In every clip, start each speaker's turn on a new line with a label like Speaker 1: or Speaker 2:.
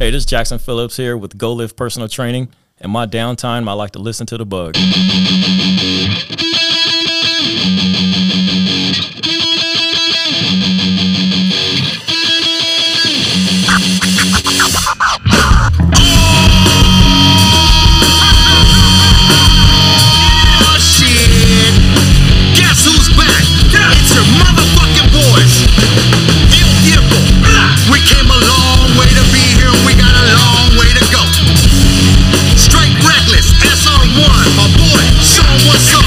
Speaker 1: is Jackson Phillips here with Go Live Personal Training. In my downtime, I like to listen to the bug.
Speaker 2: Oh shit! Guess who's back? It's your motherfucking boys. Il Tiempo. We came a long way to be here. We got a long way to go. Straight reckless. SR1, my boy. Show 'em what's up.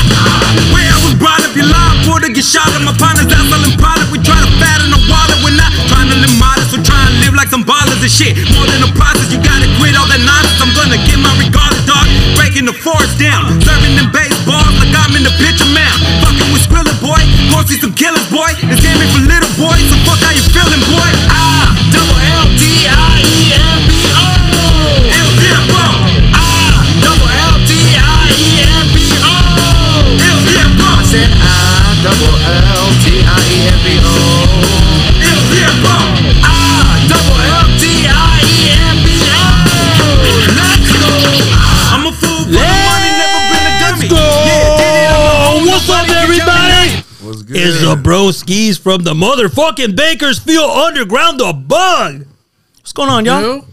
Speaker 3: Where I was brought up, you lie, poor to get shot at. My partner's out selling product. We try to fatten the water. We're not trying to live modest. We're trying to live like some ballers and shit. More than a process, you gotta quit all that nonsense. I'm gonna get my regardless, dog. Breaking the forest down. Serving them baseballs like I'm in the picture mound. Fucking with Skrilla, boy. Gonna see some killers, boy. It's gaming for little boys. So fuck how you feeling, boy. Ah, double L D I E M B O. El Tiempo. Ah, double L D I E M B O. El Tiempo. I said ah, double L T I E M B O. El Tiempo. Ah, double L T I E M B O. Let's go. Ah, I'm a fool for the money, never been a dummy. Yeah, did it on my own.
Speaker 4: What's up,
Speaker 3: Nobody can tell me
Speaker 4: everybody?
Speaker 5: What's good?
Speaker 4: It's the broskies from the motherfucking Bakersfield Underground, the bug. What's going on, y'all?
Speaker 5: You?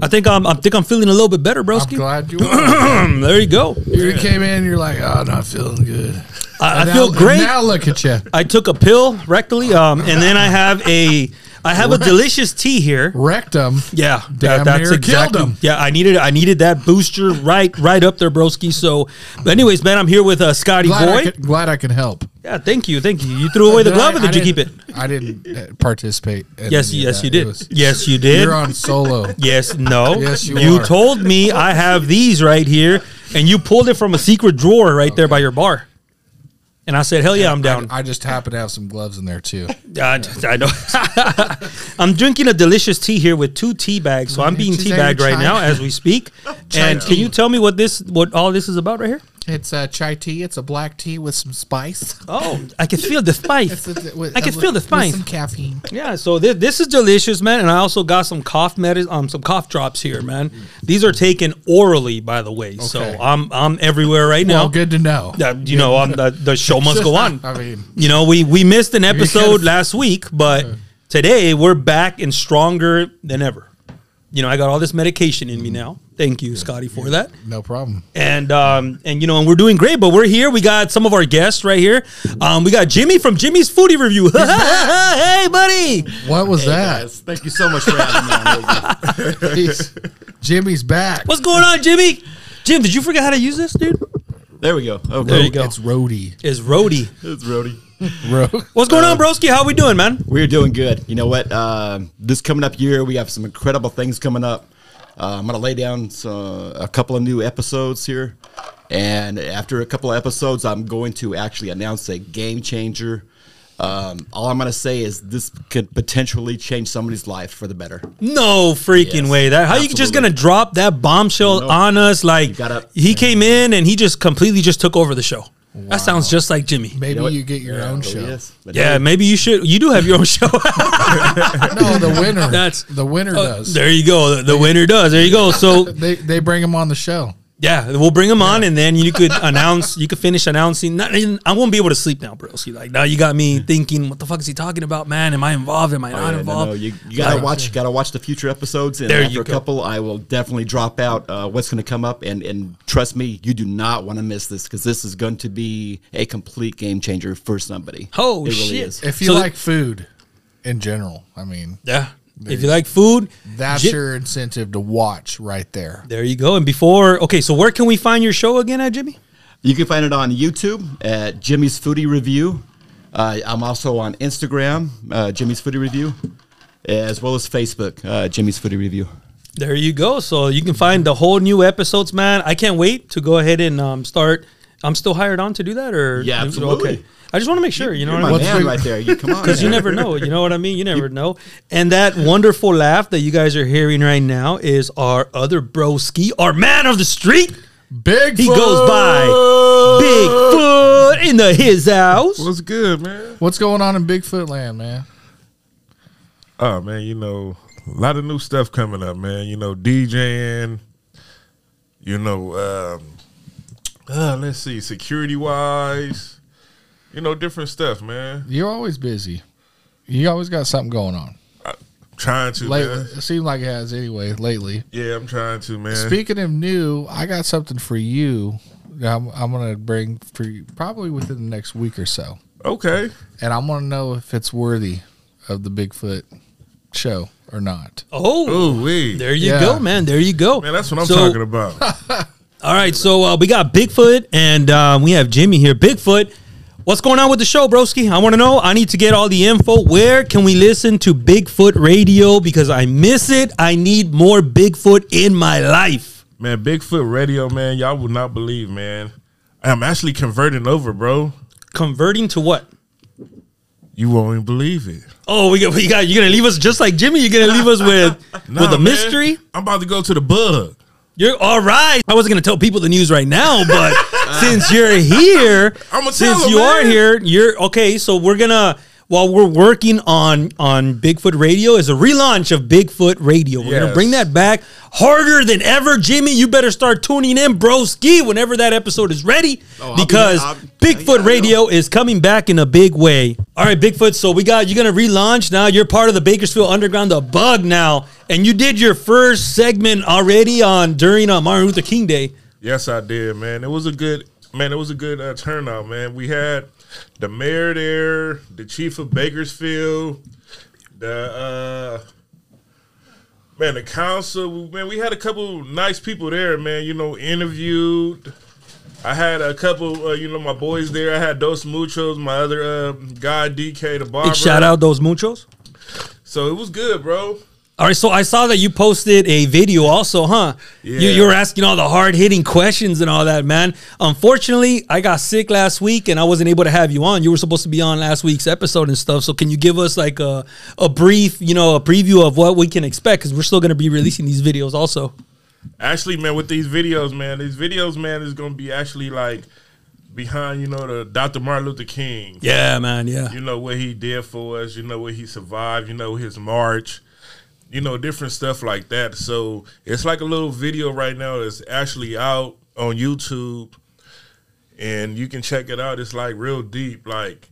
Speaker 4: I think I'm, I think I'm feeling a little bit better,
Speaker 5: I'm
Speaker 4: broski.
Speaker 5: glad you are.
Speaker 4: there you go.
Speaker 5: You came in, you're like, oh, not feeling good.
Speaker 4: I, I
Speaker 5: Now-
Speaker 4: feel great.
Speaker 5: Now look at you.
Speaker 4: I took a pill rectally, um, and then I have a I have a delicious tea here.
Speaker 5: Rectum.
Speaker 4: Yeah,
Speaker 5: Damn near killed him.
Speaker 4: Yeah, I needed I needed that booster right right up there, broski. So, but anyways, man, I'm here with uh, Scotty
Speaker 5: Glad I,
Speaker 4: Boy.
Speaker 5: could, glad I can help.
Speaker 4: Yeah, thank you, thank you. You threw away the
Speaker 5: Did
Speaker 4: glove,
Speaker 5: I-
Speaker 4: or did
Speaker 5: I
Speaker 4: you keep it?
Speaker 5: didn't- I didn't uh, participate. in
Speaker 4: Yes,
Speaker 5: any of
Speaker 4: yes,
Speaker 5: that.
Speaker 4: you
Speaker 5: It
Speaker 4: did.
Speaker 5: was-
Speaker 4: Yes, you did.
Speaker 5: You're on solo.
Speaker 4: Yes, no.
Speaker 5: Yes, you are.
Speaker 4: told me I have these right here, and you pulled it from a secret drawer right there by your bar. And I said, "Hell yeah, I'm down." I,
Speaker 5: I just happen to have some gloves in there too.
Speaker 4: I know. I'm drinking a delicious tea here with two tea bags, so I'm being
Speaker 5: She's
Speaker 4: tea bagged
Speaker 5: having
Speaker 4: right now
Speaker 5: chai-
Speaker 4: as we speak.
Speaker 5: chai
Speaker 4: And can
Speaker 5: tea.
Speaker 4: you tell me what this, what all this is about right here?
Speaker 5: It's uh, chai tea. It's a black tea with some spice.
Speaker 4: Oh, I can feel the
Speaker 5: It's
Speaker 4: spice.
Speaker 5: a- with-
Speaker 4: I can
Speaker 5: with-
Speaker 4: feel the
Speaker 5: with
Speaker 4: spice.
Speaker 5: Some caffeine.
Speaker 4: Yeah, so this, this is delicious, man. And I also got some cough medicine, um, some cough drops here, man. These are taken orally, by the way. So
Speaker 5: Okay.
Speaker 4: I'm I'm everywhere right now.
Speaker 5: Well, good to know.
Speaker 4: Uh, you know, um, the, the show must go on.
Speaker 5: I mean-
Speaker 4: you know, we we missed an episode
Speaker 5: could've-
Speaker 4: last week, but today we're back and stronger than ever. You know, I got all this medication in me now. Thank you, Scotty, for that.
Speaker 5: No problem.
Speaker 4: And um, and you know, and we're doing great. But we're here. We got some of our guests right here. Um, we got Jimmy from Jimmy's Foodie Review. hey, buddy.
Speaker 5: What was that?
Speaker 6: Yes, thank you so much for having me. on, Logan.
Speaker 5: He's- Jimmy's back.
Speaker 4: What's going on, Jimmy? Jim, did you forget how to use this, dude?
Speaker 6: There we go. Okay.
Speaker 4: There you go.
Speaker 5: It's roadie.
Speaker 4: It's Rody.
Speaker 6: It's Rody.
Speaker 5: Ro-
Speaker 4: What's going on, broski? How we doing, man?
Speaker 6: We're doing good. You know what? Uh, this coming up year, we have some incredible things coming up. Uh, I'm going to lay down so- a couple of new episodes here. And after a couple of episodes, I'm going to actually announce a game changer. Um, all I'm going to say is this could potentially change somebody's life for the better.
Speaker 4: No freaking
Speaker 6: Yes,
Speaker 4: way that how you just
Speaker 6: absolutely.
Speaker 4: gonna drop that bombshell
Speaker 6: No.
Speaker 4: on us like
Speaker 6: gotta-
Speaker 4: he came in and he just completely just took over the show. That sounds just like Jimmy.
Speaker 5: Maybe you,
Speaker 6: know what?
Speaker 5: get your own show.
Speaker 6: Yes. But
Speaker 4: Yeah, maybe you should. You do have your own show.
Speaker 5: No, the winner.
Speaker 4: That's- uh,
Speaker 5: the winner does.
Speaker 4: there you go. The, the winner does. There you go. So
Speaker 5: They they bring him on the show.
Speaker 4: yeah, we'll bring him on, and then you could announce. You could finish announcing. Not, I won't be able to sleep now, bro. See, like now you got me thinking. What the fuck is he talking about, man? Am I involved? Am I
Speaker 6: Oh,
Speaker 4: not
Speaker 6: yeah, no,
Speaker 4: involved?
Speaker 6: no, you, you gotta watch. Gotta watch the future episodes. And
Speaker 4: There
Speaker 6: after
Speaker 4: you
Speaker 6: a
Speaker 4: go.
Speaker 6: couple, I will definitely drop out uh, what's going to come up. And and trust me, you do not want to miss this because this is going to be a complete game changer for somebody.
Speaker 4: Oh,
Speaker 6: It really
Speaker 4: shit.
Speaker 6: is.
Speaker 5: If you
Speaker 4: So-
Speaker 5: like food, in general, I mean,
Speaker 4: Yeah. If you like food,
Speaker 5: that's
Speaker 4: Ji-
Speaker 5: your incentive to watch right there.
Speaker 4: There you go. And before, okay, so where can we find your show again, at Jimmy?
Speaker 6: You can find it on YouTube at Jimmy's Foodie Review. Uh, I'm also on Instagram, uh, Jimmy's Foodie Review, as well as Facebook, uh, Jimmy's Foodie Review.
Speaker 4: There you go. So you can find the whole new episodes, man. I can't wait to go ahead and um, start. I'm still hired on to do that, or
Speaker 6: Yeah, absolutely.
Speaker 4: I just want to make sure, you know,
Speaker 6: You're
Speaker 4: what I
Speaker 6: my
Speaker 4: mean?
Speaker 5: What's
Speaker 6: man
Speaker 5: the-
Speaker 6: right there. You come on,
Speaker 4: because you
Speaker 6: man.
Speaker 4: never know. You know what I mean? You never know. And that wonderful laugh that you guys are hearing right now is our other broski, our man of the street.
Speaker 5: Big
Speaker 4: He goes by Bigfoot in the his house.
Speaker 7: What's good, man?
Speaker 5: What's going on in Bigfoot land, man?
Speaker 7: Oh man, you know a lot of new stuff coming up, man. You know, DJing. You know, um, uh, let's see, security wise. You know, different stuff, man.
Speaker 5: You're always busy. You always got something going on.
Speaker 7: Trying to,
Speaker 5: Lately,
Speaker 7: man.
Speaker 5: it seems like it has anyway. Lately,
Speaker 7: Yeah, I'm trying to, man.
Speaker 5: Speaking of new, I got something for you. that I'm, I'm going to bring for you probably within the next week or so.
Speaker 7: okay.
Speaker 5: And I want to know if it's worthy of the Bigfoot show or not.
Speaker 4: Oh,
Speaker 7: Ooh wee.
Speaker 4: there you
Speaker 5: Yeah.
Speaker 4: go, man. There you go.
Speaker 7: Man, that's what I'm
Speaker 4: So-
Speaker 7: talking about.
Speaker 4: All right, so uh, we got Bigfoot and um, we have Jimmy here. Bigfoot, what's going on with the show, broski? I want to know. I need to get all the info. Where can we listen to Bigfoot Radio? Because I miss it. I need more Bigfoot in my life.
Speaker 7: man, Bigfoot Radio, man. Y'all will not believe, man. I'm actually converting over, bro.
Speaker 4: Converting to what?
Speaker 7: You won't even believe it.
Speaker 4: Oh, we got, we got. You're gonna leave us just like Jimmy. You're gonna leave us with
Speaker 7: Nah,
Speaker 4: with a
Speaker 7: man.
Speaker 4: mystery.
Speaker 7: I'm about to go to the bug.
Speaker 4: You're all right. I wasn't gonna tell people the news right now, but since you're here,
Speaker 7: I'ma tell
Speaker 4: since
Speaker 7: 'em,
Speaker 4: you are
Speaker 7: man.
Speaker 4: here, you're okay. So we're gonna while we're working on on Bigfoot Radio is a relaunch of Bigfoot Radio. We're gonna
Speaker 7: Yes.
Speaker 4: bring that back harder than ever, Jimmy. You better start tuning in, broski, whenever that episode is ready,
Speaker 7: Oh,
Speaker 6: I'll be-
Speaker 4: because
Speaker 6: I'll- yeah, I
Speaker 4: Bigfoot
Speaker 6: know.
Speaker 4: Radio is coming back in a big way. All right, Bigfoot. So we got you're gonna relaunch now. You're part of the Bakersfield Underground, the Bug now, and you did your first segment already on during uh, Martin Luther King Day.
Speaker 7: Yes, I did, man. It was a good man. It was a good uh, turnout, man. We had the mayor there, the chief of Bakersfield, the uh, man, the council. Man, we had a couple nice people there, man. You know, interviewed. I had a couple, uh, you know, my boys there. I had Dos Muchos, my other uh, guy DK, the barber.
Speaker 4: Big shout out those muchos.
Speaker 7: So it was good, bro.
Speaker 4: All right, so I saw that you posted a video also, huh? You,
Speaker 7: Yeah.
Speaker 4: you were asking all the hard hitting questions and all that, man. Unfortunately, I got sick last week and I wasn't able to have you on. You were supposed to be on last week's episode and stuff. So can you give us like a, a brief, you know, a preview of what we can expect? Because we're still going to be releasing these videos also.
Speaker 7: actually, man, with these videos, man, these videos, man, is gonna be actually like behind, you know, the Dr. Martin Luther King.
Speaker 4: Yeah, man. Yeah.
Speaker 7: You know what he did for us. You know what he survived. You know his march. You know different stuff like that. So it's like a little video right now that's actually out on YouTube, and you can check it out. It's like real deep, like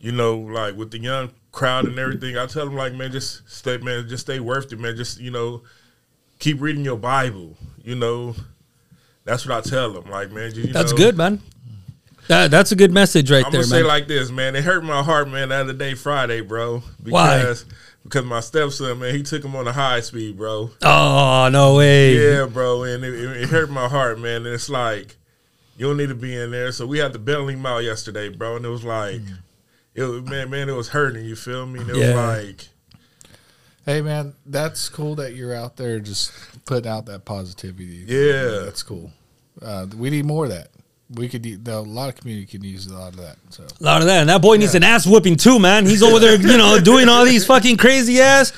Speaker 7: you know, like with the young crowd and everything. I tell them like, man, just stay, man, just stay worth it, man. Just you know, keep reading your Bible. You know, that's what I tell them. Like, man, you, you
Speaker 4: That's
Speaker 7: know,
Speaker 4: good, man. That, that's a good message right
Speaker 7: I'm
Speaker 4: there,
Speaker 7: gonna say
Speaker 4: man.
Speaker 7: it like this, man. It hurt my heart, man, the other day, Friday, bro.
Speaker 4: Why?
Speaker 7: Because because my stepson, man, he took him on a high speed, bro.
Speaker 4: oh, no way.
Speaker 7: Yeah, bro, and it, it, it hurt my heart, man. And it's like you don't need to be in there. So we had to bail him out yesterday, bro. And it was like, it was, man, man, it was hurting. You feel me? And it
Speaker 4: Yeah.
Speaker 7: was like,
Speaker 5: Hey, man, that's cool that you're out there just putting out that positivity.
Speaker 7: Yeah.
Speaker 5: That's cool. Uh, we need more of that. We could, u- a lot of community can use a lot of that. So,
Speaker 4: A lot of that. And that boy needs an ass whooping too, man. He's over there, you know, doing all these fucking crazy ass.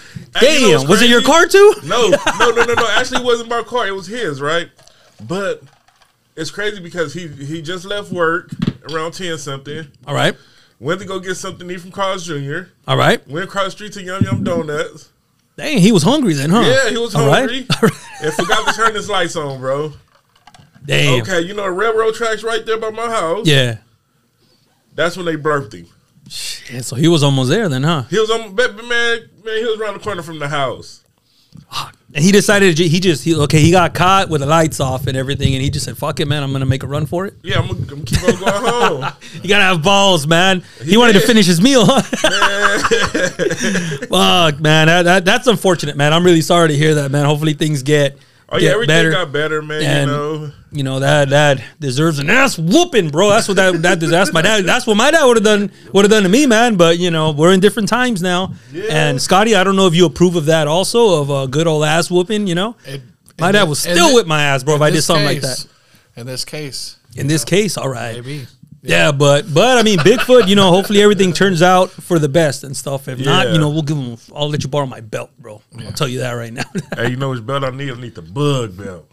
Speaker 4: Damn,
Speaker 7: Hey, you know what's
Speaker 4: was it your
Speaker 7: crazy?
Speaker 4: car too?
Speaker 7: no, no, no, no, no. Actually, it wasn't my car. It was his, right? But it's crazy because he he just left work around ten something.
Speaker 4: All right,
Speaker 7: Went to go get something to eat from Carl's Jr.
Speaker 4: all right.
Speaker 7: Went across the street to Yum Yum Donuts.
Speaker 4: Dang, he was hungry then, huh?
Speaker 7: Yeah, he was
Speaker 4: All right.
Speaker 7: hungry and forgot to turn his lights on, bro.
Speaker 4: Damn.
Speaker 7: Okay, you know the railroad tracks right there by my house.
Speaker 4: Yeah.
Speaker 7: that's when they burped him.
Speaker 4: Yeah, So he was almost there then, huh?
Speaker 7: He was on, but but man, man, he was around the corner from the house.
Speaker 4: And he decided to ju- he just he, okay he got caught with the lights off and everything, and he just said, "Fuck it, man, I'm gonna make a run for it."
Speaker 7: Yeah, I'm gonna, I'm gonna keep on going home.
Speaker 4: You gotta have balls, man. He, wanted to
Speaker 7: did.
Speaker 4: finish his meal. huh? Fuck, man, that, that, that's unfortunate, man. I'm really sorry to hear that, man. Hopefully things get
Speaker 7: Oh yeah,
Speaker 4: get
Speaker 7: everything
Speaker 4: better.
Speaker 7: got better, man.
Speaker 4: And-
Speaker 7: you know,
Speaker 4: you know that that deserves an ass whooping, bro. That's what that, that that's my dad. That's what my dad would have done would have done to me, man. But you know we're in different times now. And Scotty, I don't know if you approve of that also of a good old ass whooping. You know, my
Speaker 5: in
Speaker 4: dad
Speaker 5: thi-
Speaker 4: was
Speaker 5: in
Speaker 4: still
Speaker 5: thi-
Speaker 4: whip my ass, bro. If I did something like that.
Speaker 5: In this case,
Speaker 4: In this case, all right.
Speaker 5: maybe.
Speaker 4: Yeah, but but I mean, Bigfoot. You know, hopefully everything turns out for the best and stuff. If not, you
Speaker 7: Yeah.
Speaker 4: know, we'll give him. I'll let you borrow my belt, bro. I'll tell you that right now.
Speaker 7: Hey, you know which belt I need? I need the bug belt.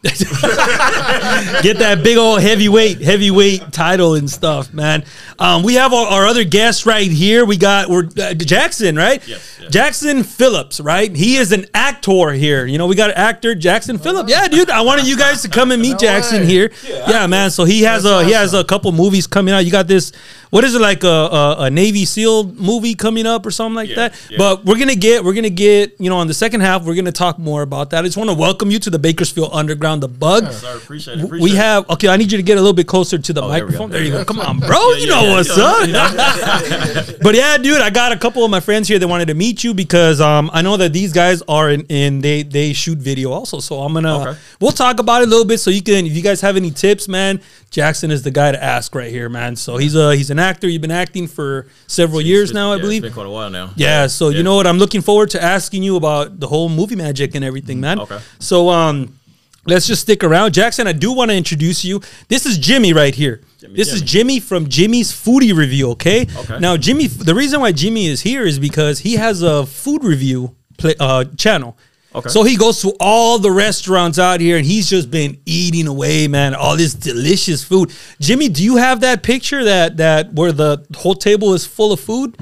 Speaker 4: Get that big old heavyweight, heavyweight title and stuff, man. Um, we have our, our other guest right here. We got we're uh, Jackson, right?
Speaker 1: Yes, yes.
Speaker 4: Jackson Phillips, right? He is an actor here. You know, we got actor Jackson Phillips. Yeah, dude. I wanted you guys to come and meet Jackson
Speaker 5: way.
Speaker 4: here. Yeah, man. So he has a he has a couple movies coming out. You got this. What is it like a, a, a Navy SEAL movie coming up or something like that?
Speaker 1: yeah.
Speaker 4: But we're gonna get we're gonna get you know on the second half we're gonna talk more about that. I just want to welcome you to the Bakersfield Underground, the Bug.
Speaker 1: Sir, appreciate it.
Speaker 4: W- We have okay. I need you to get a little bit closer to the microphone. Oh, there you go. Come on, bro. you know what's up. but yeah, dude, I got a couple of my friends here that wanted to meet you because um, I know that these guys are in, in they they shoot video also. So I'm gonna we'll talk about it a little bit. So you can if you guys have any tips, man, Jackson is the guy to ask right here, man. So he's a he's an actor. You've been acting for several years now, I
Speaker 1: Yeah,
Speaker 4: believe.
Speaker 1: It's been quite a while now.
Speaker 4: Yeah, so you know what? I'm looking forward to asking you about the whole movie magic and everything, man.
Speaker 1: okay.
Speaker 4: So um, let's just stick around, Jackson. I do want to introduce you. This is Jimmy right here. this is Jimmy from Jimmy's Foodie Review. Okay.
Speaker 1: Okay.
Speaker 4: Now, Jimmy, the reason why Jimmy is here is because he has a food review play, uh, channel.
Speaker 1: Okay.
Speaker 4: So he goes to all the restaurants out here and he's just been eating away, man, all this delicious food. Jimmy, do you have that picture that that where the whole table is full of food?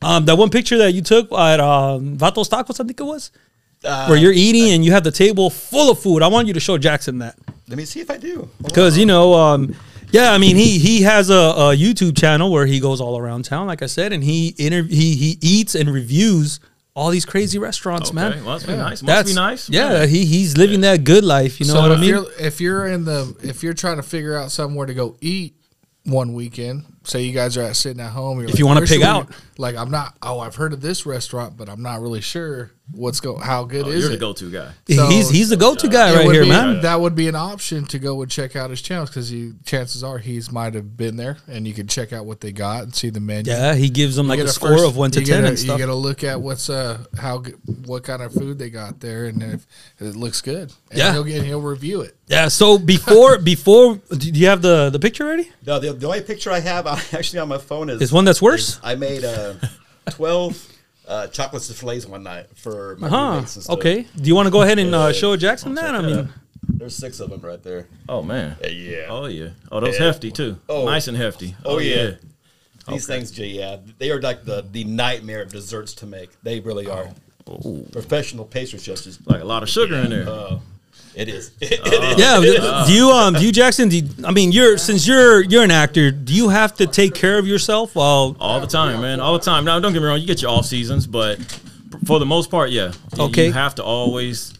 Speaker 4: Um, that one picture that you took at um, Vatos Tacos, I think it was, where you're eating and you have the table full of food. I want you to show Jackson that
Speaker 6: Let me see if I do.
Speaker 4: because you know, um, yeah, I mean, he he has a, a YouTube channel where he goes all around town, like I said, and he inter- he he eats and reviews all these crazy restaurants,
Speaker 1: Okay.
Speaker 4: man.
Speaker 1: Well, that's been nice. Must
Speaker 4: That's
Speaker 1: be nice.
Speaker 4: Yeah, he he's living that good life. You know
Speaker 5: so
Speaker 4: what I
Speaker 5: if
Speaker 4: mean?
Speaker 5: you're if you're in the if you're trying to figure out somewhere to go eat one weekend, say you guys are at sitting at home, you're if
Speaker 4: you wanna pig out."
Speaker 5: like I'm not. Oh, I've heard of this restaurant, but I'm not really sure what's go how good
Speaker 1: Oh,
Speaker 5: is
Speaker 1: you're
Speaker 5: it.
Speaker 1: the go-to guy.
Speaker 5: So-
Speaker 4: he's he's the go to guy
Speaker 5: It
Speaker 4: right
Speaker 5: would
Speaker 4: here,
Speaker 5: be-
Speaker 4: man.
Speaker 5: That would be an option to go and check out his channels because chances are he's might have been there, and you could check out what they got and see the menu.
Speaker 4: Yeah, he gives them like
Speaker 5: You
Speaker 4: a,
Speaker 5: get
Speaker 4: score
Speaker 5: first-
Speaker 4: of one to
Speaker 5: you get
Speaker 4: ten
Speaker 5: a-
Speaker 4: and
Speaker 5: You
Speaker 4: stuff.
Speaker 5: got to look at what's uh how g- what kind of food they got there, and if it looks good, and
Speaker 4: Yeah.
Speaker 5: he'll get he'll review it.
Speaker 4: yeah. So before before, do you have the the picture ready?
Speaker 6: No, the, the only picture I have uh, actually on my phone is
Speaker 4: Is one that's worse?
Speaker 6: I made uh, twelve uh, chocolate souffles one night for my
Speaker 4: Huh.
Speaker 6: roommates and stuff.
Speaker 4: Uh-huh. Okay. Do you want to go ahead and uh, show Jackson that? I mean,
Speaker 6: There's six of them right there.
Speaker 1: Oh man.
Speaker 6: yeah.
Speaker 1: Oh yeah. Oh, those
Speaker 6: Yeah.
Speaker 1: hefty too.
Speaker 6: Oh.
Speaker 1: Nice and hefty.
Speaker 6: Oh, yeah. These things, Jay, yeah, they are like the, the nightmare of desserts to make. They really are.
Speaker 4: Oh.
Speaker 6: Professional pastry chefs just
Speaker 1: Like a lot of sugar in there.
Speaker 6: Uh, it is. It is.
Speaker 4: yeah. Do you um do you Jackson? Do you, I mean, you're since you're you're an actor, do you have to take care of yourself while oh,
Speaker 1: All the time, man. All the time. Now, don't get me wrong. You get your off seasons, but for the most part, yeah. You-
Speaker 4: Okay.
Speaker 1: You have to always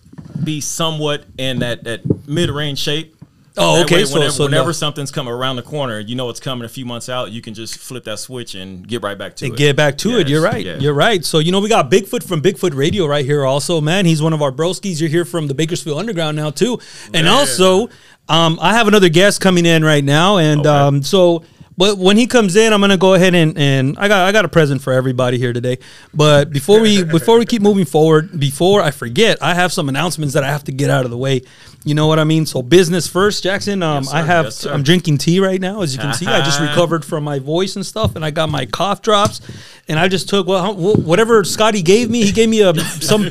Speaker 1: be somewhat in that that mid range shape.
Speaker 4: Oh,
Speaker 1: That
Speaker 4: okay,
Speaker 1: way,
Speaker 4: so-
Speaker 1: whenever,
Speaker 4: so
Speaker 1: whenever
Speaker 4: no-
Speaker 1: something's coming around the corner, you know it's coming a few months out. You can just flip that switch and get right back to
Speaker 4: and
Speaker 1: it.
Speaker 4: get back to
Speaker 1: Yes,
Speaker 4: it. You're right.
Speaker 1: yeah.
Speaker 4: You're right. So you know we got Bigfoot from Bigfoot Radio right here. Also, man, he's one of our broskies. You're here from the Bakersfield Underground now too, and also um, I have another guest coming in right now, and um, so. But when he comes in, I'm gonna go ahead and, and I got I got a present for everybody here today. But before we before we keep moving forward, before I forget, I have some announcements that I have to get out of the way. You know what I mean? So business first, Jackson. Um, I
Speaker 1: sir.
Speaker 4: have
Speaker 1: Yes, sir.
Speaker 4: I'm drinking tea right now, as you can see. I just recovered from my voice and stuff, and I got my cough drops, and I just took well, wh- whatever Scotty gave me. He gave me a some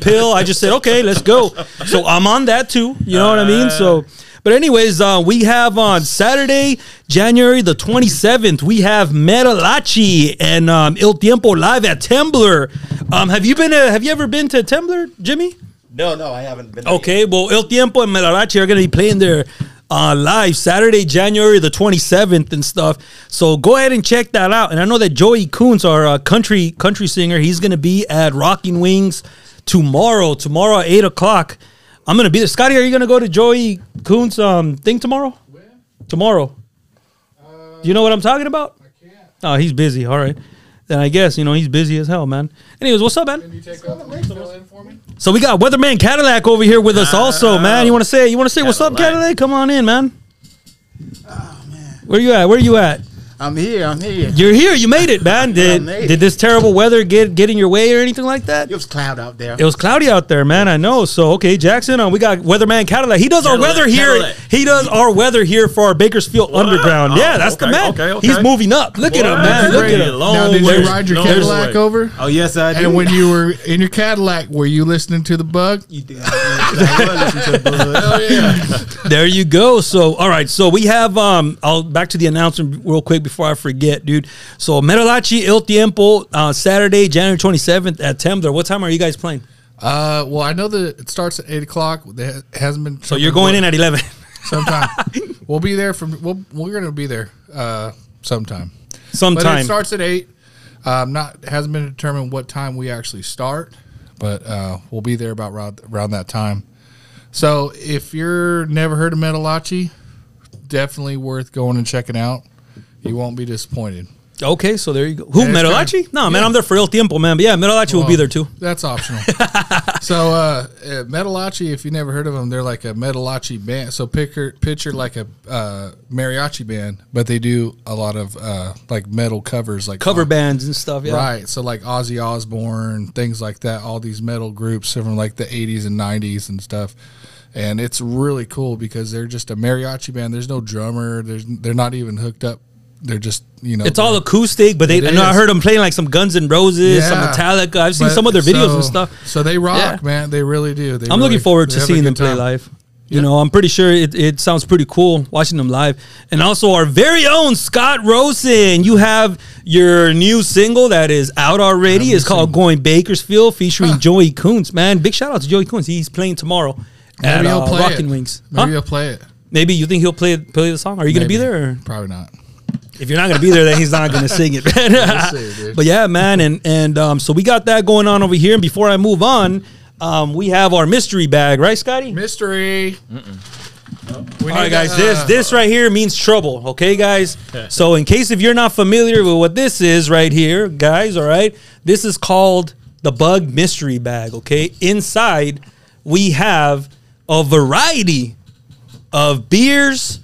Speaker 4: pill. I just said, okay, let's go. So I'm on that too. You know what I mean?
Speaker 1: Uh.
Speaker 4: So. But anyways, uh, we have on Saturday, January the 27th, we have Metalachi and um, Il Tiempo live at Tumblr. Um, have you been? To, have you ever been to Tumblr, Jimmy?
Speaker 6: No, no, I haven't been.
Speaker 4: Okay, well, El Tiempo and Melarachi are going to be playing their uh, live Saturday, January the 27th and stuff. So go ahead and check that out. And I know that Joey Coons, our uh, country country singer, he's going to be at Rocking Wings tomorrow, tomorrow at 8 o'clock. I'm going to be there. Scotty, are you going to go to Joey Coons' um, thing tomorrow? Tomorrow. Do you know what I'm talking about? Oh, he's busy. All right. Then I guess, you know, he's busy as hell, man. Anyways, what's up, man?
Speaker 5: You take off the fill in for me.
Speaker 4: So we got Weatherman Cadillac over here with us, also, man. You want to say you want to say what's up,
Speaker 1: Ah. Cadillac.
Speaker 8: Oh,
Speaker 4: Cadillac? Come on in, man. Where you at? Where you at?
Speaker 8: I'm here. I'm here.
Speaker 4: You're here. You made it, man. Did
Speaker 8: made
Speaker 4: did
Speaker 8: it.
Speaker 4: this terrible weather get get in your way or anything like that?
Speaker 8: It was cloud out there.
Speaker 4: It was cloudy out there, man. I know. So okay, Jackson, uh, we got weatherman Cadillac. He does our
Speaker 1: Cadillac,
Speaker 4: weather here.
Speaker 1: Cadillac.
Speaker 4: He does our weather here for our Bakersfield Underground.
Speaker 1: Oh,
Speaker 4: yeah, that's the
Speaker 1: okay,
Speaker 4: man.
Speaker 1: okay, okay.
Speaker 4: He's moving up. Look at him, man. Look at
Speaker 1: Great.
Speaker 4: him.
Speaker 1: Long
Speaker 5: now, did
Speaker 1: way.
Speaker 5: you ride your
Speaker 1: Long
Speaker 5: Cadillac
Speaker 1: way.
Speaker 5: over?
Speaker 6: Oh yes, I
Speaker 5: And when you were in your Cadillac, were you listening to the bug?
Speaker 8: You did. Hell yeah.
Speaker 4: There you go. So, all right. So we have um. I'll back to the announcement real quick before I forget, dude. So Metalachi El Tiempo uh, Saturday, January twenty seventh at Tembler. What time are you guys playing?
Speaker 5: Uh, well, I know that it starts at eight o'clock. It hasn't been.
Speaker 4: So you're going in at eleven.
Speaker 5: sometime. we'll be there from. We'll, we're going to be there uh, sometime. But it
Speaker 4: Sometime.
Speaker 5: starts at eight. Um, not hasn't been determined what time we actually start, but uh, we'll be there about around, around that time. So if you're never heard of Metalachi, definitely worth going and checking out. You won't be disappointed.
Speaker 4: Okay, so there you go. Who
Speaker 5: it's
Speaker 4: Metalachi?
Speaker 5: kinda-
Speaker 4: No, man, I'm there for El Tiempo, man. But yeah, Metalachi will be
Speaker 5: Well,
Speaker 4: there too.
Speaker 5: That's optional. so uh, uh, Metalachi, if you never heard of them, they're like a Metalachi band. So picture picture like a uh, mariachi band, but they do a lot of uh, like metal covers, like
Speaker 4: Cover bands and stuff. Yeah.
Speaker 5: Right. So like Ozzy Osbourne, things like that, all these metal groups from like the 80s and 90s and stuff. And it's really cool because they're just a mariachi band. There's no drummer. There's they're not even hooked up. They're just, you know.
Speaker 4: It's all acoustic, but they
Speaker 5: It
Speaker 4: I know I
Speaker 5: is.
Speaker 4: heard them playing like some Guns N' Roses, some
Speaker 5: Yeah.
Speaker 4: Metallica. I've seen
Speaker 5: but-
Speaker 4: some of their videos
Speaker 5: so-
Speaker 4: and stuff.
Speaker 5: So they rock,
Speaker 4: Yeah.
Speaker 5: man. They really do. They
Speaker 4: I'm
Speaker 5: really-
Speaker 4: looking forward
Speaker 5: they
Speaker 4: to
Speaker 5: have a
Speaker 4: seeing them
Speaker 5: good
Speaker 4: play
Speaker 5: time.
Speaker 4: live. You know, I'm pretty sure it, it sounds pretty cool watching them live. And also our very own Scott Rosen. You have your new single that is out already. It's called Going Bakersfield featuring Joey Koontz. Man, big shout out to Joey Koontz. He's playing tomorrow at
Speaker 5: Maybe he'll
Speaker 4: uh,
Speaker 5: play
Speaker 4: Rockin'
Speaker 5: it.
Speaker 4: Wings. Huh?
Speaker 5: Maybe he'll play it.
Speaker 4: Maybe you think he'll play play the song? Are you going to be
Speaker 5: Maybe.
Speaker 4: there? Or?
Speaker 5: Probably not.
Speaker 4: If you're not going to be there, then he's not going to sing it.
Speaker 5: see, dude.
Speaker 4: but yeah, man, and and um, so we got that going on over here. And before I move on, um, we have our mystery bag, right, Scotty?
Speaker 5: Mystery. We
Speaker 4: All right,
Speaker 5: need,
Speaker 4: guys.
Speaker 5: uh,
Speaker 4: This this right here means trouble. Okay, guys. So in case if you're not familiar with what this is right here, guys. All right, this is called the bug mystery bag. Okay, inside we have a variety of beers,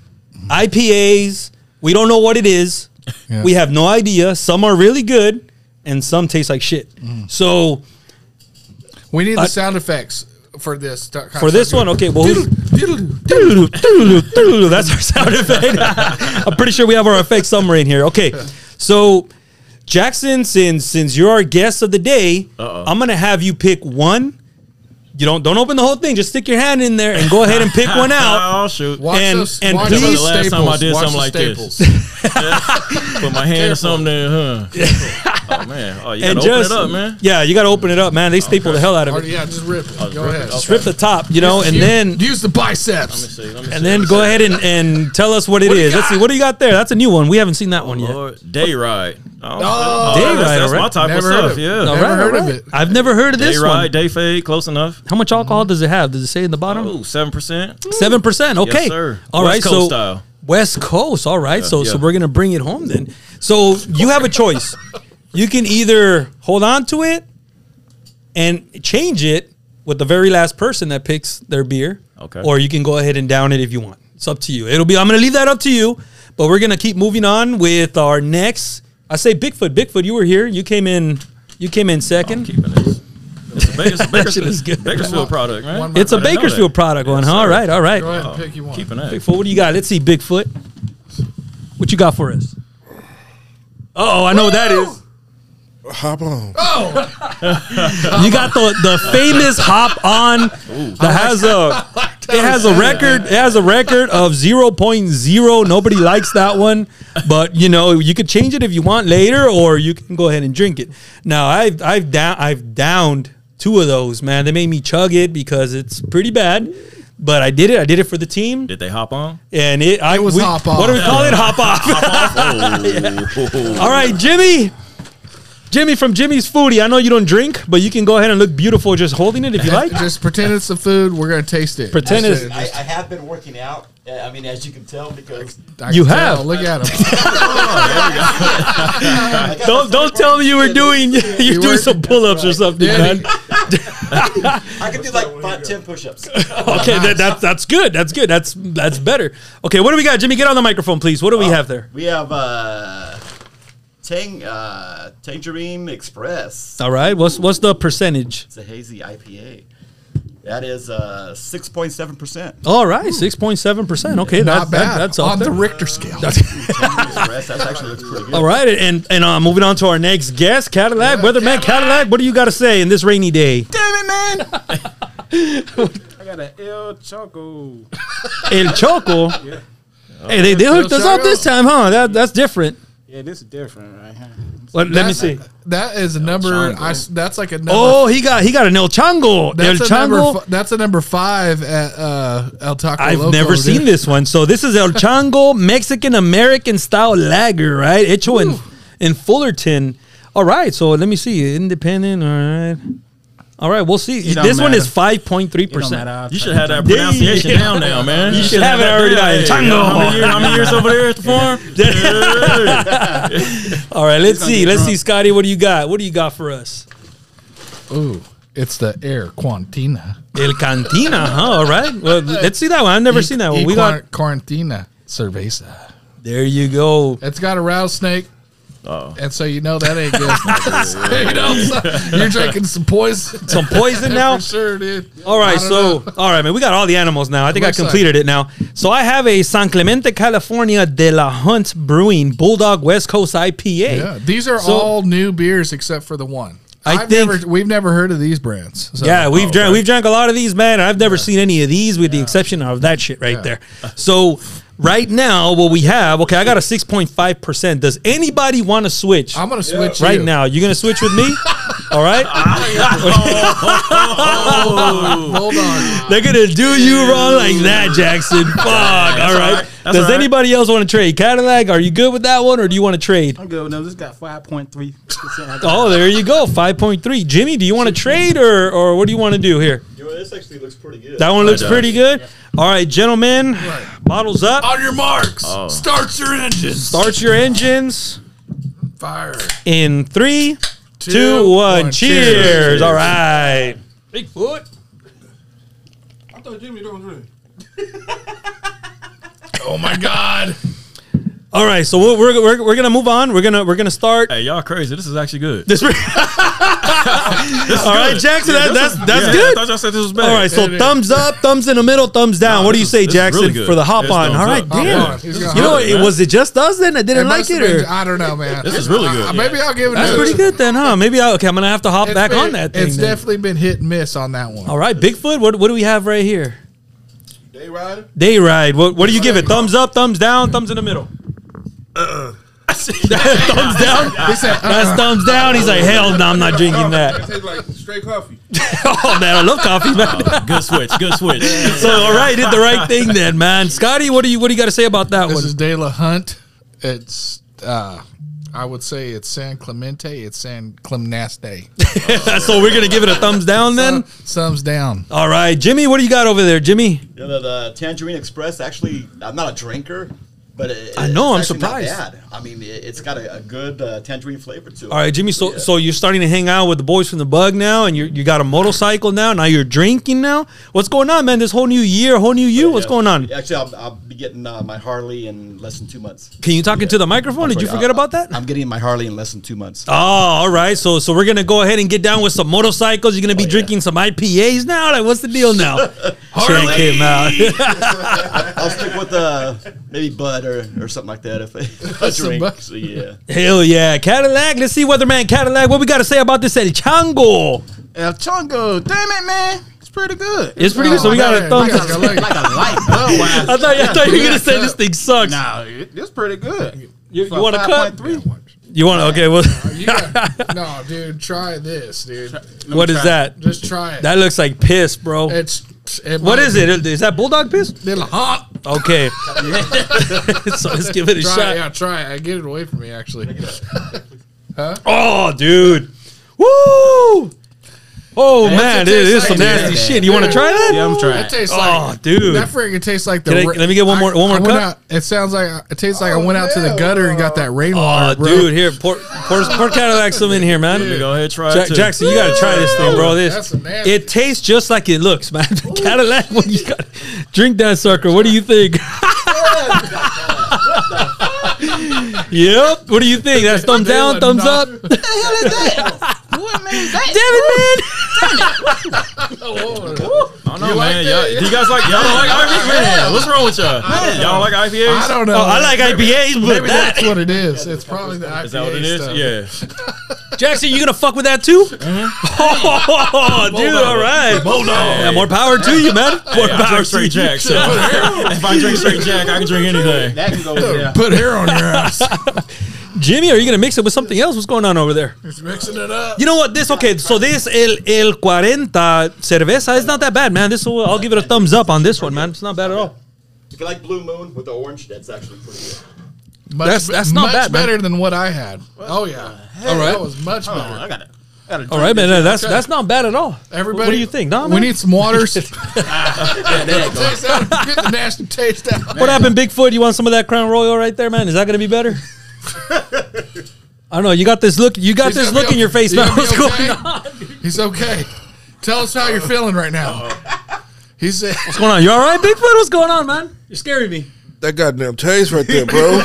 Speaker 4: IPAs. We don't know what it is.
Speaker 5: Yeah.
Speaker 4: We have no idea. Some are really good, and some taste like shit.
Speaker 5: Mm.
Speaker 4: So
Speaker 5: we need
Speaker 4: uh,
Speaker 5: the sound effects for this.
Speaker 4: for this one, okay. Well, who's- That's our sound effect. I'm pretty sure we have our effect somewhere in here. Okay, so Jackson, since since you're our guest of the day, I'm gonna have you pick one. You don't don't open the whole thing. Just stick your hand in there and go ahead and pick one out.
Speaker 1: Oh shoot!
Speaker 5: Watch
Speaker 4: And-
Speaker 5: those-
Speaker 4: and
Speaker 5: watch
Speaker 4: please-
Speaker 5: those
Speaker 1: The last time I did
Speaker 5: Watch
Speaker 1: something
Speaker 5: the
Speaker 1: like this.
Speaker 5: staples.
Speaker 1: Put my hand in something, there, huh? oh man! Oh, you gotta
Speaker 4: And
Speaker 1: open
Speaker 4: just
Speaker 1: it up, man.
Speaker 4: yeah, you gotta open it up, man. They staple the hell out of
Speaker 5: Or,
Speaker 4: it.
Speaker 5: yeah, just Oh, rip it. Go ahead.
Speaker 4: Just rip the top, you know, and
Speaker 5: Use-
Speaker 4: then
Speaker 5: use the biceps.
Speaker 1: See, let me
Speaker 4: and then go ahead and, and tell us what it is. Let's see, what do you got there? That's a new one. We haven't seen that one yet.
Speaker 1: Lord, day ride. Oh,
Speaker 5: Oh,
Speaker 4: Day
Speaker 1: that's, That's
Speaker 4: ride,
Speaker 1: my
Speaker 4: alright.
Speaker 1: type
Speaker 5: Never heard
Speaker 1: of
Speaker 5: of
Speaker 1: stuff.
Speaker 5: it.
Speaker 1: Yeah.
Speaker 5: Never heard of it.
Speaker 4: I've never heard of
Speaker 1: Day
Speaker 4: this
Speaker 1: ride,
Speaker 4: one.
Speaker 1: day fade, close enough.
Speaker 4: How much alcohol does it have? Does it say in the bottom?
Speaker 1: Oh, seven percent.
Speaker 4: Seven percent. Okay.
Speaker 1: sir.
Speaker 4: All
Speaker 1: West
Speaker 4: right,
Speaker 1: Coast
Speaker 4: so
Speaker 1: style.
Speaker 4: West Coast. All right. so so
Speaker 1: yeah.
Speaker 4: we're gonna bring it home then. So you have a choice. you can either hold on to it and change it with the very last person that picks their beer.
Speaker 1: Okay.
Speaker 4: Or you can go ahead and down it if you want. It's up to you. It'll be. I'm gonna leave that up to you. But we're gonna keep moving on with our next. I say Bigfoot. Bigfoot, you were here. You came in. You came in second.
Speaker 1: Keeping this. It's a Bakers-
Speaker 4: shit is
Speaker 1: Bakersfield,
Speaker 4: good.
Speaker 1: Bakersfield product, right?
Speaker 5: One
Speaker 4: It's a
Speaker 1: I didn't know
Speaker 4: Bakersfield
Speaker 1: that.
Speaker 4: product one.
Speaker 1: Yes,
Speaker 4: huh? All
Speaker 1: sir.
Speaker 4: right, all right.
Speaker 5: Go ahead and pick you one.
Speaker 1: Keeping that.
Speaker 4: Bigfoot, what do you got? Let's see, Bigfoot. What you got for us? Oh, I know what that is.
Speaker 9: Hop on.
Speaker 4: Oh. You got the the famous hop on that has a it has a record it has a record of 0.0. Nobody likes that one, but you know you could change it if you want later, or you can go ahead and drink it. Now I've I've down I've downed two of those, man. They made me chug it because it's pretty bad, but I did it. I did it for the team.
Speaker 1: Did they hop on?
Speaker 4: And it, I
Speaker 5: was
Speaker 4: we-
Speaker 5: hop
Speaker 4: What do we
Speaker 5: off.
Speaker 4: call it? Hop off. All right, Jimmy. Jimmy from Jimmy's Foodie. I know you don't drink, but you can go ahead and look beautiful just holding it if you like.
Speaker 5: Just pretend it's the food. We're gonna taste it.
Speaker 4: Pretend
Speaker 5: Just-
Speaker 4: it's-
Speaker 6: I, I have been working out. uh, I mean, as you can tell, because
Speaker 5: I can
Speaker 4: You
Speaker 5: tell.
Speaker 4: have.
Speaker 5: Look at him.
Speaker 6: I got
Speaker 4: Don't
Speaker 6: the
Speaker 4: don't tell me you were doing you're doing
Speaker 5: were-
Speaker 4: some pull-ups or something,
Speaker 5: Yeah.
Speaker 4: man.
Speaker 6: I can do like five, ten push-ups.
Speaker 4: Okay, that, that's that's good. That's good. That's that's better. Okay, what do we got, Jimmy? Get on the microphone, please. What do we have there?
Speaker 6: We have uh, Tang uh, Tangerine Express.
Speaker 4: All right. What's what's the percentage?
Speaker 6: It's a hazy IPA. That is uh, six point seven percent.
Speaker 4: All right, six point seven percent. Okay,
Speaker 5: Not
Speaker 4: that, that
Speaker 5: bad.
Speaker 4: that's
Speaker 5: on
Speaker 4: up
Speaker 5: the
Speaker 4: there.
Speaker 5: Richter scale.
Speaker 6: Express. That actually looks pretty good.
Speaker 4: All right, and and uh, moving on to our next guest, Cadillac Weatherman. Cadillac, what do you got to say in this rainy day?
Speaker 8: I got an El Choco.
Speaker 4: El Choco. Hey, they, they hooked us up this time, huh? That that's different.
Speaker 8: Yeah, this is different, right? huh?
Speaker 4: Let, let me
Speaker 5: That's-
Speaker 4: see.
Speaker 5: That is a number. I s that's like a number.
Speaker 4: Oh, he got he got an El Chango.
Speaker 5: that's
Speaker 4: El
Speaker 5: a number.
Speaker 4: Chango.
Speaker 5: f- That's a number five at uh, El Taco.
Speaker 4: I've
Speaker 5: Loco,
Speaker 4: never
Speaker 5: dude.
Speaker 4: seen this one. So this is El Chango Mexican American style lager, right? Hecho in, in Fullerton. All right, so let me see. Independent, all right. All right, we'll see. This
Speaker 8: don't
Speaker 4: one is
Speaker 8: matter.
Speaker 4: 5.3%.
Speaker 8: I'll
Speaker 1: You
Speaker 8: try
Speaker 1: should
Speaker 8: it.
Speaker 1: have that pronunciation
Speaker 4: Yeah.
Speaker 1: down now, man. You
Speaker 4: should have it already down. Chango.
Speaker 1: How many, years, how many years over there at the farm?
Speaker 4: All right, let's
Speaker 8: gonna
Speaker 4: see.
Speaker 8: get
Speaker 4: Let's
Speaker 8: drunk.
Speaker 4: see, Scotty, what do you got? What do you got for us?
Speaker 5: Ooh, it's the Air Quantina.
Speaker 4: El Cantina, huh? All right. Well, let's see that one. I've never seen that one. We got
Speaker 5: Quarantina Cerveza.
Speaker 4: There you go.
Speaker 5: It's got a rattlesnake. Oh. And so you know that ain't good. So you know, you're drinking some poison.
Speaker 4: Some poison now.
Speaker 5: For sure, dude.
Speaker 4: All right,
Speaker 5: I don't
Speaker 4: so all right, man, we got all the animals now. I think I
Speaker 5: Looks like-
Speaker 4: completed it now. So I have a San Clemente, California, De La Hunt Brewing Bulldog West Coast IPA.
Speaker 5: Yeah, these are
Speaker 4: So-
Speaker 5: all new beers except for the one.
Speaker 4: I
Speaker 5: I've
Speaker 4: think-
Speaker 5: never, we've never heard of these brands. So
Speaker 4: Yeah, we've
Speaker 5: oh,
Speaker 4: drank we've drank a lot of these, man. and I've never seen any of these with the exception of that shit right there. So right now, what we have, okay, I got a six point five percent. Does anybody want to switch?
Speaker 5: I'm gonna switch
Speaker 4: right
Speaker 5: you.
Speaker 4: now. You're gonna switch with me? All right.
Speaker 5: Hold on.
Speaker 4: They're gonna do you wrong like that, Jackson. Fuck. all right. Does anybody else want to trade? Cadillac, are you good with that one or do you want to trade?
Speaker 8: I'm good. No, this got 5.3.
Speaker 4: Oh, there you go. 5.3. Jimmy, do you want to trade or, or what do you want to do here?
Speaker 6: this actually looks pretty good.
Speaker 4: That one looks
Speaker 1: does.
Speaker 4: pretty good. All right, gentlemen. Bottles up.
Speaker 5: On your marks,
Speaker 1: Oh.
Speaker 5: starts your engines.
Speaker 4: Start your engines
Speaker 5: Fire.
Speaker 4: in three, two, one.
Speaker 5: Two, one.
Speaker 4: Cheers.
Speaker 5: Cheers.
Speaker 4: All right.
Speaker 5: Bigfoot.
Speaker 8: I thought Jimmy don't drink.
Speaker 5: Oh my God.
Speaker 4: All right. So we're, we're, we're, we're gonna move on. We're gonna we're gonna start.
Speaker 1: Hey, y'all crazy. This is actually good.
Speaker 4: This, all right, Jackson. that, that's that's
Speaker 1: Yeah, I
Speaker 4: good.
Speaker 1: thought y'all said this was bad.
Speaker 4: All right, so
Speaker 5: It is.
Speaker 4: thumbs up, thumbs in the middle, thumbs down.
Speaker 1: Nah,
Speaker 4: what do
Speaker 1: this
Speaker 4: you
Speaker 1: is-
Speaker 4: say,
Speaker 1: this is really
Speaker 4: Jackson,
Speaker 1: good.
Speaker 4: for the hop
Speaker 1: It's
Speaker 4: on?
Speaker 1: thumbs
Speaker 4: All right,
Speaker 1: up. Hop
Speaker 4: damn.
Speaker 5: on. He's gonna
Speaker 4: You know,
Speaker 5: hop
Speaker 1: on,
Speaker 4: it
Speaker 1: man.
Speaker 4: was it just us then that didn't
Speaker 5: It
Speaker 4: like
Speaker 5: must
Speaker 4: it,
Speaker 5: have been-
Speaker 4: or
Speaker 5: I don't know, man.
Speaker 1: This is really good.
Speaker 5: Uh, maybe I'll give it.
Speaker 4: that's
Speaker 5: another-
Speaker 4: pretty good then, huh? Maybe I, okay. I'm gonna have to hop
Speaker 5: It's
Speaker 4: back
Speaker 5: been-
Speaker 4: on that thing.
Speaker 5: It's
Speaker 4: then. Oh.
Speaker 5: definitely been hit and miss on that one.
Speaker 4: All right, Bigfoot. What what do we have right here?
Speaker 9: Day rider.
Speaker 4: Day ride. What what do you give it? Thumbs up, thumbs down, thumbs in the middle. thumbs down. That's thumbs down. He's like, hell no, I'm not drinking that.
Speaker 8: tastes like straight coffee.
Speaker 4: Oh man, I love coffee, man.
Speaker 1: Good switch. Good switch.
Speaker 4: So all right, did the right thing then, man. Scotty, what do you what do you got to say about that
Speaker 5: This
Speaker 4: one?
Speaker 5: is De La Hunt. It's uh, I would say it's San Clemente. It's San Clemnaste.
Speaker 4: so we're gonna give it a thumbs down then.
Speaker 5: Thumbs down.
Speaker 4: All right, Jimmy, what do you got over there, Jimmy?
Speaker 6: You know, the, the Tangerine Express, actually, I'm not a drinker, but it,
Speaker 4: I know,
Speaker 6: it's
Speaker 4: I'm
Speaker 6: actually
Speaker 4: surprised.
Speaker 6: Not bad. I mean, it, it's got a, a good uh, tangerine flavor to it.
Speaker 4: All right, Jimmy. So
Speaker 6: Yeah.
Speaker 4: so you're starting to hang out with the boys from the Bug now, and you you got a motorcycle now. Now you're drinking now. What's going on, man? This whole new year, whole new you. What's
Speaker 6: Yeah.
Speaker 4: going on?
Speaker 6: Actually, I'll, I'll be getting uh, my Harley in less than two months. uh,
Speaker 4: Can you talk into the microphone? Did you forget about that?
Speaker 6: I'm getting my Harley in less than two months.
Speaker 4: Oh, all right. So so we're gonna go ahead and get down with some motorcycles. You're gonna
Speaker 6: Oh,
Speaker 4: be drinking some IPAs now. Like, what's the deal now? Check him out.
Speaker 6: I'll stick with uh, maybe Bud or, or something like that if I, if I
Speaker 5: Some
Speaker 6: drink.
Speaker 5: Bud.
Speaker 6: So, yeah.
Speaker 4: Hell yeah, Cadillac. Let's see, Weatherman Cadillac. What we got to say about this El Chango?
Speaker 8: El Chongo. Damn it, man. It's pretty good.
Speaker 4: It's pretty good. So we got a
Speaker 5: man,
Speaker 4: thumbs.
Speaker 5: we got
Speaker 4: up.
Speaker 5: a like-
Speaker 8: Like a light Budweiser.
Speaker 4: I thought I thought you were gonna say this thing sucks.
Speaker 8: Nah, it, it's pretty good.
Speaker 4: You,
Speaker 8: For
Speaker 4: want to cut?
Speaker 8: 5.3.
Speaker 4: You want to? Okay. Well,
Speaker 5: You got- no, dude, try this, dude.
Speaker 4: what is that?
Speaker 5: Just try it.
Speaker 4: That looks like piss, bro.
Speaker 5: it's it
Speaker 4: what
Speaker 5: might
Speaker 4: is
Speaker 5: be
Speaker 4: it? Is that bulldog piss?
Speaker 5: De La Hunt.
Speaker 4: Okay. so let's give it a
Speaker 5: Try
Speaker 4: shot.
Speaker 5: it. Yeah, try it. I get it away from me actually.
Speaker 4: Oh, dude. Woo! Oh
Speaker 5: That's
Speaker 4: man,
Speaker 5: what
Speaker 4: it
Speaker 5: tastes
Speaker 4: is
Speaker 5: like
Speaker 4: some
Speaker 5: it.
Speaker 4: nasty shit. You want to try that?
Speaker 8: Yeah, I'm trying.
Speaker 5: That tastes
Speaker 4: Oh,
Speaker 5: like
Speaker 4: dude.
Speaker 5: That freaking tastes like the.
Speaker 4: Can I- let me get one more- one more
Speaker 5: I went
Speaker 4: cup?
Speaker 5: out- it sounds like it tastes like I went out to the gutter and got that
Speaker 4: Oh,
Speaker 5: rainwater, bro.
Speaker 4: dude, here, pour, pour, pour Cadillac some in here, man.
Speaker 1: Go ahead, try
Speaker 4: Ja-
Speaker 1: it. too.
Speaker 4: Jackson, you gotta try this thing, bro. This
Speaker 5: That's a nasty-
Speaker 4: it tastes just like it looks, man. Cadillac, when you got drink that sucker, what do you think? yep. What do you think? That's thumbs
Speaker 5: They
Speaker 4: down,
Speaker 5: would
Speaker 4: thumbs
Speaker 5: not-
Speaker 4: up. Damn it, man!
Speaker 1: I don't know, man. Y'all, do you guys like y'all don't like IPA? Man, what's wrong with y'all? Y'all don't like IPAs?
Speaker 5: I don't know.
Speaker 4: Oh, I like IPAs, but
Speaker 5: Maybe
Speaker 4: that
Speaker 5: that's what it is. It's probably the IPA
Speaker 1: Is that what it is?
Speaker 5: Stuff.
Speaker 1: Yeah.
Speaker 4: Jackson, you gonna fuck with that too?
Speaker 5: Uh-huh.
Speaker 4: Oh, dude, all right.
Speaker 1: Bulldog.
Speaker 4: Yeah, more power to you, man. More
Speaker 1: I drink
Speaker 4: power to you.
Speaker 1: straight Jack. So if I drink straight Jack, I can drink anything.
Speaker 8: That can go over there.
Speaker 5: Put hair on your ass.
Speaker 4: Jimmy, are you gonna mix it with something else? What's going on over there?
Speaker 5: It's mixing it up.
Speaker 4: You know what? This okay. So this el el cuarenta cerveza is not that bad, man. This will, I'll give it a thumbs up on this one, man. It's not bad at all.
Speaker 6: If you like Blue Moon with the orange, that's actually pretty good.
Speaker 5: Much,
Speaker 4: That's-
Speaker 5: be-
Speaker 4: that's not
Speaker 5: much
Speaker 4: bad, man.
Speaker 5: better than what I had. Oh yeah. All right. That was
Speaker 1: Oh.
Speaker 5: much better.
Speaker 8: Oh, I got it.
Speaker 4: All right, man. That's that's not bad at all.
Speaker 5: Everybody,
Speaker 4: what do you think? Nah,
Speaker 5: we
Speaker 4: man?
Speaker 5: need some waters. Get the nasty taste out.
Speaker 4: What happened, Bigfoot? You want some of that Crown Royal right there, man? Is that gonna be better? I don't know. You got this look. You got this
Speaker 5: He's gonna be
Speaker 4: look in
Speaker 5: o-
Speaker 4: your face,
Speaker 5: he's
Speaker 4: man.
Speaker 5: gonna be
Speaker 4: What's
Speaker 5: okay?
Speaker 4: going on?
Speaker 5: He's okay. Tell us how you're feeling right now. He said,
Speaker 4: What's going on? You all right, Bigfoot? What's going on, man? You're scaring me.
Speaker 10: That goddamn taste right there, bro.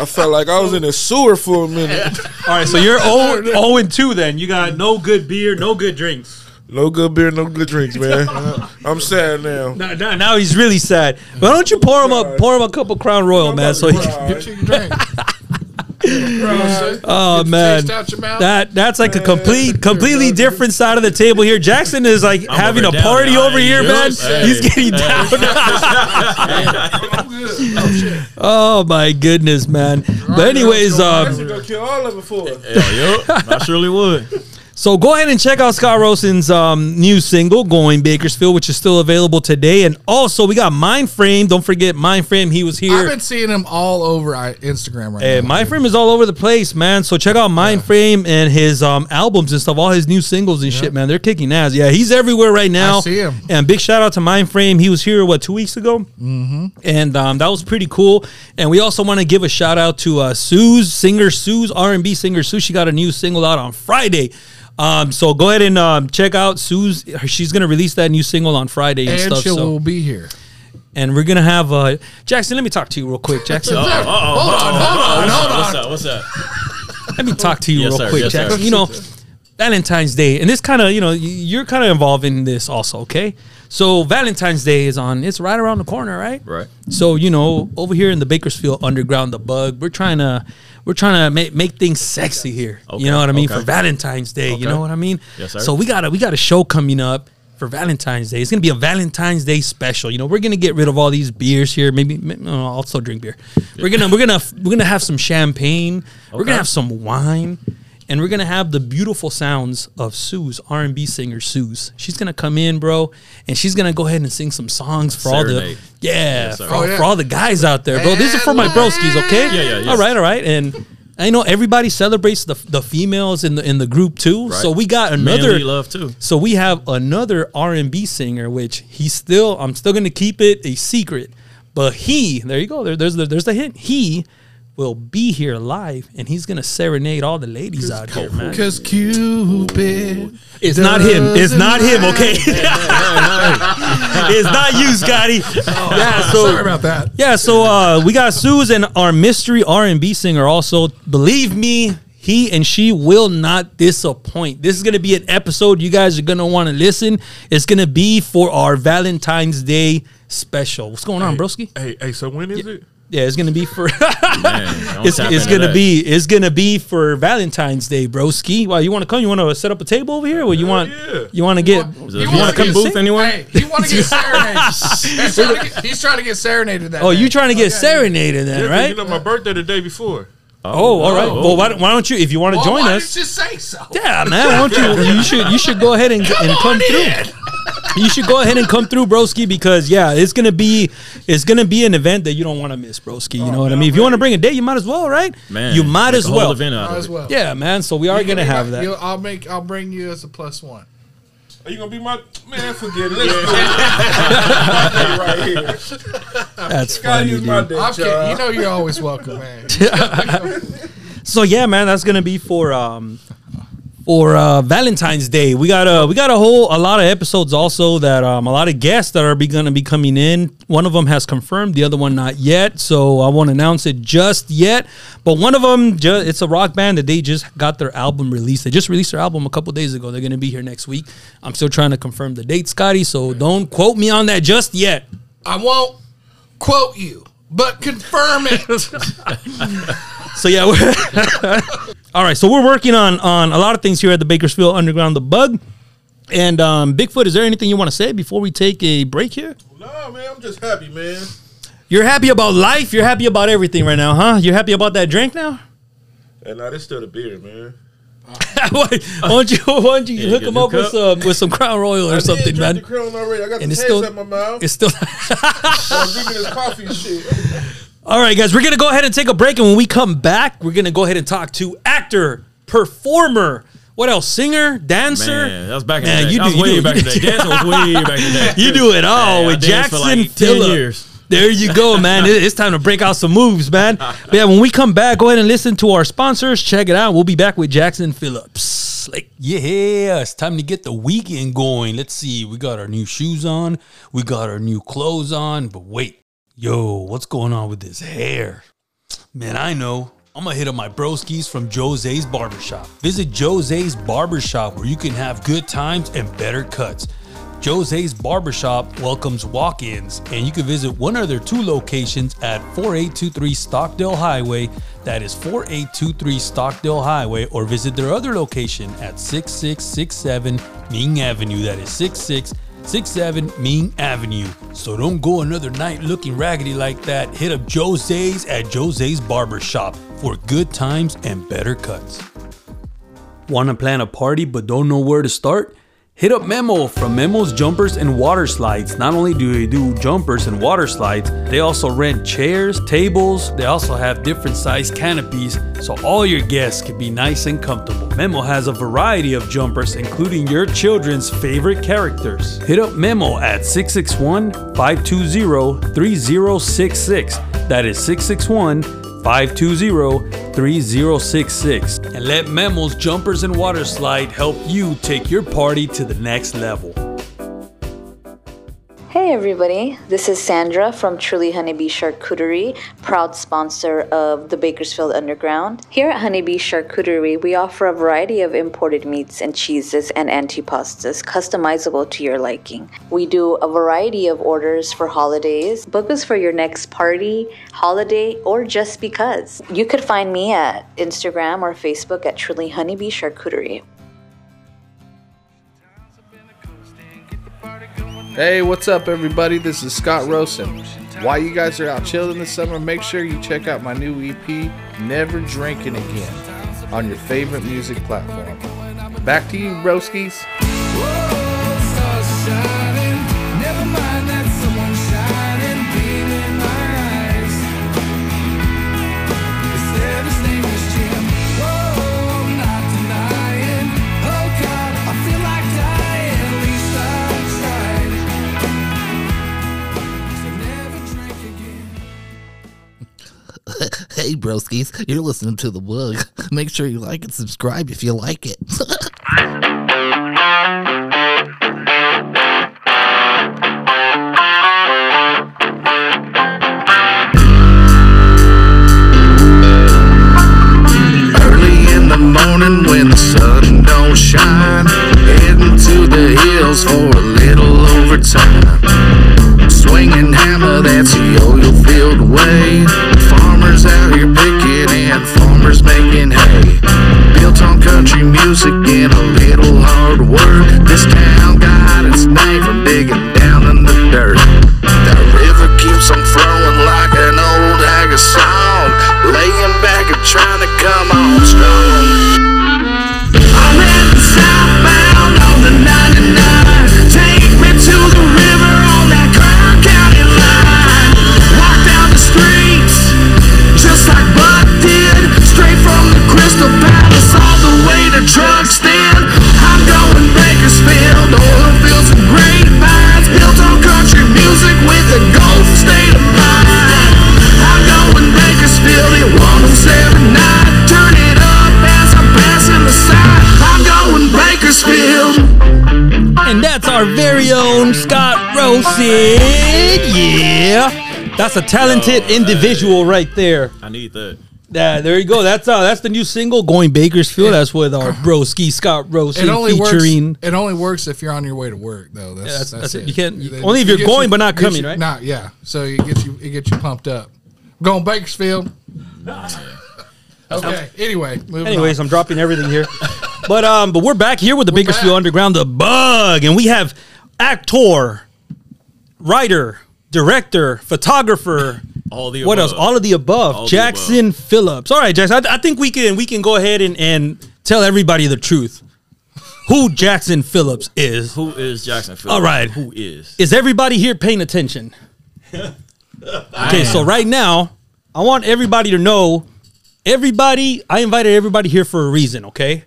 Speaker 10: I felt like I was in a sewer for a minute.
Speaker 4: All right, so you're 0, 0 and 2 then. You got no good beer, no good drinks.
Speaker 10: No good beer, no good drinks, man. I'm sad now.
Speaker 4: Now, now, now he's really sad. Why don't you pour him a pour him a cup of Crown Royal, Oh, man? So he can,
Speaker 5: "Get you a drink."
Speaker 4: oh man,
Speaker 5: taste out your mouth.
Speaker 4: that that's like a complete completely different side of the table here. Jackson is like having a
Speaker 1: over down
Speaker 4: party
Speaker 1: now.
Speaker 4: over here, man.
Speaker 1: Yes.
Speaker 4: He's getting down. oh my goodness, man. But anyways, um,
Speaker 10: gonna kill all of it for us.
Speaker 1: Hell yeah. I surely would.
Speaker 4: So go ahead and check out Scott Rosen's um, new single, Going Bakersfield, which is still available today. And also, we got Mind Frame. Don't forget Mind Frame. He was
Speaker 5: I've
Speaker 4: here.
Speaker 5: been seeing him all over I- Instagram right
Speaker 4: Hey,
Speaker 5: now.
Speaker 4: Uh, Mind Frame is all over the place, man. So check out Mind Frame and his um, albums and stuff, all his new singles and shit, man. They're kicking ass. Yeah, he's everywhere right now.
Speaker 5: see him.
Speaker 4: And big shout out to Mind Frame. He was here, what, two weeks ago? Mm-hmm. And um, that was pretty cool. And we also want to give a shout out to uh, Sue's, singer Sue's, R&B singer Sue. She got a new single out on Friday. Um, so go ahead and um, check out Sue's. She's going to release that new single on Friday and,
Speaker 5: and
Speaker 4: stuff.
Speaker 5: she
Speaker 4: So.
Speaker 5: will be here.
Speaker 4: And we're going to have uh, Jackson. Let me talk to you real quick, Jackson.
Speaker 1: Hold on, hold on, hold on. What's up? What's up?
Speaker 4: let me talk to you
Speaker 1: Yes,
Speaker 4: real
Speaker 1: sir.
Speaker 4: quick,
Speaker 1: Yes,
Speaker 4: Jackson.
Speaker 1: sir.
Speaker 4: You know, Valentine's Day, and this kind of, you know, y- you're kind of involved in this also, okay? So Valentine's Day is on. It's right around the corner, right?
Speaker 1: Right.
Speaker 4: So you know, over here in the Bakersfield underground, the bug. We're trying to, we're trying to make, make things sexy here.
Speaker 1: Okay,
Speaker 4: You know what I mean for
Speaker 1: okay.
Speaker 4: Valentine's Day. You know what I mean.
Speaker 1: Yes, sir.
Speaker 4: So we got a we got a show coming up for Valentine's Day. It's gonna be a Valentine's Day special. You know, we're gonna get rid of all these beers here. Maybe ma- no, I'll also drink beer. We're gonna we're gonna we're gonna have some champagne. We're
Speaker 1: Okay.
Speaker 4: gonna have some wine. And we're gonna have the beautiful sounds of Sue's R and B singer Sue's. She's gonna come in, bro, and she's gonna go ahead and sing some songs for all
Speaker 1: Serenade.
Speaker 4: the yeah,
Speaker 1: sir.
Speaker 4: for, all-
Speaker 5: Oh, yeah.
Speaker 4: for all the guys out there, bro. This is for my broskies, okay?
Speaker 1: Yeah, yeah, yes.
Speaker 4: All right, all right, and. I know everybody celebrates the, the females in the in the group too. So we got another
Speaker 1: Manly love too.
Speaker 4: so we have another R and B singer, which he's still. I'm still going to keep it a secret, but he. There you go. There, there's the, there's the hint. He will be here live, and he's going to serenade all the ladies out here, man.
Speaker 5: Because Cupid.
Speaker 4: It's not him. It's not him. Okay. it's not you, Scotty. Yeah. So
Speaker 5: Sorry about that.
Speaker 4: yeah, so uh, we got Suze and our mystery R and B singer. Also, believe me, he and she will not disappoint. This is gonna be an episode you guys are gonna want to listen. It's gonna be for our Valentine's Day special. What's going on, broski?
Speaker 7: Hey, hey, so when is it?
Speaker 4: Yeah, it's gonna be for
Speaker 1: Man, don't
Speaker 4: it's,
Speaker 1: tap
Speaker 4: it's
Speaker 1: into
Speaker 4: gonna
Speaker 1: that.
Speaker 4: be it's gonna be for Valentine's Day, broski. Wow, you want to come? You want to set up a table over here? Or you want
Speaker 7: yeah.
Speaker 4: you want to get?
Speaker 1: You
Speaker 5: wanna
Speaker 1: want to come
Speaker 5: get
Speaker 1: booth
Speaker 5: sick?
Speaker 1: anywhere?
Speaker 5: Hey, he want to get serenaded. He's trying to get, he's trying to get serenaded that
Speaker 4: Oh,
Speaker 5: day.
Speaker 4: you trying to get serenaded then,
Speaker 7: Yeah, 'cause
Speaker 4: right?
Speaker 7: You know, my birthday the day before.
Speaker 4: oh, all right.
Speaker 1: oh.
Speaker 4: Well, why, don't- why don't you if you want to
Speaker 5: Well,
Speaker 4: join
Speaker 5: Oh, why
Speaker 4: us?
Speaker 5: did you say so?
Speaker 4: Yeah, man. Why don't you? You should. You should go ahead and come, and come through. you should go ahead and come through, broski, because yeah, it's gonna be it's gonna be an event that you don't want to miss, broski. You know what I mean? If you want to bring a day, you might as well, right?
Speaker 1: Oh, Man,
Speaker 4: you might
Speaker 1: make
Speaker 4: as
Speaker 1: a whole
Speaker 4: well.
Speaker 1: event out of
Speaker 5: Might as well.
Speaker 4: Yeah, man. So we are gonna have that.
Speaker 5: You- I'll make. I'll bring you as a plus one.
Speaker 7: Are you gonna be my man? Forget it. Let's do it. right here.
Speaker 4: That's
Speaker 7: Gotta
Speaker 4: funny.
Speaker 7: use my
Speaker 4: Dude.
Speaker 7: dick,
Speaker 5: I'm kidding. You
Speaker 7: y'all.
Speaker 5: know you're always welcome, man.
Speaker 4: So yeah, man, that's gonna be for um for uh, Valentine's Day. We got a we got a whole a lot of episodes also that um a lot of guests that are be, gonna be coming in. One of them has confirmed, the other one not yet. So I won't announce it just yet. But one of them, ju- it's a rock band that they just got their album released. They just released their album a couple days ago. They're gonna be here next week. I'm still trying to confirm the date, Scotty. So don't quote me on that just yet.
Speaker 5: I won't quote you, but confirm it.
Speaker 4: So yeah, we're- all right. So we're working on on a lot of things here at the Bakersfield Underground, the Bug, and um, Bigfoot. Is there anything you want to say before we take a break here?
Speaker 7: Nah, man, I'm just happy, man.
Speaker 4: You're happy about life. You're happy about everything right now, huh? You're happy about that drink now.
Speaker 7: And now this still the beer, man.
Speaker 4: why don't you why don't you
Speaker 1: you
Speaker 4: hook
Speaker 1: get
Speaker 4: him
Speaker 1: a
Speaker 4: up
Speaker 1: cup?
Speaker 4: with some with some Crown Royal or
Speaker 7: I did
Speaker 4: something,
Speaker 7: drink
Speaker 4: man?
Speaker 7: The crown already. I got
Speaker 4: And
Speaker 7: the
Speaker 4: it's
Speaker 7: taste
Speaker 4: still-
Speaker 7: out my mouth.
Speaker 4: It's still.
Speaker 7: I'm drinking this coffee and shit.
Speaker 4: All right, guys, we're gonna go ahead and take a break, and when we come back, we're gonna go ahead and talk to actor, performer, what else, singer, dancer.
Speaker 1: Man, that was back in
Speaker 4: Man,
Speaker 1: the day.
Speaker 4: you
Speaker 1: You that was
Speaker 4: do-
Speaker 1: way
Speaker 4: you do-
Speaker 1: back in the day. Dancing was way back in the day.
Speaker 4: You do it all
Speaker 1: Yeah, I
Speaker 4: with
Speaker 1: danced for
Speaker 4: Jackson
Speaker 1: like 10
Speaker 4: Phillip.
Speaker 1: years.
Speaker 4: There you go, man. It- it's time to break out some moves, man. But yeah, when we come back, go ahead and listen to our sponsors. Check it out. We'll be back with Jackson Phillips. Like, yeah, it's time to get the weekend going. Let's see. We got our new shoes on. We got our new clothes on. But wait, yo, what's going on with this hair? Man, I know. I'm gonna hit up my broskies from Jose's Barbershop. Visit Jose's Barbershop where you can have good times and better cuts. Jose's Barbershop welcomes walk ins, and you can visit one of their two locations at 4823 Stockdale Highway, that is 4823 Stockdale Highway, or visit their other location at 6667 Ming Avenue, that is 6667. 67 Ming Avenue. So don't go another night looking raggedy like that. Hit up Jose's at Jose's Barbershop for good times and better cuts. Want to plan a party but don't know where to start? Hit up Memo from Memo's Jumpers and Water Slides. Not only do they do jumpers and water slides, they also rent chairs, tables, they also have different size canopies so all your guests can be nice and comfortable. Memo has a variety of jumpers including your children's favorite characters. Hit up Memo at 661 520 3066. That is 661 520-3066 and let Memo's Jumpers and Water Slide help you take your party to the next level.
Speaker 11: Hey everybody, this is Sandra from Truly Honeybee Charcuterie, proud sponsor of the Bakersfield Underground. Here at Honeybee Charcuterie, we offer a variety of imported meats and cheeses and antipastas customizable to your liking. We do a variety of orders for holidays. Book us for your next party, holiday, or just because. You could find me at Instagram or Facebook at Truly Honeybee Charcuterie.
Speaker 8: Hey, what's up, everybody? This is Scott Rosen. While you guys are out chilling this summer, make sure you check out my new EP, Never Drinking Again, on your favorite music platform. Back to you, broskies.
Speaker 12: Hey, broskies, you're listening to The Bug. Make sure you like and subscribe if you like it.
Speaker 2: Early in the morning when the sun don't shine, heading to the hills for a little overtime. Swinging hammer, that's the oil field way. Farmers out here picking and farmers making hay. Built on country music and a little hard work. This town got its name from digging down in the dirt. The river keeps on flowing like an old hag of song. Laying back and trying to come on strong. I'm heading southbound on the 99. Take me
Speaker 4: roasted. Yeah, that's a talented individual right there.
Speaker 1: I need that.
Speaker 4: Yeah, there you go. That's uh, that's the new single going Bakersfield. That's with our broski Scott Roasted
Speaker 5: It only
Speaker 4: featuring.
Speaker 5: works. It only works if you're on your way to work, though.
Speaker 4: that's-
Speaker 5: That's that's,
Speaker 4: that's it.
Speaker 5: it.
Speaker 4: You can't- you-
Speaker 5: It
Speaker 4: only if you're
Speaker 5: gets
Speaker 4: going but not
Speaker 5: gets
Speaker 4: coming,
Speaker 5: you-
Speaker 4: right?
Speaker 5: Not yeah. So it gets you. It gets you pumped up. Going Bakersfield. okay. Anyway, moving
Speaker 4: Anyways,
Speaker 5: on.
Speaker 4: I'm dropping everything here. But um, but we're back here with the Bakersfield Underground, the bug, and we have actor, writer, director, photographer.
Speaker 1: All the
Speaker 4: what
Speaker 1: above.
Speaker 4: else? All of the above.
Speaker 1: All the
Speaker 4: Jackson Phillips. All right, Jackson. I, I think we can we can go ahead and, and tell everybody the truth. Who Jackson Phillips is?
Speaker 1: Who is Jackson Phillips?
Speaker 4: All right.
Speaker 1: Who is?
Speaker 4: Is everybody here paying attention? Okay, so right now, I want everybody to know everybody, I invited everybody here for a reason, okay?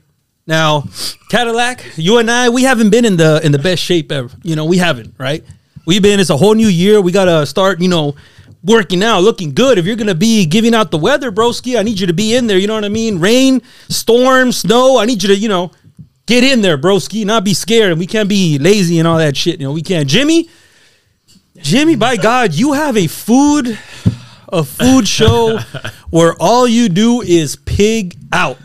Speaker 4: Now, Cadillac, you and I, we haven't been in the in the best shape ever. You know, we haven't, right? We've been it's a whole new year. We got to start, you know, working out, looking good. If you're going to be giving out the weather, broski, I need you to be in there, you know what I mean? Rain, storm, snow, I need you to, you know, get in there, broski, not be scared. We can't be lazy and all that shit. You know, we can't. Jimmy, Jimmy, by God, you have a food a food show where all you do is pig out.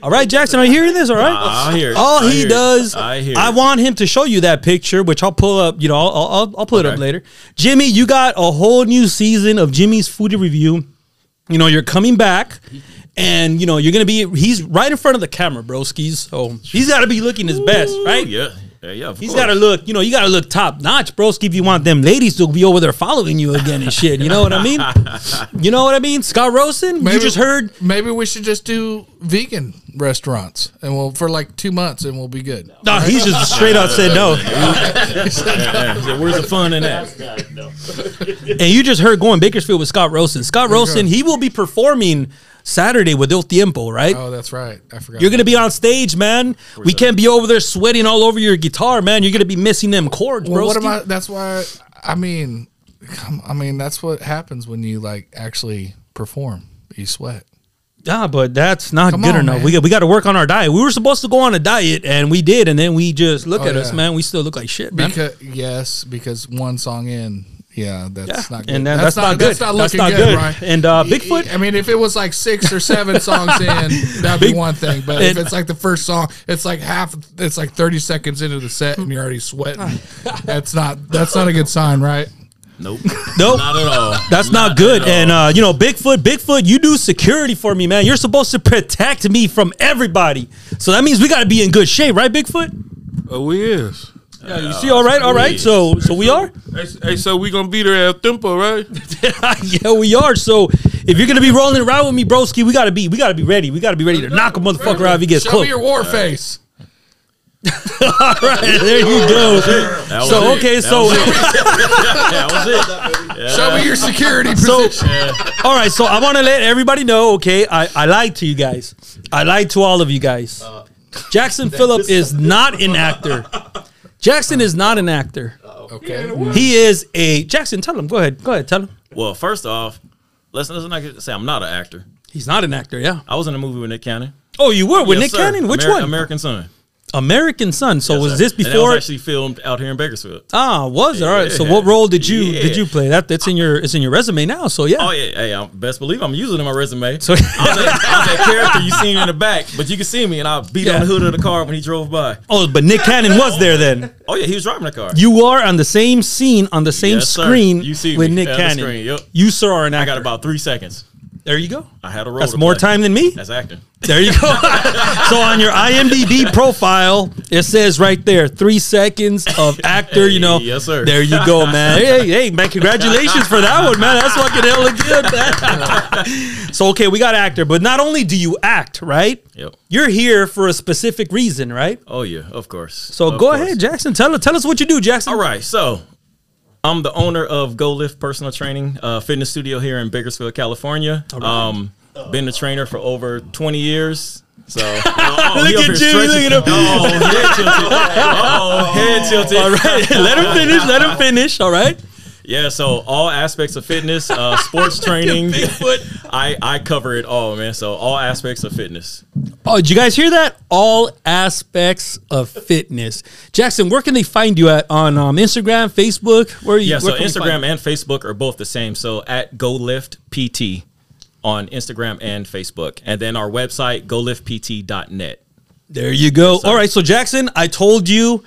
Speaker 4: All right, Jackson, are you hearing this? All right,
Speaker 1: Nah, I hear it.
Speaker 4: All
Speaker 1: I
Speaker 4: he
Speaker 1: hear it.
Speaker 4: does,
Speaker 1: I hear
Speaker 4: I
Speaker 1: it.
Speaker 4: want him to show you that picture, which I'll pull up. You know, I'll I'll, I'll- I'll pull it up later. Jimmy, you got a whole new season of Jimmy's Foodie Review. You know, you're coming back. And you know you're gonna be. He's right in front of the camera, broskies. So he's got to be looking his best, right?
Speaker 1: Yeah. Yeah, yeah. Of
Speaker 4: He's
Speaker 1: course.
Speaker 4: got to look, you know, you got to look top notch, broski, if you want them ladies to be over there following you again and shit. You know what I mean? You know what I mean? Scott Rosen, you just heard.
Speaker 5: Maybe we should just do vegan restaurants, and we'll for like two months, and we'll be good.
Speaker 4: No, he's just straight out said no.
Speaker 1: Where's the fun in that?
Speaker 4: And you just heard going Bakersfield with Scott Rosen. Scott
Speaker 5: There you
Speaker 4: Rosen,
Speaker 5: go.
Speaker 4: he will be performing Saturday with El Tiempo, right?
Speaker 5: Oh, that's right. I forgot.
Speaker 4: You're gonna be on stage, man. We can't be over there sweating all over your guitar, man. You're gonna be missing them chords,
Speaker 5: Well,
Speaker 4: bro.
Speaker 5: what am I? That's why. I mean, come- I mean, that's what happens when you like actually perform. You sweat.
Speaker 4: Yeah, but that's not
Speaker 5: Come
Speaker 4: good
Speaker 5: on,
Speaker 4: enough.
Speaker 5: man.
Speaker 4: We got, we got to work on our diet. We were supposed to go on a diet, and we did, and then we just look
Speaker 5: Oh,
Speaker 4: at us,
Speaker 5: yeah.
Speaker 4: man. We still look like shit, man.
Speaker 5: Because yes, because one song in, yeah, that's
Speaker 4: Yeah,
Speaker 5: not good.
Speaker 4: and that- that's not
Speaker 5: That's
Speaker 4: good.
Speaker 5: not
Speaker 4: That's
Speaker 5: looking
Speaker 4: not
Speaker 5: good,
Speaker 4: good.
Speaker 5: Brian.
Speaker 4: And, uh,
Speaker 5: Y- y-
Speaker 4: Bigfoot-
Speaker 5: I mean, if it was like six or seven songs in, that'd be
Speaker 4: Big-
Speaker 5: one thing. But if
Speaker 4: and-
Speaker 5: it's like the first song, it's like half. It's like thirty seconds into the set, and you're already sweating. that's not. That's not a good sign, right?
Speaker 1: Nope.
Speaker 4: Nope.
Speaker 1: Not at all.
Speaker 4: That's not, good. And uh, you know, Bigfoot, Bigfoot, you do security for me, man. You're supposed to protect me from everybody. So that means we got to be in good shape, right, Bigfoot?
Speaker 7: Oh, we is.
Speaker 4: Yeah, you see, all right, all right. So, so we are.
Speaker 7: Hey, s- hey, so we gonna be there at Tempo, right?
Speaker 4: yeah, we are. So if you're gonna be rolling around with me, broski, we gotta be, we gotta be ready. We gotta be ready to knock a motherfucker out if he gets
Speaker 5: Show
Speaker 4: close.
Speaker 5: me your war face.
Speaker 4: all right, there you go.
Speaker 1: That was
Speaker 4: So
Speaker 1: it.
Speaker 4: okay,
Speaker 1: That
Speaker 4: so.
Speaker 1: was it. that was it. Yeah.
Speaker 5: Show me your security
Speaker 4: So,
Speaker 5: position.
Speaker 4: all right. So I want to let everybody know. Okay, I, I lied to you guys. I lied to all of you guys. Jackson Phillip is not an actor. Jackson is not an actor.
Speaker 5: okay.
Speaker 4: He is a Jackson. Tell him. Go ahead. Go ahead. Tell him.
Speaker 1: Well, first off, let's let's not say I'm not an actor.
Speaker 4: He's not an actor. Yeah.
Speaker 1: I was in a movie with Nick Cannon.
Speaker 4: Oh, you were with
Speaker 1: Yes,
Speaker 4: Nick
Speaker 1: sir.
Speaker 4: Cannon. Which
Speaker 1: Ameri-
Speaker 4: one?
Speaker 1: American Son.
Speaker 4: American Son. So was
Speaker 1: Yes,
Speaker 4: this
Speaker 1: sir. And that
Speaker 4: before?
Speaker 1: was actually filmed out here in Bakersfield.
Speaker 4: ah, was it? All right. So what role did you did you play? That that's in your it's in your resume now. So yeah.
Speaker 1: Oh yeah, hey, I'm best believe I'm using it in my resume.
Speaker 4: So-
Speaker 1: So I was, that, I was that character you seen in the back, but you can see me, and I beat
Speaker 4: Yeah.
Speaker 1: on the hood of the car when he drove by.
Speaker 4: Oh, but Nick Cannon was there then.
Speaker 1: Oh yeah, he was driving the car.
Speaker 4: You are on the same scene on the same
Speaker 1: Yes, sir.
Speaker 4: screen
Speaker 1: You see
Speaker 4: with
Speaker 1: me
Speaker 4: Nick
Speaker 1: on the
Speaker 4: Cannon.
Speaker 1: screen, yep.
Speaker 4: You sir are an
Speaker 1: I
Speaker 4: actor.
Speaker 1: got about three seconds.
Speaker 4: there you go.
Speaker 1: I had a role.
Speaker 4: That's
Speaker 1: to
Speaker 4: more
Speaker 1: play.
Speaker 4: time than me.
Speaker 1: That's acting.
Speaker 4: There you go. so on your IMDb profile, it says right there three seconds of actor. You know,
Speaker 1: Yes, sir.
Speaker 4: There you go, man. Hey, hey, man! Congratulations for that one, man. That's fucking hella good. Man. so okay, we got actor, but not only do you act, right?
Speaker 1: Yep.
Speaker 4: You're here for a specific reason, right?
Speaker 1: Oh yeah, of course.
Speaker 4: So
Speaker 1: Of
Speaker 4: go
Speaker 1: course.
Speaker 4: ahead, Jackson. Tell tell us what you do, Jackson.
Speaker 1: All right, so I'm the owner of Go Lift Personal Training uh, Fitness Studio here in Bakersfield, California. Um, been a trainer for over 20 years. So
Speaker 4: Look at Jimmy. Look at him.
Speaker 1: Oh, head tilted. Oh, head tilted.
Speaker 4: All right, let him finish. Let him finish. All right.
Speaker 1: Yeah, so all aspects of fitness, uh, sports training,
Speaker 4: Bigfoot.
Speaker 1: I I cover it all, man. So all aspects of fitness.
Speaker 4: Oh, did you guys hear that? All aspects of fitness. Jackson, where can they find you at on um, Instagram, Facebook? Where are you?
Speaker 1: yeah, so
Speaker 4: where can we find
Speaker 1: Instagram and Facebook are both the same. So at GoLiftPT on Instagram and Facebook. And then our website, goliftpt.net.
Speaker 4: There you go. All right, so Jackson, I told you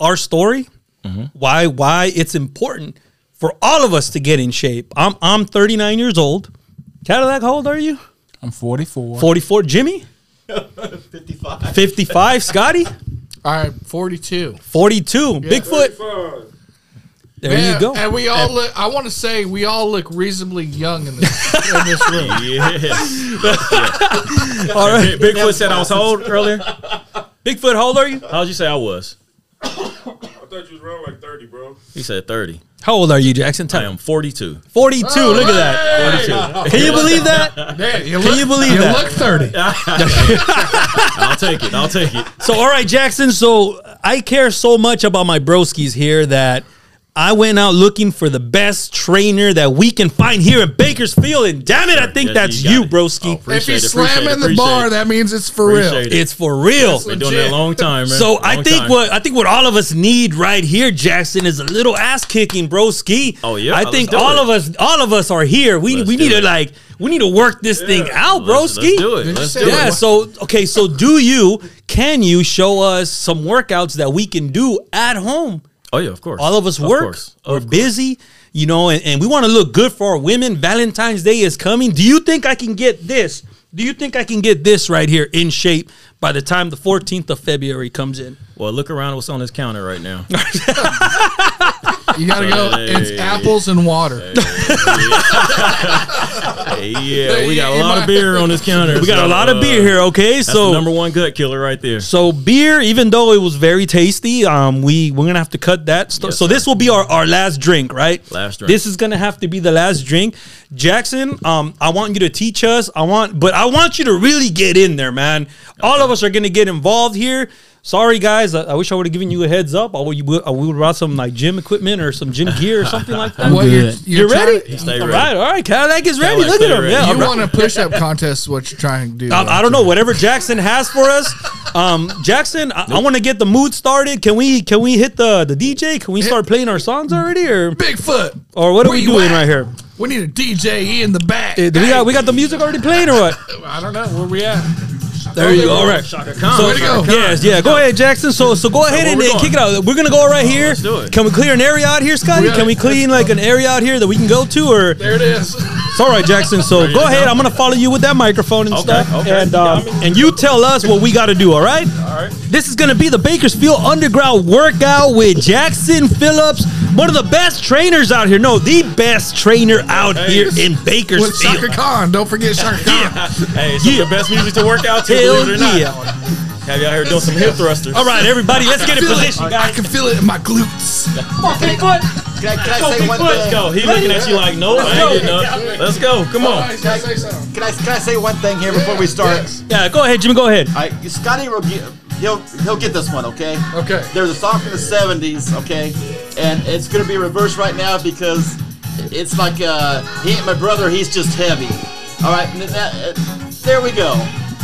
Speaker 4: our story.
Speaker 1: Mm-hmm.
Speaker 4: Why why it's important for all of us to get in shape. I'm I'm 39 years old. Cadillac, how old are you?
Speaker 5: I'm 44.
Speaker 4: 44. Jimmy? 55. 55. Scotty?
Speaker 5: All right, 42.
Speaker 4: 42. Bigfoot. There
Speaker 5: Man,
Speaker 4: you go.
Speaker 5: And we all look, I want to say we all look reasonably young in this, in this room.
Speaker 1: All right. Bigfoot said I was how old earlier.
Speaker 4: Bigfoot, how old are you?
Speaker 1: How'd you say I was?
Speaker 7: I thought you was around like 30, bro.
Speaker 1: He said 30.
Speaker 4: How old are you, Jackson?
Speaker 1: I am 42.
Speaker 4: 42. look at that.
Speaker 1: 42.
Speaker 4: Can you believe that? Can you believe that?
Speaker 1: I'll take it. I'll take it.
Speaker 4: So, all right, Jackson. So, I care so much about my broskies here that I went out looking for the best trainer that we can find here in Bakersfield. And damn it, I think
Speaker 1: Yeah,
Speaker 4: that's
Speaker 1: you got
Speaker 4: you,
Speaker 1: it.
Speaker 4: broski.
Speaker 5: if
Speaker 1: Appreciate
Speaker 5: you
Speaker 1: it,
Speaker 5: slam
Speaker 1: appreciate it,
Speaker 5: in the
Speaker 1: appreciate
Speaker 5: bar,
Speaker 1: it.
Speaker 5: that means it's for real.
Speaker 1: Appreciate it.
Speaker 4: It's for real.
Speaker 1: Been doing that a long time, man.
Speaker 4: So I
Speaker 1: Long
Speaker 4: think
Speaker 1: time.
Speaker 4: what I think what all of us need right here, Jackson, is a little ass kicking, broski.
Speaker 1: Oh, yeah?
Speaker 4: I
Speaker 1: Let's
Speaker 4: think
Speaker 1: do
Speaker 4: all
Speaker 1: it.
Speaker 4: of us, all of us are here. We we need to like we need to work this thing out,
Speaker 1: Let's-
Speaker 4: broski.
Speaker 1: let's do it. Let's do
Speaker 4: yeah.
Speaker 1: it.
Speaker 4: So okay. So do you? Can you show us some workouts that we can do at home?
Speaker 1: Oh yeah, of course.
Speaker 4: All of us work.
Speaker 1: course. Oh,
Speaker 4: We're busy, you know, and, and we want to look good for our women. Valentine's Day is coming. Do you think I can get this? Do you think I can get this right here in shape by the time the 14th of February comes in?
Speaker 1: Well, look around what's on this counter right now.
Speaker 5: You gotta go. It's
Speaker 1: Hey.
Speaker 5: apples and water.
Speaker 1: yeah, we got a lot of beer on this counter.
Speaker 4: We got
Speaker 1: so,
Speaker 4: a lot of
Speaker 1: uh,
Speaker 4: beer here, okay?
Speaker 1: that's
Speaker 4: So
Speaker 1: the number one gut killer right there.
Speaker 4: So beer, even though it was very tasty, um, we we're gonna have to cut that. St-
Speaker 1: Yes,
Speaker 4: so
Speaker 1: sir.
Speaker 4: this will be our, our last drink, right?
Speaker 1: Last drink.
Speaker 4: This is gonna have to be the last drink, Jackson. Um, I want you to teach us. I want, but I want you to really get in there, man. All of us are gonna get involved here. Sorry, guys. I, I wish I would have given you a heads up. I would, you would, I would have brought some like gym equipment or some gym gear or something like that.
Speaker 5: What, you're,
Speaker 12: good.
Speaker 5: you're
Speaker 4: You're ready?
Speaker 5: trying-
Speaker 1: Stay
Speaker 4: all
Speaker 1: ready.
Speaker 4: right, all right. Cadillac is ready.
Speaker 1: Cadillac,
Speaker 4: Look at
Speaker 1: stay
Speaker 4: him.
Speaker 1: ready.
Speaker 4: Yeah,
Speaker 5: You want a push-up contest? Is what you're trying to do?
Speaker 4: I, I don't know whatever Jackson has for us. Um, Jackson, I, I want to get the mood started. Can we can we hit the the DJ? Can we start playing our songs already, or
Speaker 5: Bigfoot.
Speaker 4: or what are
Speaker 5: Where
Speaker 4: we
Speaker 5: you
Speaker 4: doing
Speaker 5: at?
Speaker 4: right here?
Speaker 5: We need a DJ in the back.
Speaker 4: Eh, do we got we got the music already playing or what?
Speaker 5: I don't know where we at.
Speaker 4: There you go. All right. So,
Speaker 5: Way to go.
Speaker 4: Yes, yeah. Go ahead, Jackson. So so go ahead
Speaker 1: where
Speaker 4: and,
Speaker 1: we
Speaker 4: and
Speaker 1: going?
Speaker 4: kick it out. We're gonna go right here.
Speaker 1: do it.
Speaker 4: Can we clear an area out here, Scotty?
Speaker 5: Yeah.
Speaker 4: Can we clean like an area out here that we can go to or
Speaker 5: There it is.
Speaker 4: It's all right, Jackson. So go ahead. I'm gonna follow you with that microphone and stuff,
Speaker 1: okay.
Speaker 4: and uh, and you tell us what we got to do. All right. All right. This is gonna be the Bakersfield Underground Workout with Jackson Phillips, one of the best trainers out here. No, the best trainer out here in
Speaker 5: With Shaka
Speaker 4: Bakersfield.
Speaker 5: Khan. Don't forget Shaka Khan.
Speaker 1: Hey, it's the best music to work out to.
Speaker 4: Hell
Speaker 1: believe it or not.
Speaker 4: yeah!
Speaker 1: Have y'all here doing some hip thrusters?
Speaker 4: All right, everybody, let's get in position,
Speaker 5: I
Speaker 4: guys.
Speaker 5: can feel it in my glutes.
Speaker 9: Can I, can I
Speaker 1: Go,
Speaker 9: say
Speaker 1: big
Speaker 9: one
Speaker 1: foot. Let's
Speaker 9: thing?
Speaker 1: go. He looking at you like, no, I ain't getting up. Let's go. Come on.
Speaker 9: Can I, can I say one thing here before we start?
Speaker 4: Yeah, go ahead, Jimmy. Go ahead.
Speaker 9: All right, Scotty will get he'll he'll get this one, okay?
Speaker 5: Okay.
Speaker 9: There's a song from the '70s, okay, and it's gonna be reversed right now because it's like uh, he ain't my brother, he's just heavy. All right, n- that- uh, there we go.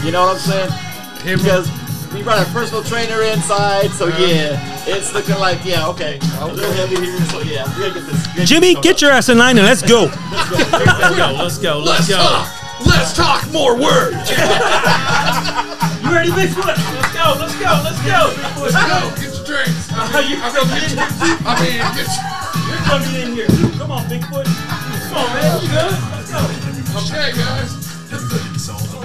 Speaker 9: You know what I'm saying? Because we brought a personal trainer inside, so yeah, it's looking like yeah, okay, a little heavy here, so yeah, we're gonna get this. we're gonna
Speaker 4: Jimmy,
Speaker 9: this
Speaker 4: get your ass in line and let's go.
Speaker 1: Let's go. Let's go. Let's go.
Speaker 5: Let's talk more words.
Speaker 1: You ready, big foot? Let's go. Let's go. Let's go.
Speaker 5: Let's go. Get your drinks.
Speaker 1: You coming in here?
Speaker 5: I mean, get
Speaker 1: You're coming in here. Come on, Bigfoot. Come on, man. You good? Let's go.
Speaker 5: your okay, guys.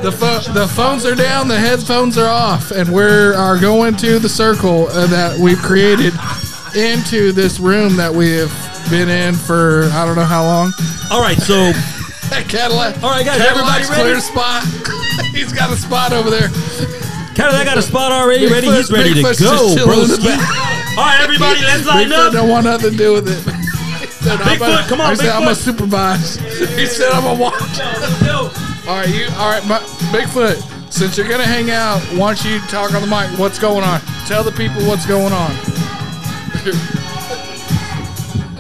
Speaker 5: The, pho- the phones are down, the headphones are off, and we are going to the circle uh, that we've created into this room that we have been in for I don't know how long.
Speaker 4: All right, so
Speaker 5: Cadillac.
Speaker 4: All right, guys, everybody
Speaker 5: Everybody's
Speaker 4: ready?
Speaker 5: cleared a spot. He's got a spot over there.
Speaker 4: Cadillac got a spot already. Ready? He's ready to
Speaker 5: Bigfoot's just
Speaker 4: go,
Speaker 5: chilling in the
Speaker 4: broski. All right, everybody, let's line
Speaker 5: Bigfoot
Speaker 4: up.
Speaker 5: don't want nothing to do with it. He said, I'm
Speaker 4: Bigfoot,
Speaker 5: gonna-
Speaker 4: come on,
Speaker 5: He said, I'm gonna
Speaker 4: Bigfoot."
Speaker 5: supervise. He said, I'm gonna watch. All right, you. All right, my, Bigfoot. Since you're gonna hang out, why don't you talk on the mic? What's going on? Tell the people what's going on.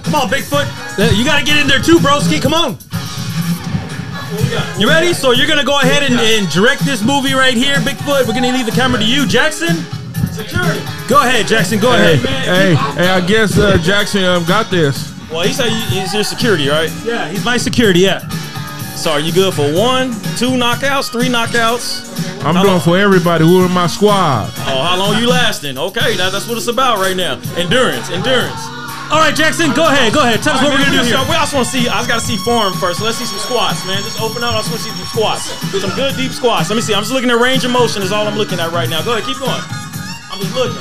Speaker 4: Come on, Bigfoot. You gotta get in there too, broski. Come on.
Speaker 2: You ready? So you're gonna go ahead and, and direct this movie right here, Bigfoot. We're gonna leave the camera to you, Jackson. Security. Go ahead, Jackson. Go
Speaker 5: Hey,
Speaker 2: ahead.
Speaker 5: hey, hey, I guess uh, Jackson um, got this.
Speaker 1: Well, he's, he's your security, right?
Speaker 2: Yeah, he's my security. Yeah.
Speaker 1: So are you good for one, two knockouts, three knockouts?
Speaker 5: I'm doing for everybody who in my squad.
Speaker 1: Oh, how long you lasting? Okay, that, that's what it's about right now. Endurance, endurance.
Speaker 2: All right, Jackson, go ahead, go ahead. Tell us what we're gonna do here.
Speaker 1: I just want to see. I just got to see form first. So let's see some squats, man. Just open up. I just want to see some squats, some good deep squats. Let me see. I'm just looking at range of motion. Is all I'm looking at right now. Go ahead, keep going. I'm just looking.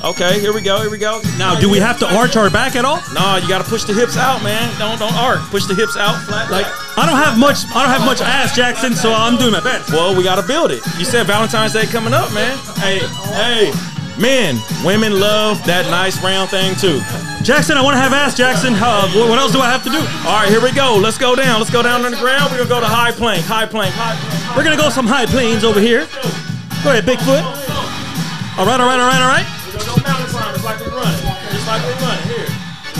Speaker 1: Okay, here we go. Here we go.
Speaker 2: Now, do we have to arch our back at all?
Speaker 1: Nah, you got to push the hips out, man. Don't don't arc. Push the hips out flat. Like
Speaker 2: I don't have much. I don't have much ass, Jackson. So I'm doing my best.
Speaker 1: Well, we gotta build it. You said Valentine's Day coming up, man. Hey, hey, men, women love that nice round thing too.
Speaker 2: Jackson, I want to have ass, Jackson. How, wh- what else do I have to do?
Speaker 1: All right, here we go. Let's go down. Let's go down on the ground. We're gonna go to high plank, high plank, high plank.
Speaker 2: We're gonna go some high planes over here. Go ahead, Bigfoot. All right, all right, all right, all right.
Speaker 1: We're gonna go mountain climbers like we're running, just like we're running here.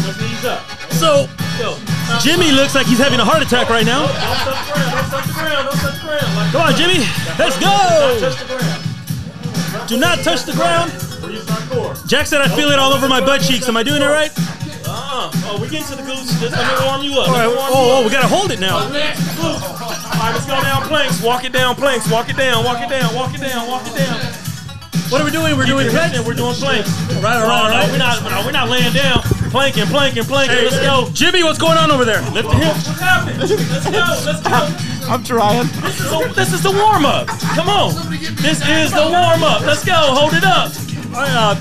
Speaker 1: Just knees up.
Speaker 2: So
Speaker 1: Go.
Speaker 2: Jimmy looks like he's having a heart attack right now.
Speaker 1: Don't touch the ground. Don't touch the ground. Don't touch the ground. Like
Speaker 2: Come on, Jimmy. Let's
Speaker 1: Don't
Speaker 2: go.
Speaker 1: touch the ground.
Speaker 2: Do not touch the ground.
Speaker 1: Breathe my core.
Speaker 2: Jackson, I feel it all over my butt cheeks. Am I doing it right?
Speaker 1: Uh, oh, we getting to the goose. Just let me warm you up.
Speaker 2: All
Speaker 1: Let
Speaker 2: right.
Speaker 1: me warm you
Speaker 2: Oh,
Speaker 1: up.
Speaker 2: oh, we gotta hold it now.
Speaker 1: Alright, let's go down planks. Walk it down planks. Walk it down. Walk it down. Walk it down. Walk it down.
Speaker 2: What are we doing? We're
Speaker 1: Keep
Speaker 2: doing
Speaker 1: it
Speaker 2: planks.
Speaker 1: hitting. We're doing planks.
Speaker 2: All right, all right, all
Speaker 1: No, no, we're
Speaker 2: right.
Speaker 1: not. No, we're not laying down. Planking. Planking. Planking. let's go.
Speaker 2: Jimmy, what's going on over there?
Speaker 1: Lift the hips. What's happening? Let's go. Let's go.
Speaker 7: I'm trying.
Speaker 1: This is, a, this is the warm up. Come on. This is the warm up. Let's go. Hold it up.
Speaker 2: All right, uh,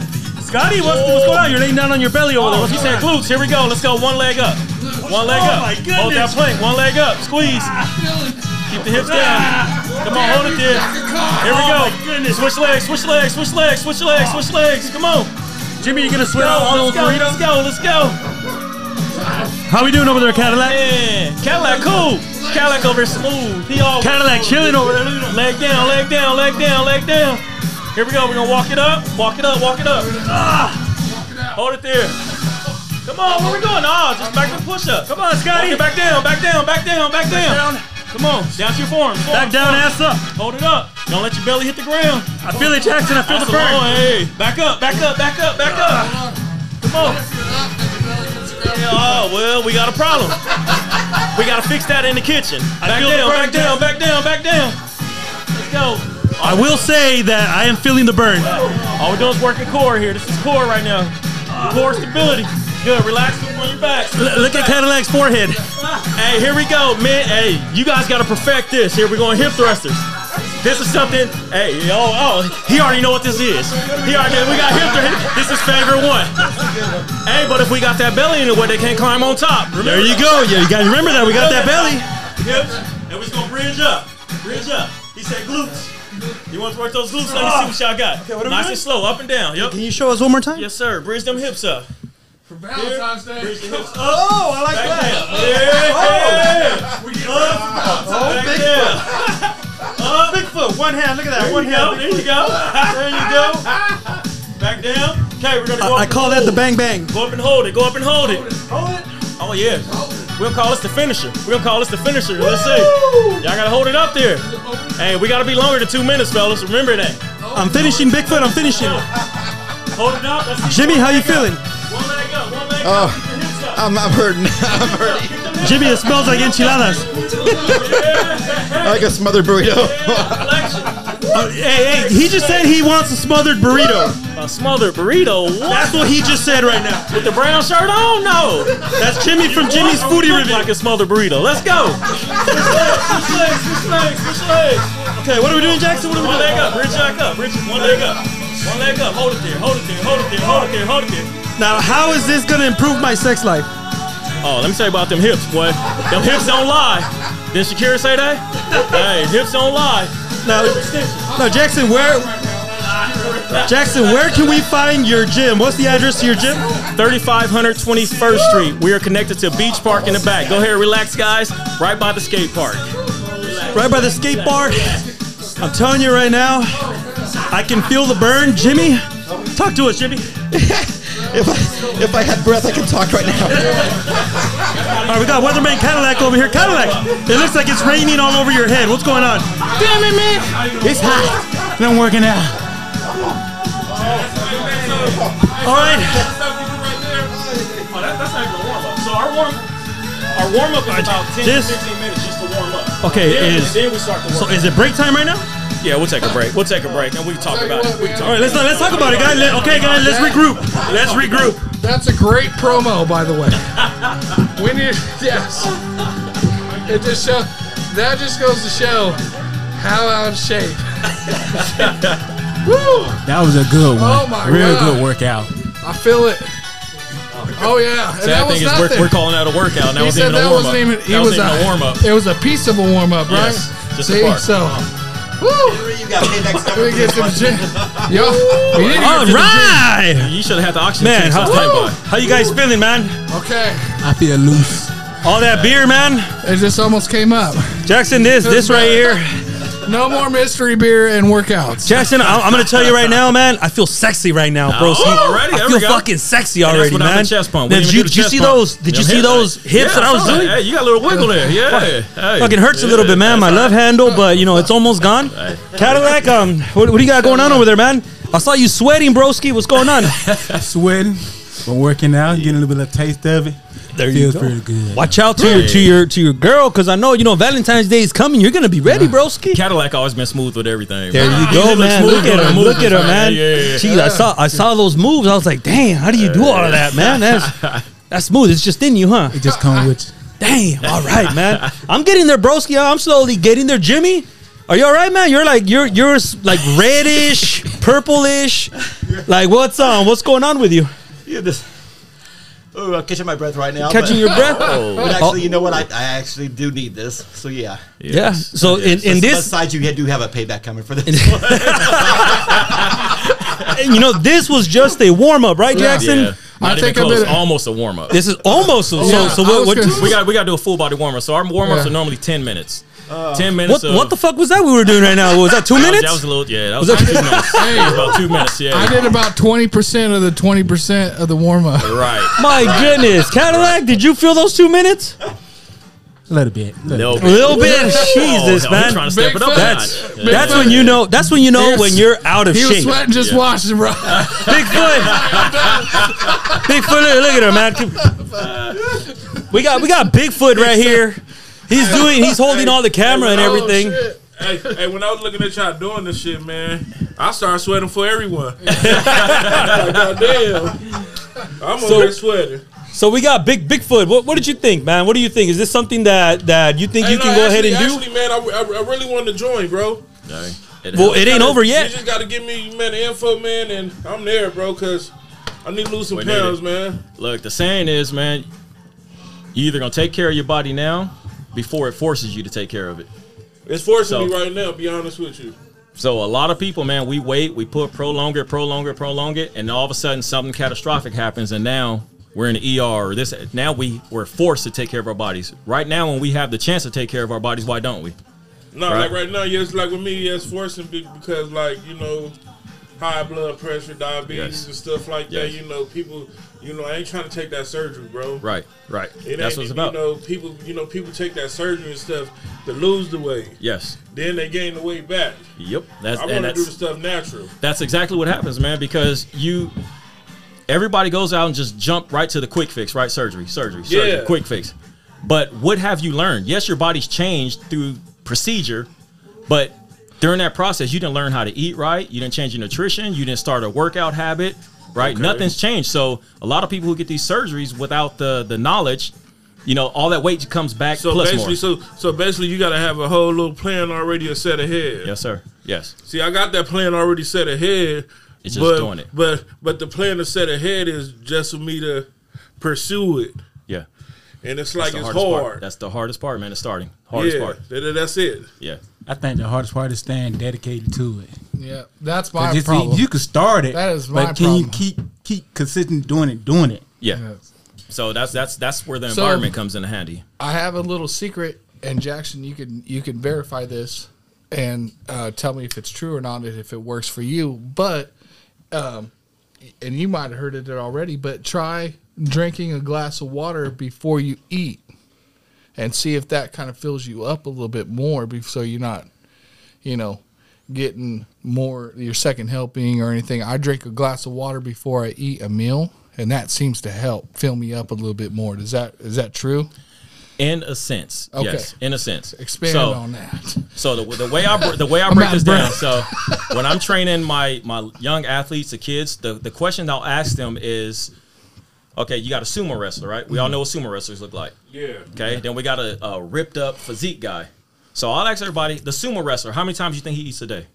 Speaker 2: Scotty, what's, what's going on? You're laying down on your belly over there.
Speaker 1: Oh,
Speaker 2: What's
Speaker 1: he
Speaker 2: going
Speaker 1: said
Speaker 2: on?
Speaker 1: glutes. Here we go. Let's go. One leg up. One leg
Speaker 2: Oh
Speaker 1: up.
Speaker 2: my
Speaker 1: Hold that
Speaker 2: goodness. Ah,
Speaker 1: plank. One leg up. Squeeze. Keep the hips down. Come on, hold it there. Here
Speaker 2: Oh
Speaker 1: we go. Switch legs, switch legs, switch legs, switch legs, switch legs. Come on.
Speaker 2: Jimmy, you gonna
Speaker 1: Go,
Speaker 2: sweat out all
Speaker 1: let's, go,
Speaker 2: those
Speaker 1: let's go, let's
Speaker 2: burritos?
Speaker 1: go.
Speaker 2: How we doing over there, Cadillac?
Speaker 1: Man, Cadillac cool. Cadillac over smooth. He all
Speaker 2: Cadillac chilling over there. Look at him.
Speaker 1: leg down, leg down, leg down, leg down. Here we go. We're gonna walk it up, walk it up, walk it up. Ah, hold it there. Come on, where we going? Ah, just back to push up. Come on, Scotty. Back down, back down, back down, back down. Come on, down to your form. form,
Speaker 2: Back down,
Speaker 1: form.
Speaker 2: ass up.
Speaker 1: Hold it up. Don't let your belly hit the ground.
Speaker 2: I feel it, Jackson. I feel
Speaker 1: That's
Speaker 2: the
Speaker 1: a long-
Speaker 2: burn.
Speaker 1: hey. Back up, back up, back up, back up. Come on. Yeah, oh, well, we got a problem. We got to fix that in the kitchen. Back
Speaker 2: feel the
Speaker 1: down,
Speaker 2: burn,
Speaker 1: back down, back down, back down. Let's go.
Speaker 2: I will say that I am feeling the burn.
Speaker 1: All we're doing is working core here. This is core right now. Core stability. Good. Relax on your back.
Speaker 2: L- look at Cadillac's forehead.
Speaker 1: Hey, here we go, man. Hey, you guys gotta perfect this. Here we're going hip thrusters. This is something. Hey, oh, oh, he already know what this is. He already we got hip thrusters. This is favorite one. Hey, but if we got that belly in the way, they can't climb on top. Remember
Speaker 2: There you go. Yeah, you gotta remember that. We got that belly.
Speaker 1: Hips, and we're just gonna bridge up, bridge up. He said glutes. You want to work those glutes? Let me see what y'all got. nice and slow, up and down. Yep.
Speaker 2: Can you show us one more time?
Speaker 1: Yes, sir. Bridge them hips up.
Speaker 13: Valentine's Day.
Speaker 1: Bridge the hips up.
Speaker 2: Oh, I like
Speaker 1: Back down. Yeah. Up. Back down.
Speaker 2: Bigfoot, one hand. Look at that.
Speaker 1: There you go. There you go. There you go. Back down. Okay, we're gonna go.
Speaker 2: I, I
Speaker 1: up
Speaker 2: call
Speaker 1: and
Speaker 2: that the
Speaker 1: hold.
Speaker 2: bang bang.
Speaker 1: Go up and hold it. Go up and hold it. Oh yeah. We'll call this the finisher. We'll call this the finisher. Let's see. Y'all gotta hold it up there. Hey, we gotta be longer than two minutes, fellas. Remember that.
Speaker 2: I'm finishing, Bigfoot. I'm finishing.
Speaker 1: Hold it up. Let's see.
Speaker 2: Jimmy, how you feeling?
Speaker 1: One leg up. One leg
Speaker 7: Oh.
Speaker 1: up. Keep the hips up.
Speaker 7: I'm, I'm hurting. I'm hurting.
Speaker 2: Jimmy, it smells like enchiladas.
Speaker 7: I like a smothered burrito.
Speaker 1: Yeah, flexion.
Speaker 2: Uh, hey, hey, he just said he wants a smothered burrito.
Speaker 1: A smothered burrito. What?
Speaker 2: That's what he just said right now.
Speaker 1: With the brown shirt on? No.
Speaker 2: That's Jimmy from Jimmy's
Speaker 1: What?
Speaker 2: Foodie
Speaker 1: Look
Speaker 2: Review.
Speaker 1: Like a smothered burrito. Let's go. Switch legs, switch legs, switch legs.
Speaker 2: Okay, what are we doing, Jackson? What are we
Speaker 1: One
Speaker 2: doing?
Speaker 1: leg up, bridge back up, bridge one leg up. One leg up, hold it there, hold it there, hold it there, hold it there, hold it there.
Speaker 2: Now, how is this gonna improve my sex life?
Speaker 1: Oh, let me tell you about them hips, boy. Them hips don't lie. Didn't Shakira say that? hey, hips don't lie.
Speaker 2: Now, now, Jackson, where, Jackson, where can we find your gym? What's the address to your gym?
Speaker 1: 3500 21st Street. We are connected to Beach Park in the back. Go ahead, relax, guys. Right by the skate park.
Speaker 2: Right by the skate park. I'm telling you right now, I can feel the burn, Jimmy. Talk to us, Jimmy.
Speaker 7: if I if I had breath, I could talk right now.
Speaker 1: All right, we got Weatherman Cadillac over here. Cadillac, it looks like it's raining all over your head. What's going on? Damn it, man. It's hot. And I'm working out. All right. Oh, that's not even a warm up. So our warm, our warm up is about 10
Speaker 14: This-
Speaker 1: 15 minutes just to warm up.
Speaker 14: Okay,
Speaker 1: Then-
Speaker 14: is-
Speaker 1: then we start the
Speaker 14: so
Speaker 1: workout.
Speaker 14: is it break time right now?
Speaker 1: Yeah, we'll take a break. We'll take a break and we can talk about it. We can talk
Speaker 14: All right, let's
Speaker 1: about
Speaker 14: let's talk about it, guys. Let- okay, guys, let's regroup. Let's regroup.
Speaker 5: That's a great promo, by the way. we need yes. It just show that just goes to show how out of shape. Woo!
Speaker 15: That was a good one.
Speaker 5: Oh my
Speaker 15: Real
Speaker 5: God.
Speaker 15: good workout.
Speaker 5: I feel it. Oh yeah, and
Speaker 1: See,
Speaker 5: that
Speaker 1: I
Speaker 5: was
Speaker 1: think it's, we're,
Speaker 5: nothing.
Speaker 1: we're calling that a workout. That
Speaker 5: he
Speaker 1: wasn't
Speaker 5: said
Speaker 1: even a
Speaker 5: that
Speaker 1: warm up.
Speaker 5: wasn't even. He was
Speaker 1: a warm up.
Speaker 5: It was a piece of a warm up, right?
Speaker 1: Yes, just a
Speaker 5: See,
Speaker 1: part.
Speaker 5: so. Woo!
Speaker 9: You got payback
Speaker 5: Let me get to the gym. Yo, you need to get
Speaker 1: All
Speaker 5: to the gym.
Speaker 1: right. You should have had the oxygen
Speaker 4: Man,
Speaker 1: tank
Speaker 4: how,
Speaker 1: last night, boy.
Speaker 4: how you guys feeling, man?
Speaker 5: Okay.
Speaker 15: I feel loose.
Speaker 4: All that beer, man.
Speaker 5: It just almost came up.
Speaker 4: Jackson, this this right here.
Speaker 5: No more mystery beer and workouts.
Speaker 4: Jackson, I, I'm gonna tell you right now, Oh, man. I feel sexy right now, bro.
Speaker 1: Oh,
Speaker 4: See,
Speaker 1: already? There
Speaker 4: I
Speaker 1: we
Speaker 4: feel
Speaker 1: go.
Speaker 4: fucking sexy
Speaker 1: And that's
Speaker 4: already,
Speaker 1: without
Speaker 4: man.
Speaker 1: the chest pump. We
Speaker 4: Now,
Speaker 1: didn't
Speaker 4: Did
Speaker 1: even do the
Speaker 4: you, did you
Speaker 1: chest
Speaker 4: see
Speaker 1: pump.
Speaker 4: those? Did you
Speaker 1: Them
Speaker 4: see
Speaker 1: hips,
Speaker 4: those
Speaker 1: hey.
Speaker 4: hips
Speaker 1: Yeah,
Speaker 4: that I was
Speaker 1: saw
Speaker 4: doing?
Speaker 1: Hey, you got a little wiggle there. Yeah.
Speaker 4: Fuck.
Speaker 1: Hey.
Speaker 4: Fucking hurts a little bit, man. My love handle, but you know it's almost gone. Cadillac, um, what, what do you got going on over there, man? I saw you sweating, broski. What's going on?
Speaker 15: Sweating, but working out, getting a little bit of taste of it.
Speaker 4: There
Speaker 15: Feels
Speaker 4: you go.
Speaker 15: pretty good.
Speaker 4: Watch out to your to your to your girl, because I know you know Valentine's Day is coming. You're gonna be ready, broski.
Speaker 1: Cadillac always been smooth with everything.
Speaker 4: There
Speaker 1: bro.
Speaker 4: you
Speaker 1: He
Speaker 4: go,
Speaker 1: looks
Speaker 4: man.
Speaker 1: smooth
Speaker 4: Look at
Speaker 1: doing
Speaker 4: her,
Speaker 1: moves
Speaker 4: look at her,
Speaker 1: and
Speaker 4: man.
Speaker 1: stuff. Yeah, yeah, yeah.
Speaker 4: Jeez, I saw I saw those moves. I was like, damn, how do you do all of that, man? That's that's smooth. It's just in you, huh? It
Speaker 15: just come with
Speaker 4: Damn. All right, man. I'm getting there, broski. I'm slowly getting there, Jimmy. Are you all right, man? You're like you're you're s- like reddish, purplish. Like what's on? What's going on with you?
Speaker 6: Yeah, this. Oh, I'm catching my breath right now.
Speaker 4: Catching
Speaker 6: but-
Speaker 4: your breath?
Speaker 6: But
Speaker 4: Oh.
Speaker 6: actually, you know what? I, I actually do need this. So yeah.
Speaker 4: Yeah. So in, in this
Speaker 6: besides, you do have a payback coming for this. one.
Speaker 4: And, you know, this was just a warm up, right,
Speaker 6: Yeah.
Speaker 4: Jackson?
Speaker 1: Yeah. Not I even think I close. did it. Almost a warm up.
Speaker 4: This is almost a,
Speaker 1: Yeah,
Speaker 4: so. So
Speaker 1: I
Speaker 4: what?
Speaker 1: was
Speaker 4: what
Speaker 1: gonna- we got we got to do a full body warm up. So our warm ups
Speaker 4: Yeah.
Speaker 1: are normally ten minutes. ten
Speaker 4: what,
Speaker 1: minutes. of-
Speaker 4: what the fuck was that we were doing right now? Was that two
Speaker 1: That
Speaker 4: minutes?
Speaker 1: That was a little. Yeah, that was,
Speaker 4: Was that-
Speaker 1: two minutes. That was about two minutes. Yeah.
Speaker 5: I did about twenty percent of the twenty percent of the warm up.
Speaker 1: Right.
Speaker 4: My goodness, Cadillac, did you feel those two minutes?
Speaker 15: A little bit.
Speaker 1: Little
Speaker 4: A little bit, Jesus,
Speaker 1: hell, he's
Speaker 4: man.
Speaker 1: trying to step it up a
Speaker 4: That's,
Speaker 1: notch. Yeah.
Speaker 4: that's when you know. That's when you know when you're out of
Speaker 5: he
Speaker 4: shape.
Speaker 5: was sweating just watching, bro.
Speaker 4: Bigfoot. Bigfoot, look, look at her, man. We got we got Bigfoot right here. He's doing. He's holding all the camera and
Speaker 7: Oh,
Speaker 4: everything.
Speaker 7: shit. Hey, hey, when I was looking at y'all doing this shit, man, I started sweating for everyone. Goddamn. I'm
Speaker 4: So-
Speaker 7: over here sweating.
Speaker 4: So we got Big Bigfoot. What, what did you think, man? What do you think? Is this something that that you think
Speaker 7: Hey,
Speaker 4: you
Speaker 7: no,
Speaker 4: can go ahead
Speaker 7: actually-
Speaker 4: and do?
Speaker 7: Actually, man, I, I, I really wanted to join, bro.
Speaker 4: Well, it ain't over yet.
Speaker 7: You just gotta give me, man, the info, man, and I'm there, bro, cause I need to lose some
Speaker 1: We need it.
Speaker 7: pounds, man.
Speaker 1: Look, the saying is, man, you either gonna take care of your body now before it forces you to take care of it.
Speaker 7: It's forcing
Speaker 1: So-
Speaker 7: me right now. Be honest with you.
Speaker 1: So a lot of people, man, we wait, we put prolong it, prolong it, prolong it, and all of a sudden something catastrophic happens, and now we're in the ER or this. Now we we're forced to take care of our bodies. Right now, when we have the chance to take care of our bodies, why don't we?
Speaker 7: No,
Speaker 1: Right.
Speaker 7: like right now, yes, like with me, yes, forcing be- because like you know, high blood pressure, diabetes,
Speaker 1: Yes.
Speaker 7: and stuff like that.
Speaker 1: Yes.
Speaker 7: You know, people, you know, I ain't trying to take that surgery, bro.
Speaker 1: Right, right.
Speaker 7: It
Speaker 1: That's
Speaker 7: ain't-
Speaker 1: what it's about.
Speaker 7: You know, people, you know, people take that surgery and stuff to lose the weight.
Speaker 1: Yes.
Speaker 7: Then they gain the weight back.
Speaker 1: Yep. That's
Speaker 7: I
Speaker 1: and
Speaker 7: want
Speaker 1: that's
Speaker 7: to do the stuff natural.
Speaker 1: That's exactly what happens, man, because you everybody goes out and just jump right to the quick fix, right? Surgery, surgery, surgery,
Speaker 7: Yeah.
Speaker 1: quick fix. But what have you learned? Yes, your body's changed through procedure, but during that process, you didn't learn how to eat right, you didn't change your nutrition, you didn't start a workout habit, right?
Speaker 14: Okay.
Speaker 1: Nothing's changed. So a lot of people who get these surgeries without the the knowledge, you know, all that weight comes back
Speaker 7: So
Speaker 1: plus
Speaker 7: basically,
Speaker 1: more.
Speaker 7: so so basically, you got to have a whole little plan already set ahead.
Speaker 1: yes, sir. Yes.
Speaker 7: See, I got that plan already set ahead.
Speaker 1: It's just
Speaker 7: but,
Speaker 1: doing it.
Speaker 7: But but the plan to set ahead is just for me to pursue it.
Speaker 1: Yeah.
Speaker 7: And it's
Speaker 1: That's
Speaker 7: like
Speaker 1: the
Speaker 7: it's
Speaker 1: hardest part.
Speaker 7: hard.
Speaker 1: That's the hardest part, man. It's starting. Hardest
Speaker 7: yeah,
Speaker 1: part.
Speaker 7: that- that- that's it.
Speaker 1: Yeah.
Speaker 15: I think the hardest part is staying dedicated to it.
Speaker 5: Yeah, that's
Speaker 15: 'Cause
Speaker 5: my
Speaker 15: it's-
Speaker 5: problem.
Speaker 15: You can start it.
Speaker 5: That is my
Speaker 15: But can you
Speaker 5: problem.
Speaker 15: keep keep consistent doing it, doing it?
Speaker 1: Yeah. So that's that's that's where the
Speaker 5: So-
Speaker 1: environment comes in handy.
Speaker 5: I have a little secret, and Jackson, you can you can verify this and uh, tell me if it's true or not, and if it works for you. But, um, and you might have heard it already, but try drinking a glass of water before you eat and see if that kind of fills you up a little bit more be- so you're not, you know, getting more your second helping or anything. I drink a glass of water before I eat a meal and that seems to help fill me up a little bit more. Does that is that true?
Speaker 1: In a sense,
Speaker 5: Okay.
Speaker 1: yes. In a sense,
Speaker 5: Expand on that.
Speaker 1: So the, the way I br- the way I
Speaker 5: I'm
Speaker 1: break
Speaker 5: out
Speaker 1: this
Speaker 5: of
Speaker 1: down.
Speaker 5: breath.
Speaker 1: So when I'm training my my young athletes, the kids, the the question I'll ask them is, okay, you got a sumo wrestler, right? We all
Speaker 5: Mm-hmm.
Speaker 1: know what sumo wrestlers look like.
Speaker 7: Yeah.
Speaker 1: Okay. Then we got a, a ripped up physique guy. So I'll ask everybody, the sumo wrestler, how many times you think he eats a day?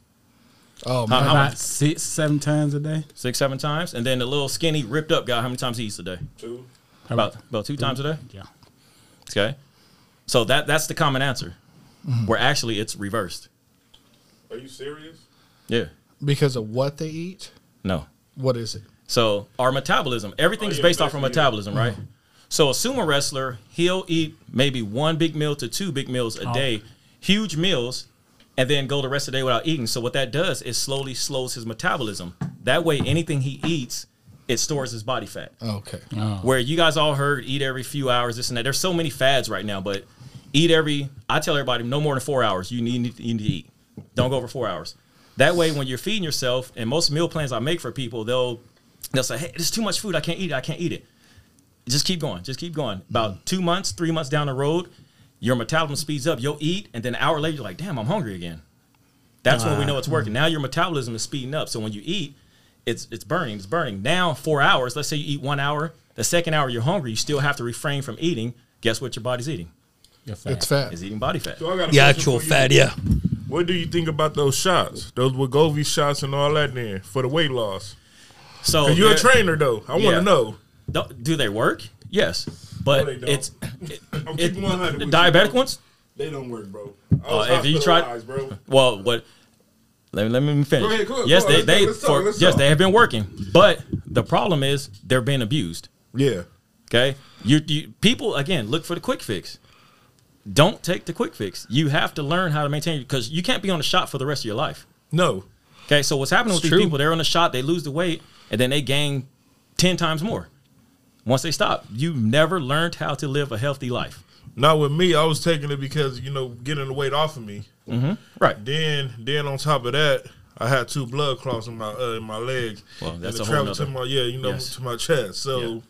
Speaker 5: Oh,
Speaker 1: How-
Speaker 15: about
Speaker 1: how many-
Speaker 15: six, seven times a day.
Speaker 1: six, seven times, and then the little skinny ripped up guy, how many times he eats a day?
Speaker 7: Two.
Speaker 1: About about two times a day.
Speaker 15: Yeah.
Speaker 1: Okay. So that that's the common answer, where actually it's reversed.
Speaker 7: Are you serious?
Speaker 1: Yeah.
Speaker 5: Because of what they eat?
Speaker 1: No.
Speaker 5: What is it?
Speaker 1: So our metabolism, everything is based off our metabolism, right? So a sumo wrestler, he'll eat maybe one big meal to two big meals a
Speaker 14: Oh.
Speaker 1: day, huge meals, and then go the rest of the day without eating. So what that does is slowly slows his metabolism. That way, anything he eats, it stores his body fat.
Speaker 5: Okay.
Speaker 4: Oh,
Speaker 1: Where you guys all heard eat every few hours, this and that. There's so many fads right now, but eat every. I tell everybody no more than four hours. You need you need to eat. Don't go over four hours. That way, when you're feeding yourself, and most meal plans I make for people, they'll they'll say, "Hey, there's too much food. I can't eat it. I can't eat it." Just keep going. Just keep going. About two months, three months down the road, your metabolism speeds up. You'll eat, and then an hour later, you're like, "Damn, I'm hungry again." That's when we know it's working. Now your metabolism is speeding up. So when you eat, it's it's burning, it's burning. Now four hours. Let's say you eat one hour. The second hour you're hungry, you still have to refrain from eating. Guess what your body's eating?
Speaker 7: It's fat.
Speaker 1: It's eating body fat.
Speaker 7: So I got a question for you. What do you think about those shots? Those Wagovi shots and all that then for the weight loss?
Speaker 1: So
Speaker 7: 'Cause you're a
Speaker 1: they're-
Speaker 7: trainer though. I want
Speaker 1: Oh, Yeah.
Speaker 7: to know.
Speaker 1: Do, do they work? Yes, but
Speaker 7: they don't.
Speaker 1: it's it,
Speaker 7: I'm
Speaker 1: it-
Speaker 7: keeping
Speaker 1: the
Speaker 7: 100 with you,
Speaker 1: diabetic
Speaker 7: bro.
Speaker 1: ones.
Speaker 7: They don't work, bro. I
Speaker 1: Uh,
Speaker 7: was
Speaker 1: if you try,
Speaker 7: hospitalized, bro.
Speaker 1: well, what? Let me let me finish.
Speaker 7: Go ahead, go ahead,
Speaker 1: yes,
Speaker 7: go
Speaker 1: they
Speaker 7: on, let's
Speaker 1: they
Speaker 7: talk, let's talk,
Speaker 1: for,
Speaker 7: let's
Speaker 1: yes
Speaker 7: talk.
Speaker 1: they have been working, but the problem is they're being abused.
Speaker 7: Yeah.
Speaker 1: Okay. You, you people again look for the quick fix. Don't take the quick fix. You have to learn how to maintain because you can't be on a shot for the rest of your life.
Speaker 7: No.
Speaker 1: Okay. So what's happening
Speaker 14: It's
Speaker 1: with
Speaker 14: true.
Speaker 1: these people? They're on a shot. They lose the weight and then they gain ten times more. Once they stop, you never learned how to live a healthy life.
Speaker 7: Not with me. I was taking it because you know getting the weight off of me.
Speaker 1: Mhm. Right.
Speaker 7: Then, then on top of that, I had two blood clots in my uh, in my legs.
Speaker 1: Well, that's
Speaker 7: and
Speaker 1: a
Speaker 7: it
Speaker 1: whole
Speaker 7: traveled to
Speaker 1: nother-
Speaker 7: my yeah, you know,
Speaker 1: Yes.
Speaker 7: to my chest. So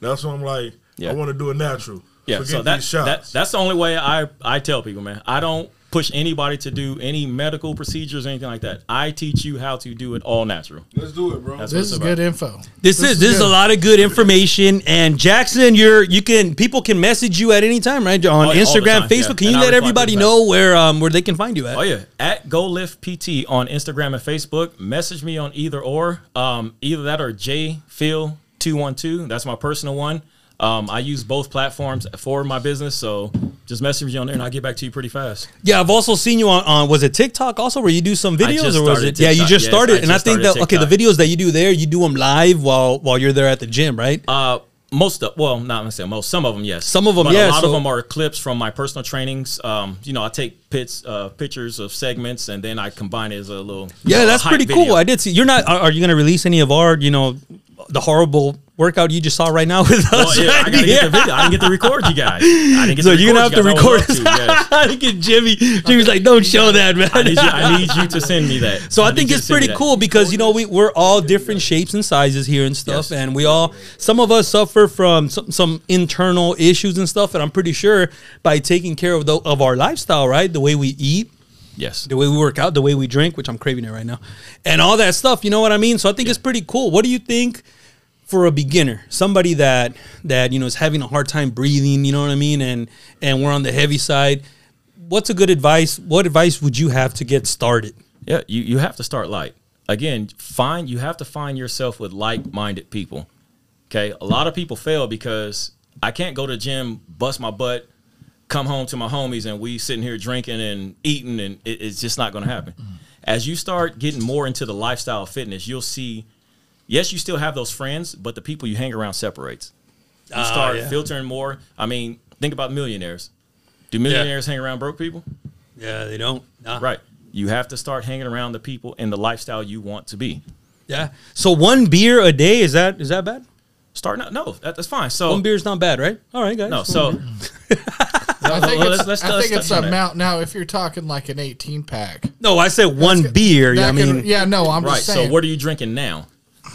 Speaker 7: that's why I'm like,
Speaker 1: Yeah.
Speaker 7: I want to do it natural.
Speaker 1: Yeah,
Speaker 7: Forget
Speaker 1: so
Speaker 7: these
Speaker 1: that's
Speaker 7: shots.
Speaker 1: that, that's the only way I I tell people, man. I don't push anybody to do any medical procedures or anything like that. I teach you how to do it all natural.
Speaker 7: Let's do it, bro.
Speaker 1: That's what
Speaker 5: this
Speaker 1: it's
Speaker 5: is
Speaker 1: about.
Speaker 5: good info.
Speaker 4: This, is this is a
Speaker 5: good.
Speaker 4: lot of good information. And Jackson, you're you can people can message you at any time, right? On
Speaker 1: Oh, yeah, all the
Speaker 4: Instagram,
Speaker 1: time, yeah.
Speaker 4: Facebook. Can
Speaker 1: And
Speaker 4: you
Speaker 1: I
Speaker 4: let
Speaker 1: reply
Speaker 4: everybody
Speaker 1: pretty
Speaker 4: know where um where they can find you at?
Speaker 1: Oh yeah, at Go Lift PT on Instagram and Facebook. Message me on either or, um, either that or J Phil two one two. That's my personal one. Um, I use both platforms for my business, so just message me on there and I'll get back to you pretty fast.
Speaker 4: Yeah, I've also seen you on, on was it TikTok also where you do some
Speaker 1: I
Speaker 4: videos
Speaker 1: just
Speaker 4: or was
Speaker 1: started
Speaker 4: it? Yeah, you
Speaker 1: TikTok.
Speaker 4: just
Speaker 1: Yes,
Speaker 4: started,
Speaker 1: I
Speaker 4: and I
Speaker 1: just
Speaker 4: think that
Speaker 1: started
Speaker 4: okay, the videos that you do there, you do them live while while you're there at the gym, right?
Speaker 1: Uh, most of well, not gonna say most. Some of them, yes. Some
Speaker 4: of 'em,
Speaker 1: but
Speaker 4: yeah,
Speaker 1: A lot
Speaker 4: so-
Speaker 1: of them are clips from my personal trainings. Um, you know, I take pits, uh, pictures of segments, and then I combine it as a little. you
Speaker 4: Yeah,
Speaker 1: know,
Speaker 4: that's
Speaker 1: hype
Speaker 4: pretty
Speaker 1: video.
Speaker 4: cool. I did see. You're not. Are, are you going to release any of our? You know, the horrible workout you just saw right now with us.
Speaker 1: Well, Oh, yeah, I
Speaker 4: right
Speaker 1: gotta
Speaker 4: here?
Speaker 1: get the video. I didn't get to record you guys. I didn't get
Speaker 4: so
Speaker 1: to
Speaker 4: you're gonna have to
Speaker 1: you guys. I would
Speaker 4: record.
Speaker 1: love to, yes.
Speaker 4: this. I think it's Jimmy. Jimmy's like, don't show that, man.
Speaker 1: I need, you, I need you to send me that.
Speaker 4: So I,
Speaker 1: need
Speaker 4: think
Speaker 1: you to
Speaker 4: it's
Speaker 1: send me
Speaker 4: pretty
Speaker 1: that.
Speaker 4: cool because you know we we're all different shapes and sizes here and stuff, and we all some of us suffer from some, some internal issues and stuff, and I'm pretty sure by taking care of the, of our lifestyle, right, the way we eat,
Speaker 1: Yes.
Speaker 4: the way we work out, the way we drink, which I'm craving it right now, and all that stuff. You know what I mean? So I think it's pretty cool. What do you think? For a beginner, somebody that that you know is having a hard time breathing, you know what I mean, and and we're on the heavy side. What's a good advice? What advice would you have to get started?
Speaker 1: Yeah, you, you have to start light. Again, find you have to find yourself with like-minded people. Okay? A lot of people fail because I can't go to gym, bust my butt, come home to my homies and we sitting here drinking and eating and it, it's just not going to happen.
Speaker 14: Mm-hmm.
Speaker 1: As you start getting more into the lifestyle of fitness, you'll see yes, you still have those friends, but the people you hang around separates. You
Speaker 14: Ah,
Speaker 1: start
Speaker 14: yeah.
Speaker 1: filtering more. I mean, think about millionaires. Do millionaires hang around broke people?
Speaker 4: Yeah, they don't.
Speaker 1: Right. You have to start hanging around the people in the lifestyle you want to be.
Speaker 4: Yeah. So one beer a day is that is that bad?
Speaker 1: Starting out, no, that, that's fine. So
Speaker 4: One beer's not bad, right? All right, guys.
Speaker 1: No, so
Speaker 5: I think
Speaker 1: Well, let's-
Speaker 5: it's,
Speaker 1: let's-
Speaker 5: I
Speaker 1: let's
Speaker 5: think it's
Speaker 1: touch on
Speaker 5: a
Speaker 1: that.
Speaker 5: mount. Now, if you're talking like an 18 pack,
Speaker 4: No, I said one beer.
Speaker 5: that
Speaker 4: I mean,
Speaker 5: could- yeah, no, I'm
Speaker 1: right.
Speaker 5: just saying.
Speaker 1: So what are you drinking now?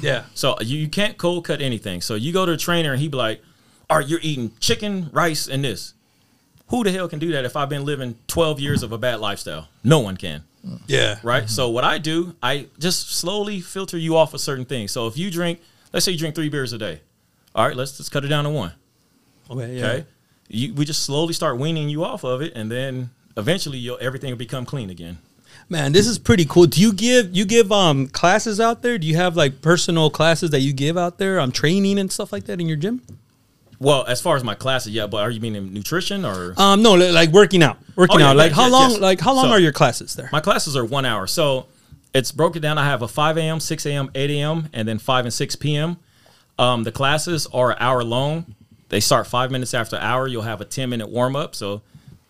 Speaker 4: Yeah.
Speaker 1: So you, you can't cold cut anything. So you go to the trainer and he be like, "All right, you're eating chicken, rice, and this." Who the hell can do that if I've been living 12 years of a bad lifestyle? No one can.
Speaker 4: Yeah.
Speaker 1: Right. So what I do, I just slowly filter you off of certain things. So if you drink, let's say you drink three beers a day. All right, let's just cut it down to one.
Speaker 4: Okay. Yeah.
Speaker 1: Okay. You, we just slowly start weaning you off of it, and then eventually you'll, everything will become clean again.
Speaker 4: Man, this is pretty cool. Do you give you give um classes out there? Do you have like personal classes that you give out there? Um, training and stuff like that in your gym?
Speaker 1: Well, as far as my classes, yeah, but are you meaning nutrition or
Speaker 4: Um, no, li- like working out, working
Speaker 1: Oh, yeah,
Speaker 4: out. Like
Speaker 1: yeah,
Speaker 4: how
Speaker 1: yes,
Speaker 4: long?
Speaker 1: yes.
Speaker 4: Like how long
Speaker 1: So-
Speaker 4: are your classes there?
Speaker 1: My classes are one hour. So it's broken down. I have a 5 a.m., 6 a.m., 8 a.m., and then 5 and 6 p.m. Um, the classes are an hour long. They start five minutes after hour. You'll have a 10 minute warm up. So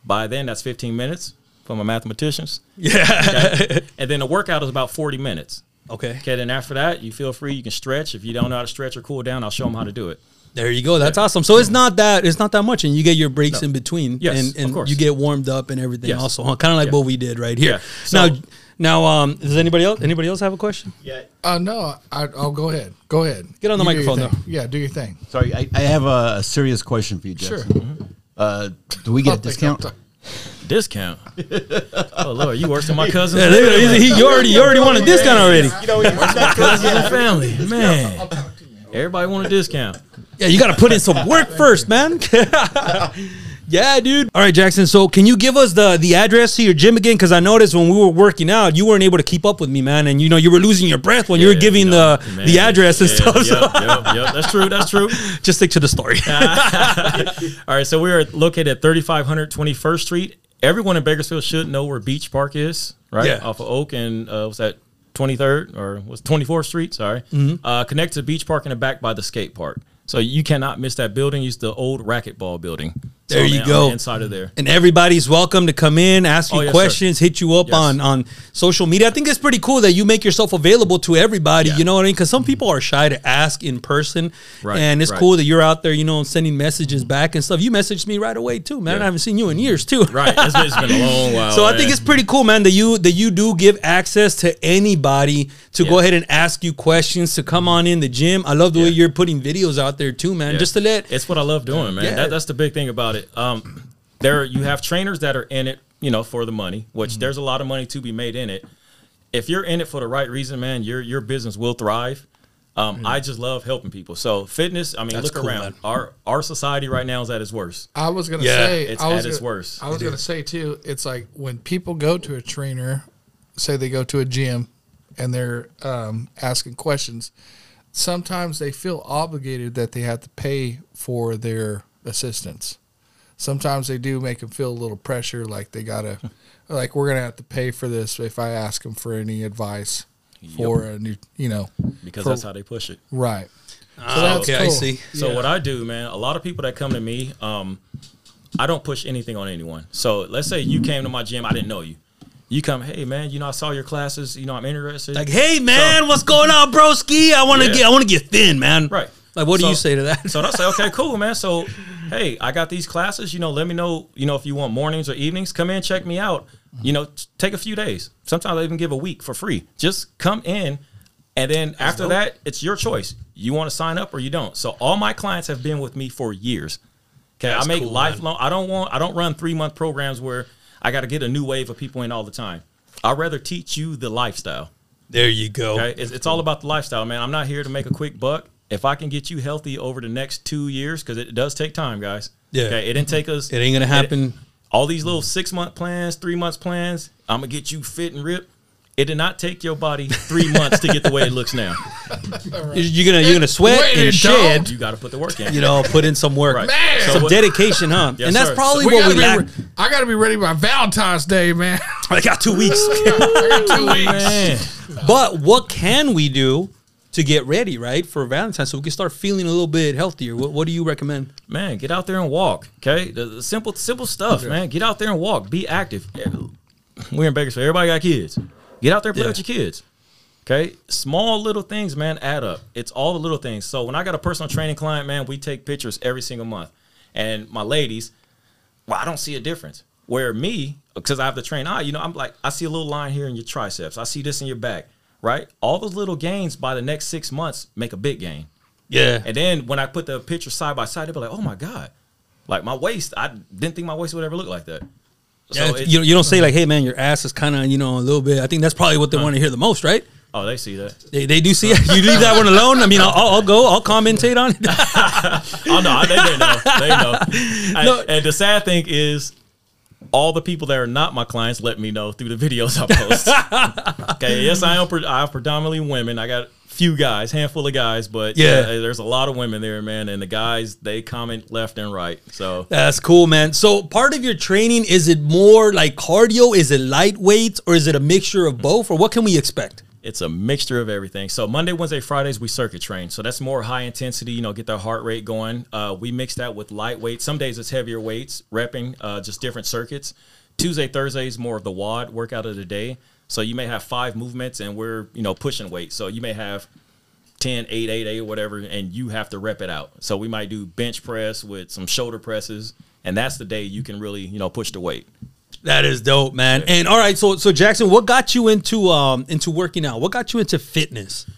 Speaker 1: by then, that's 15 minutes for my mathematicians.
Speaker 4: Yeah.
Speaker 1: Okay. And then the workout is about 40 minutes.
Speaker 4: Okay.
Speaker 1: Okay. Then after that, you feel free. You can stretch. If you don't know how to stretch or cool down, I'll show them how to do it.
Speaker 4: There you go. That's awesome. So it's not that it's not that much, and you get your breaks
Speaker 1: No.
Speaker 4: in between.
Speaker 1: Yes,
Speaker 4: and,
Speaker 1: of
Speaker 4: and
Speaker 1: course.
Speaker 4: you get warmed up and everything.
Speaker 1: Yes.
Speaker 4: Also, huh? kind of like
Speaker 1: Yeah.
Speaker 4: what we did right here.
Speaker 1: Yeah. So-
Speaker 4: now, now, um, does anybody else anybody else have a question?
Speaker 6: Yeah.
Speaker 5: Uh, no, I, I'll go ahead. Go ahead.
Speaker 4: Get on the
Speaker 5: You do your
Speaker 4: microphone,
Speaker 5: thing. Yeah, do your thing.
Speaker 6: Sorry, I, I have a, a serious question for you,
Speaker 5: Sure.
Speaker 6: Jackson. Uh, do we get a discount?
Speaker 1: Discount. oh Lord, you worse than my cousins.
Speaker 4: Yeah, look at- he- you already- you already want a discount already.
Speaker 1: You know, worse than my cousins and family, man. Everybody want a discount.
Speaker 4: Yeah, you got to put in some work first, man. yeah, dude. All right, Jackson. So, can you give us the the address to your gym again? Because I noticed when we were working out, you weren't able to keep up with me, man, and you know you were losing your breath when you were giving the
Speaker 1: Man,
Speaker 4: the address and
Speaker 1: yeah,
Speaker 4: stuff. so-
Speaker 1: Yep, yep, yep. That's true. That's true.
Speaker 4: Just stick to the story.
Speaker 1: All right, so we are located at 3500 21st Street. Everyone in Bakersfield should know where Beach Park is, right?
Speaker 4: Yeah.
Speaker 1: Off of Oak and uh, was that 23rd or was 24th Street? Sorry.
Speaker 4: Mhm.
Speaker 1: Uh, connect to Beach Park in the back by the skate park. So you cannot miss that building. It's the old racquetball building. It's
Speaker 4: There
Speaker 1: on
Speaker 4: you
Speaker 1: the- on
Speaker 4: go.
Speaker 1: the inside of there.
Speaker 4: And everybody's welcome to come in, ask you
Speaker 1: Oh, yes, sir.
Speaker 4: questions, hit you up
Speaker 1: Yes.
Speaker 4: on on social media. I think it's pretty cool that you make yourself available to everybody. You know what I mean? Because some people are shy to ask in person,
Speaker 1: Right,
Speaker 4: and it's
Speaker 1: right.
Speaker 4: cool that you're out there, you know, sending messages back and stuff. You messaged me right away too, man. I haven't seen you in years too.
Speaker 1: Right. Oh, It's been, it's been a long while.
Speaker 4: So I
Speaker 1: man.
Speaker 4: think it's pretty cool, man, that you that you do give access to anybody to go ahead and ask you questions to come on in the gym. I love the way you're putting videos out there too, man.
Speaker 1: Yeah.
Speaker 4: Just to let
Speaker 1: it's what I love doing, man.
Speaker 4: Yeah.
Speaker 1: That, that's the big thing about it. Um, there you have trainers that are in it, you know, for the money, which
Speaker 4: Mm-hmm.
Speaker 1: there's a lot of money to be made in it. If you're in it for the right reason, man, your your business will thrive. Um, I just love helping people. So fitness, I mean,
Speaker 4: Mm-hmm. That's
Speaker 1: look
Speaker 4: cool,
Speaker 1: around.
Speaker 4: man.
Speaker 1: Our our society right now is at its worst.
Speaker 5: I was gonna
Speaker 1: Yeah.
Speaker 5: say
Speaker 1: It's
Speaker 5: I was
Speaker 1: at its
Speaker 5: gonna-
Speaker 1: worst.
Speaker 5: I was
Speaker 1: It
Speaker 5: gonna
Speaker 1: is.
Speaker 5: say too. It's like when people go to a trainer, say they go to a gym, and they're um, asking questions. Sometimes they feel obligated that they have to pay for their assistance. Sometimes they do make them feel a little pressure, like they gotta, like we're gonna have to pay for this if I ask them for any advice for a new, you know,
Speaker 1: Because
Speaker 5: for-
Speaker 1: that's how they push it.
Speaker 5: right?
Speaker 4: Ah, okay, I see.
Speaker 1: So
Speaker 4: Yeah.
Speaker 1: what I do, man, a lot of people that come to me, um, I don't push anything on anyone. So let's say you came to my gym, I didn't know you. You come, hey man, you know I saw your classes, you know I'm interested.
Speaker 4: Like, hey man, what's going on, broski? I want to
Speaker 1: Yeah.
Speaker 4: get, I want to get thin, man.
Speaker 1: Right.
Speaker 4: Like, what do
Speaker 1: So-
Speaker 4: you say to that?
Speaker 1: so I say, okay, cool, man. So, hey, I got these classes. You know, let me know. You know, if you want mornings or evenings, come in, check me out. You know, t- take a few days. Sometimes I even give a week for free. Just come in, and then after
Speaker 4: dope.
Speaker 1: that, it's your choice. You want to sign up or you don't. So all my clients have been with me for years. Okay,
Speaker 4: That's
Speaker 1: I make
Speaker 4: cool, man.
Speaker 1: lifelong. I don't want. I don't run three month programs where I got to get a new wave of people in all the time. I'd rather teach you the lifestyle.
Speaker 4: There you go.
Speaker 1: Okay, it's, it's all about the lifestyle, man. I'm not here to make a quick buck. If I can get you healthy over the next two years, because it does take time, guys.
Speaker 4: Yeah.
Speaker 1: okay, it didn't take us.
Speaker 4: It ain't gonna happen.
Speaker 1: all these little six month plans, three months plans. I'm gonna get you fit and ripped. It did not take your body three months to get the way it looks now.
Speaker 4: You're gonna, you're gonna sweat
Speaker 1: Wait,
Speaker 4: and
Speaker 1: it
Speaker 4: shed.
Speaker 1: don't. You gotta put the work in.
Speaker 4: You know, put in some work,
Speaker 1: Right. Man.
Speaker 4: some
Speaker 1: So what-
Speaker 4: dedication, huh?
Speaker 1: Yes,
Speaker 4: and that's
Speaker 1: sir.
Speaker 4: probably
Speaker 5: We
Speaker 4: what
Speaker 5: gotta
Speaker 4: we
Speaker 5: be
Speaker 4: lack.
Speaker 5: re- I gotta be ready by Valentine's Day, man.
Speaker 4: I got two weeks.
Speaker 5: I got two weeks.
Speaker 1: Man.
Speaker 4: but what can we do to get ready, right, for Valentine's, so we can start feeling a little bit healthier? What, what do you recommend?
Speaker 1: man, get out there and walk. Okay, the, the simple simple stuff, man. Get out there and walk. Be active. We're in Bakersfield. Everybody got kids. Get out there and play
Speaker 4: Yeah.
Speaker 1: with your kids. Okay, small little things, man, add up. It's all the little things. So when I got a personal training client, man, we take pictures every single month, and my ladies, well, I don't see a difference. Where me, because I have to train eye, you know, I'm like, I see a little line here in your triceps. I see this in your back, right? All those little gains by the next six months make a big gain.
Speaker 4: Yeah.
Speaker 1: And then when I put the picture side by side, they'll be like, oh my God. Like my waist, I didn't think my waist would ever look like that. So
Speaker 4: Yeah,
Speaker 1: it-
Speaker 4: you, you don't say like, hey man, your ass is kind of you know a little bit. I think that's probably what they want to hear the most, right?
Speaker 1: Oh, they see that.
Speaker 4: They, they do see it. You leave that one alone. I mean, I'll, I'll I'll go. I'll commentate on it.
Speaker 1: oh no, they, they know. They know.
Speaker 4: No.
Speaker 1: And, and the sad thing is, all the people that are not my clients let me know through the videos I post. okay, yes, I am. pre- I have predominantly women. I got few guys, handful of guys, but
Speaker 4: Yeah.
Speaker 1: there's a lot of women there, man. And the guys they comment left and right. So
Speaker 4: That's cool, man. So part of your training is it more like cardio? Is it light weights, or is it a mixture of both? Or what can we expect?
Speaker 1: It's a mixture of everything. So Monday, Wednesday, Fridays we circuit train. So that's more high intensity. You know, get that heart rate going. Uh, we mix that with lightweight. Some days it's heavier weights, repping uh, just different circuits. Tuesday, Thursday is more of the wad workout of the day. So you may have five movements, and we're you know pushing weight. So you may have 10, 8, 8, 8, whatever, and you have to rep it out. So we might do bench press with some shoulder presses, and that's the day you can really you know push the weight.
Speaker 4: That is dope, man. And all right, so so Jackson, what got you into um into working out? What got you into fitness?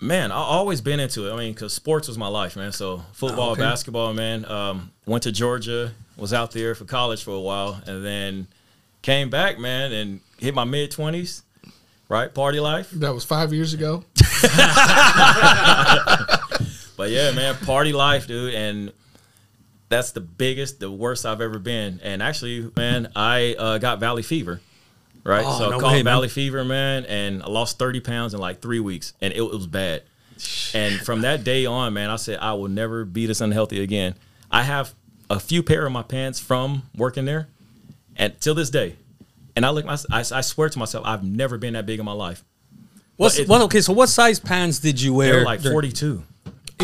Speaker 1: Man, I always been into it. I mean, because sports was my life, man. So football,
Speaker 4: Oh, okay.
Speaker 1: basketball, man. Um, went to Georgia, was out there for college for a while, and then came back, man, and hit my mid twenties. Right, party life.
Speaker 5: That was five years ago.
Speaker 1: But yeah, man, party life, dude, and that's the biggest, the worst I've ever been. And actually, man, I uh, got valley fever. Right,
Speaker 4: Oh,
Speaker 1: so
Speaker 4: no
Speaker 1: I caught
Speaker 4: way, man.
Speaker 1: valley fever, man, and I lost thirty pounds in like three weeks, and it, it was bad. And from that day on, man, I said I will never be this unhealthy again. I have a few pair of my pants from working there, and till this day, and I look, my, I, I swear to myself, I've never been that big in my life.
Speaker 4: What's
Speaker 1: it-
Speaker 4: well, okay? So what size pants did you wear?
Speaker 1: They're like
Speaker 4: during-
Speaker 1: 42.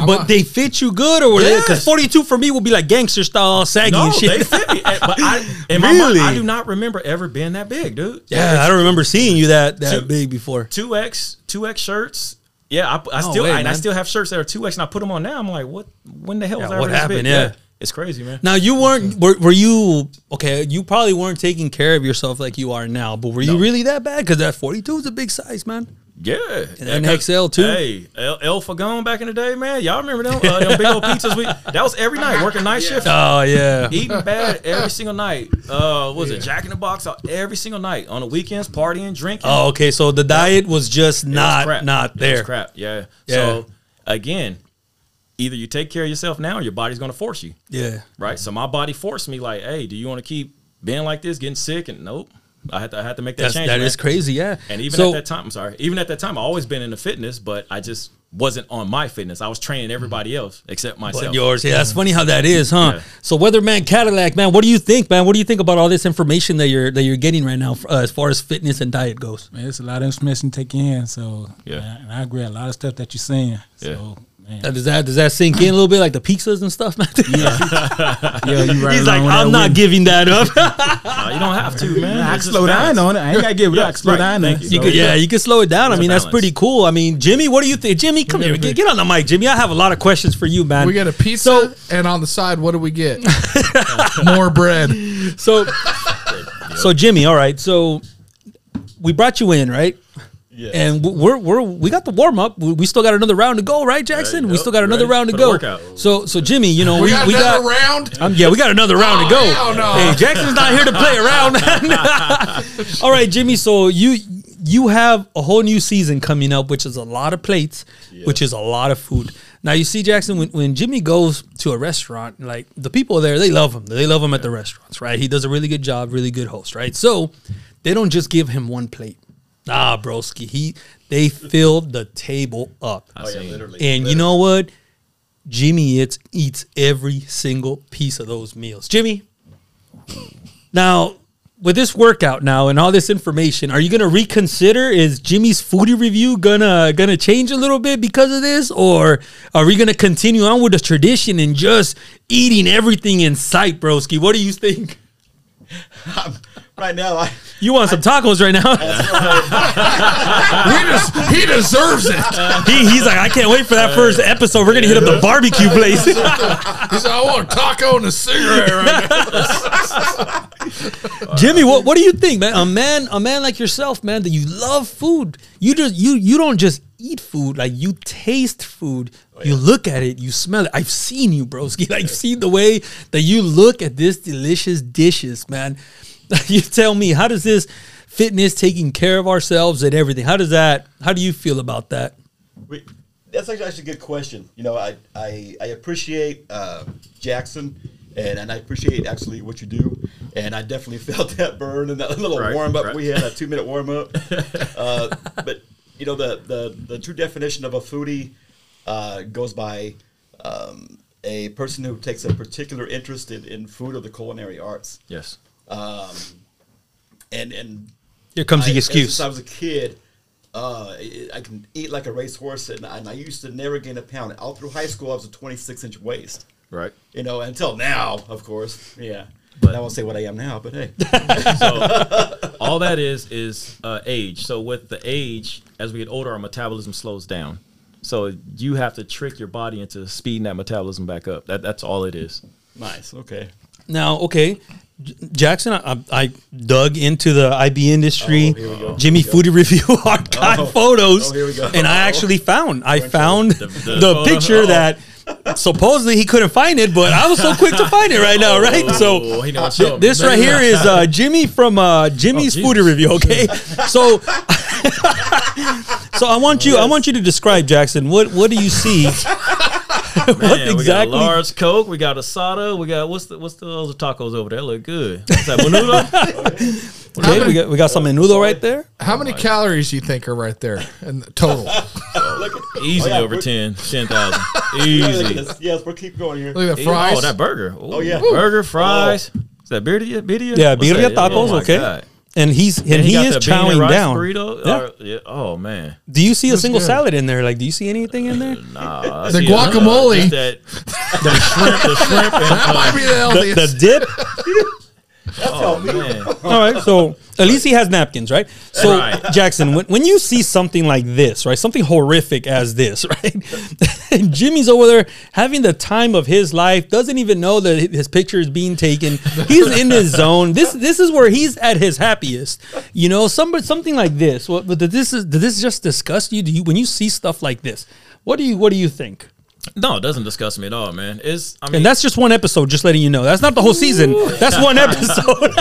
Speaker 4: but they fit you good, or were they? Because
Speaker 1: Yes.
Speaker 4: forty two for me would be like gangster style, saggy
Speaker 1: No,
Speaker 4: and shit.
Speaker 1: they fit me. And- But I, in my
Speaker 4: Really?
Speaker 1: mind, I do not remember ever being that big, dude.
Speaker 4: yeah, I don't remember seeing you that that
Speaker 1: Two-
Speaker 4: big before.
Speaker 1: Two X, two X shirts. Yeah, I, I
Speaker 4: No
Speaker 1: still,
Speaker 4: way,
Speaker 1: and I
Speaker 4: man.
Speaker 1: still have shirts that are two X, and I put them on now. I'm like, what? When the hell
Speaker 4: Yeah,
Speaker 1: was I
Speaker 4: what
Speaker 1: ever this
Speaker 4: happened?
Speaker 1: big?
Speaker 4: Yeah.
Speaker 1: it's crazy, man.
Speaker 4: Now you weren't. Were, were you okay? You probably weren't taking care of yourself like you are now. But were you really that bad? Because that forty two is a big size, man.
Speaker 1: Yeah,
Speaker 4: And
Speaker 1: Yeah, 'cause-
Speaker 4: NXL too.
Speaker 1: Hey, El, El Fagone back in the day, man. Y'all remember them, uh, them big old pizzas? We that was every night working night shift.
Speaker 4: Oh, yeah.
Speaker 1: eating bad every single night. Uh, what was it Jack in the Box out every single night on the weekends, partying, drinking.
Speaker 4: Oh, okay. So the diet was just
Speaker 1: It was
Speaker 4: not
Speaker 1: crap.
Speaker 4: not there.
Speaker 1: It was crap. Yeah.
Speaker 4: Yeah.
Speaker 1: So again, either you take care of yourself now, or your body's going to force you.
Speaker 4: Yeah.
Speaker 1: Right. So my body forced me, like, hey, do you want to keep being like this, getting sick? And nope, I had to, I had to make that
Speaker 4: That's,
Speaker 1: change.
Speaker 4: that
Speaker 1: man.
Speaker 4: is crazy. Yeah.
Speaker 1: And even
Speaker 4: So-
Speaker 1: at that time, I'm sorry. Even at that time, I always been into fitness, but I just wasn't on my fitness. I was training everybody else except myself.
Speaker 4: Mm-hmm. But yours, yeah. That's funny how that is, huh? So, Weatherman Cadillac, man, what do you think, man? What do you think about all this information that you're that you're getting right now, uh, as far as fitness and diet goes?
Speaker 15: Man, it's a lot of information to take in. So
Speaker 4: Yeah.
Speaker 15: man, and I agree with a lot of stuff that you're saying. So man.
Speaker 4: Uh, Does that does that sink in a little bit, like the pizzas and stuff, man?
Speaker 15: Yeah. Yeah, you right
Speaker 4: He's like,
Speaker 15: along with
Speaker 4: I'm
Speaker 15: that
Speaker 4: not
Speaker 15: wind."
Speaker 4: giving that up.
Speaker 1: Nah, you don't have to, man.
Speaker 15: I can
Speaker 1: It's just
Speaker 15: slow down
Speaker 1: balance.
Speaker 15: on it. I ain't gotta give it up. I can slow
Speaker 1: right.
Speaker 15: down on
Speaker 1: Thank
Speaker 15: it.
Speaker 1: you.
Speaker 4: You
Speaker 1: So-
Speaker 4: could, yeah, you could slow it down. I
Speaker 1: There's a
Speaker 4: mean, that's
Speaker 1: balance.
Speaker 4: pretty cool. I mean, Jimmy, what do you think? Jimmy, come here, get, get on the mic, Jimmy. I have a lot of questions for you, man.
Speaker 5: We get a pizza, and on the side, what do we get? More bread.
Speaker 4: So, so Jimmy, all right. So we brought you in, right? Yeah. And w- we're we're we got the warm up. We we still got another round to go, right, Jackson? We still got another
Speaker 1: ready
Speaker 4: round to
Speaker 1: for the
Speaker 4: go.
Speaker 1: workout.
Speaker 4: So so Jimmy, you know
Speaker 5: We
Speaker 4: we,
Speaker 5: got
Speaker 4: we got
Speaker 5: another round?
Speaker 4: Um, yeah, we got another round to go.
Speaker 5: Oh, hell no.
Speaker 4: Hey, Jackson's not here to play around. all right, Jimmy. So you you have a whole new season coming up, which is a lot of plates, which is a lot of food. Now you see, Jackson, when, when Jimmy goes to a restaurant, like the people there, they love him. They love him at the restaurants, right? He does a really good job, really good host, right? So they don't just give him one plate. Nah, broski. He they filled the table up.
Speaker 1: I seen it.
Speaker 4: And you know what? Jimmy eats, eats every single piece of those meals. Jimmy, now with this workout now and all this information, are you gonna reconsider? Is Jimmy's foodie review gonna gonna change a little bit because of this, or are we gonna continue on with the tradition and just eating everything in sight, broski? What do you think?
Speaker 6: right now, I,
Speaker 4: You want some tacos right now?
Speaker 5: he deserves it.
Speaker 4: He, he's like, I can't wait for that first episode. We're gonna hit up the barbecue place.
Speaker 5: He said, I want a taco and a cigarette right
Speaker 4: Jimmy, what, what do you think, man? A man, a man like yourself, man, that you love food. You just you you don't just eat food, like you taste food. You look at it, you smell it. I've seen you, broski. I've seen the way that you look at this delicious dishes, man. you tell me, how does this fitness taking care of ourselves and everything? How does that how do you feel about that?
Speaker 6: we, that's actually, actually a good question. You know, I I, I appreciate uh, Jackson, and, and I appreciate actually what you do, and I definitely felt that burn and that little
Speaker 16: Right,
Speaker 6: warm up.
Speaker 16: right.
Speaker 6: We had a two minute warm up, uh, but you know the, the the true definition of a foodie uh, goes by um, a person who takes a particular interest in, in food or the culinary arts.
Speaker 16: Yes.
Speaker 6: Um, and and
Speaker 4: Here comes the
Speaker 6: I- ever
Speaker 4: excuse.
Speaker 6: Since I was a kid, uh, I- I can eat like a racehorse, and, and I used to never gain a pound. All through high school, I was a 26 inch waist.
Speaker 16: Right.
Speaker 6: You know, until now, of course. Yeah.
Speaker 16: But-
Speaker 6: I won't say what I am now, but hey.
Speaker 1: so all that is is uh, age. So with the age, as we get older, our metabolism slows down. So you have to trick your body into speeding that metabolism back up. That that's all it is.
Speaker 6: Nice. Okay.
Speaker 4: Now, okay, J- Jackson, I, I- I dug into the IB industry,
Speaker 1: Oh, here we go.
Speaker 4: Jimmy
Speaker 1: Here we
Speaker 4: Foodie Review archive
Speaker 1: Oh.
Speaker 4: photos,
Speaker 1: Oh, here we go.
Speaker 4: and I
Speaker 1: Uh-oh.
Speaker 4: actually found I found the,
Speaker 1: the photo. Oh.
Speaker 4: picture
Speaker 1: Uh-oh.
Speaker 4: that supposedly he couldn't find it, but I was so quick to find it right now, right?
Speaker 1: Oh,
Speaker 4: So
Speaker 1: he didn't show
Speaker 4: thi-
Speaker 1: him.
Speaker 4: this right here is uh, Jimmy from uh,
Speaker 1: Oh,
Speaker 4: Jimmy's Foodie Review. Okay, so. So I want you. I want you to describe Jackson. What What do you see? what
Speaker 1: Man, We got a large Coke. We got asada. We got what's the what's the other tacos over there? Look good. What's that menudo?
Speaker 4: Okay, we got we got
Speaker 1: Oh,
Speaker 4: some menudo right there.
Speaker 5: now. How many calories do you think are right there in the total?
Speaker 1: Easy
Speaker 6: Oh, yeah,
Speaker 1: over
Speaker 6: we're-
Speaker 1: 10, 10,000.
Speaker 6: Yeah, look
Speaker 1: Easy.
Speaker 6: at this. Yes, we'll keep going here.
Speaker 5: Look at the
Speaker 1: Easy.
Speaker 5: fries.
Speaker 1: Oh, that burger.
Speaker 6: Oh, yeah.
Speaker 1: burger fries. Is that birria? birria?
Speaker 4: Yeah,
Speaker 1: What's
Speaker 4: birria
Speaker 1: that? Oh,
Speaker 4: tacos.
Speaker 1: my
Speaker 4: okay,
Speaker 1: God.
Speaker 4: and he's and,
Speaker 1: Then
Speaker 4: he,
Speaker 1: got
Speaker 4: is
Speaker 1: the bean and
Speaker 4: chowing
Speaker 1: rice
Speaker 4: down.
Speaker 1: Burrito.
Speaker 4: Yeah.
Speaker 1: Or- yeah. Oh man.
Speaker 4: Do you see a
Speaker 1: Looks
Speaker 4: single
Speaker 1: good.
Speaker 4: salad in there? Like, do you see anything in there?
Speaker 1: Nah, I
Speaker 4: The
Speaker 1: see, uh,
Speaker 4: guacamole.
Speaker 1: just that, the shrimp, the shrimp, and, uh,
Speaker 4: the, the dip.
Speaker 1: oh man.
Speaker 4: All right, so at least he has napkins, right? So
Speaker 1: Right.
Speaker 4: Jackson, when, when you see something like this, right, something horrific as this, right, and Jimmy's over there having the time of his life, doesn't even know that his picture is being taken. He's in his zone. This this is where he's at his happiest. You know, some something like this. What, but did this is did this just disgust you? Do you when you see stuff like this? What do you what do you think?
Speaker 1: No, it doesn't disgust me at all, man. It's I mean,
Speaker 4: and that's just one episode. Just letting you know, that's not the whole season. That's one episode.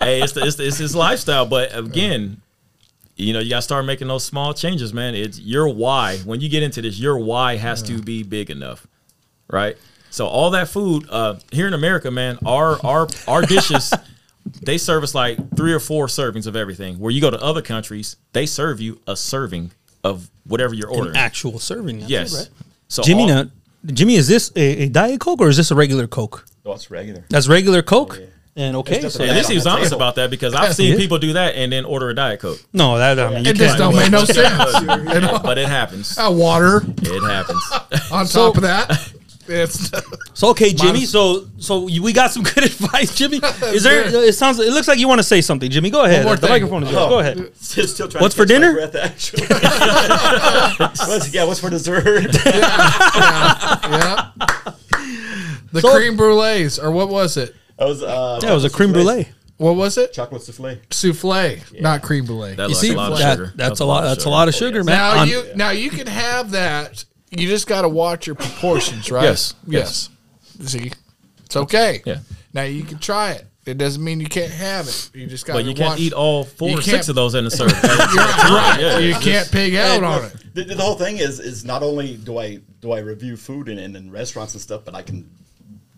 Speaker 1: hey, it's the, it's, the, it's his lifestyle. But again, you know, you got to start making those small changes, man. It's your why. When you get into this, your why has to be big enough, right? So all that food uh, here in America, man, our our our dishes. They serve us like three or four servings of everything. Where you go to other countries, they serve you a serving of whatever you're ordering.
Speaker 4: An actual serving. that's it,
Speaker 1: yes.
Speaker 4: right?
Speaker 1: So
Speaker 4: Jimmy,
Speaker 1: all-
Speaker 4: now, Jimmy, is this a, a diet coke or is this a regular coke?
Speaker 6: Oh, it's regular.
Speaker 4: That's regular coke. And okay,
Speaker 1: And
Speaker 4: so
Speaker 1: at least he was honest
Speaker 4: Yeah.
Speaker 1: about that because I've
Speaker 4: Yeah.
Speaker 1: seen people do that and then order a diet coke.
Speaker 4: No, that I mean, you
Speaker 5: It just
Speaker 4: can't.
Speaker 5: don't make no sense.
Speaker 1: but it happens.
Speaker 5: Uh, water
Speaker 1: It happens.
Speaker 5: on top of that. It's
Speaker 4: So okay, Jimmy.
Speaker 5: Minus-
Speaker 4: So so you- we got some good advice, Jimmy. Is there? It sounds. It looks like you want to say something, Jimmy. Go ahead.
Speaker 5: more
Speaker 4: the
Speaker 5: thing.
Speaker 4: microphone is yours. Go ahead.
Speaker 6: Still, still trying
Speaker 4: What's
Speaker 6: to
Speaker 4: for
Speaker 6: catch my
Speaker 4: dinner?
Speaker 6: breath, actually. What's- yeah, what's for dessert?
Speaker 5: yeah. The
Speaker 4: So-
Speaker 5: cream brulees, or what was it?
Speaker 6: I was, uh,
Speaker 4: Yeah, it was a creme brulee.
Speaker 5: What was it?
Speaker 6: Chocolate souffle.
Speaker 5: Souffle, not cream brulee.
Speaker 1: That
Speaker 4: You
Speaker 1: looks
Speaker 4: see,
Speaker 1: a lot of
Speaker 4: that-
Speaker 1: sugar.
Speaker 4: that's a lot. That's a lot of sugar, man.
Speaker 5: Now
Speaker 4: On-
Speaker 5: you now you can have that. You just got to watch your proportions, right?
Speaker 1: Yes,
Speaker 5: Yes. See, it's okay.
Speaker 1: Yeah.
Speaker 5: Now you can try it. It doesn't mean you can't have it. You just got.
Speaker 1: But you can't
Speaker 5: watch.
Speaker 1: eat all four
Speaker 5: You
Speaker 1: or
Speaker 5: can't-
Speaker 1: six of those in a serving.
Speaker 5: Right.
Speaker 1: Yeah,
Speaker 5: you
Speaker 1: it's
Speaker 5: can't pig out
Speaker 6: And,
Speaker 5: on
Speaker 6: look,
Speaker 5: it.
Speaker 6: The, the whole thing is is not only do I do I review food and, and in restaurants and stuff, but I can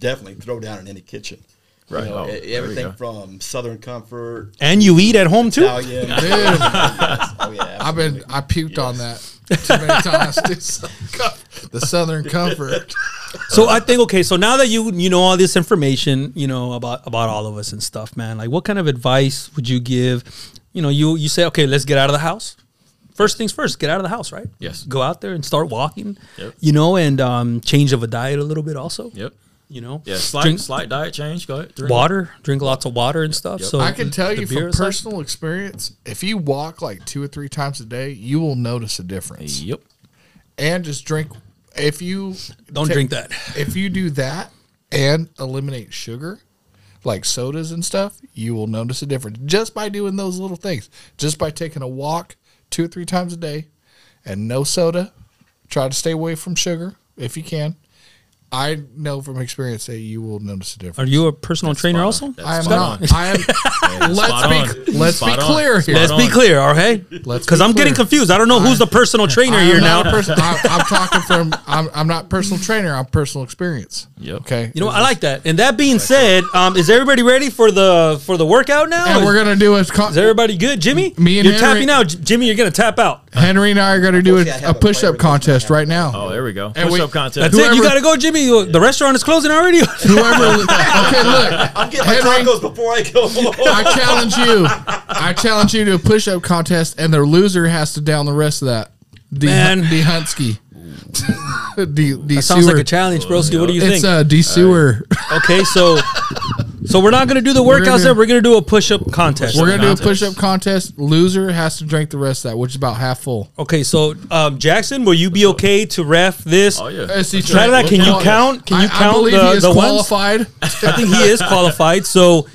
Speaker 6: definitely throw down in any kitchen. You
Speaker 1: Right.
Speaker 6: know,
Speaker 1: Oh,
Speaker 6: e-
Speaker 1: there we
Speaker 6: everything
Speaker 1: go.
Speaker 6: from Southern Comfort,
Speaker 4: and you eat at home too.
Speaker 6: Italian.
Speaker 5: Dude,
Speaker 6: oh yeah,
Speaker 5: I've been I puked on that too many times. dude. the Southern Comfort.
Speaker 4: So
Speaker 1: uh,
Speaker 4: I think okay. So now that you you know all this information, you know about about all of us and stuff, man. Like, what kind of advice would you give? You know, you you say, okay, let's get out of the house. First things first, get out of the house, right?
Speaker 1: Yes.
Speaker 4: Go out there and start walking.
Speaker 1: Yep.
Speaker 4: You know, and um, change of a diet a little bit also.
Speaker 1: Yep.
Speaker 4: you know.
Speaker 1: Yeah, slight
Speaker 4: Drink-
Speaker 1: slight diet change. Go ahead.
Speaker 4: water, drink lots of water and stuff. So
Speaker 5: I can
Speaker 4: the-
Speaker 5: tell
Speaker 4: the
Speaker 5: you
Speaker 4: beer
Speaker 5: from
Speaker 4: is like-
Speaker 5: personal experience, if you walk like two or three times a day, you will notice a difference.
Speaker 1: Yep.
Speaker 5: And just drink if you
Speaker 4: Don't drink that.
Speaker 5: If you do that and eliminate sugar, like sodas and stuff, you will notice a difference just by doing those little things. Just by taking a walk two or three times a day and no soda, try to stay away from sugar if you can. I know from experience that you will notice a difference.
Speaker 4: Are you a personal trainer also?
Speaker 5: I am
Speaker 4: Scott?
Speaker 5: not. I am. let's be let's be clear here.
Speaker 4: Let's be clear, all right?
Speaker 5: Let's
Speaker 4: Because
Speaker 5: be
Speaker 4: I'm getting
Speaker 5: clear.
Speaker 4: confused. I don't know who's the personal trainer
Speaker 5: I'm
Speaker 4: here now.
Speaker 5: not a person- I, I'm talking from. I'm, I'm not personal trainer. I'm personal experience. Yep. Okay.
Speaker 4: You know, I like that. And that being said, um, is everybody ready for the for the workout now?
Speaker 5: And we're gonna do a. Con-
Speaker 4: Is everybody good, Jimmy?
Speaker 5: Me and
Speaker 4: you're
Speaker 5: Henry-
Speaker 4: tapping out, J- Jimmy. You're gonna tap out.
Speaker 5: Henry and I are gonna do a, a push up contest right now.
Speaker 1: Oh, there we go.
Speaker 5: And
Speaker 1: Push
Speaker 5: we-
Speaker 1: up contest.
Speaker 4: That's it. You gotta go, Jimmy. You- The restaurant is closing already.
Speaker 5: Whoever. Okay, look.
Speaker 6: I'm getting my
Speaker 5: Henry-
Speaker 6: tacos before I go.
Speaker 5: I challenge you. I challenge you to a push up contest, and the loser has to down the rest of that. D
Speaker 4: Man.
Speaker 5: D Huntsky. D, D
Speaker 4: That sounds
Speaker 5: Sewer.
Speaker 4: like a challenge, broski. What do you think?
Speaker 5: It's uh, D Sewer.
Speaker 4: okay, so so we're not gonna do the
Speaker 5: We're gonna
Speaker 4: workouts.
Speaker 5: do-
Speaker 4: There, we're gonna do a push up contest.
Speaker 5: We're gonna do a push up contest. Loser has to drink the rest of that, which is about half full.
Speaker 4: Okay, so um, Jackson, will you be okay to ref this? Oh yeah.
Speaker 5: Uh, see,
Speaker 4: Trinidad, can you
Speaker 5: Well,
Speaker 4: count? Can you
Speaker 5: I- I
Speaker 4: count
Speaker 5: believe
Speaker 4: the,
Speaker 5: he is
Speaker 4: the ones?
Speaker 5: qualified.
Speaker 4: I think he is qualified. So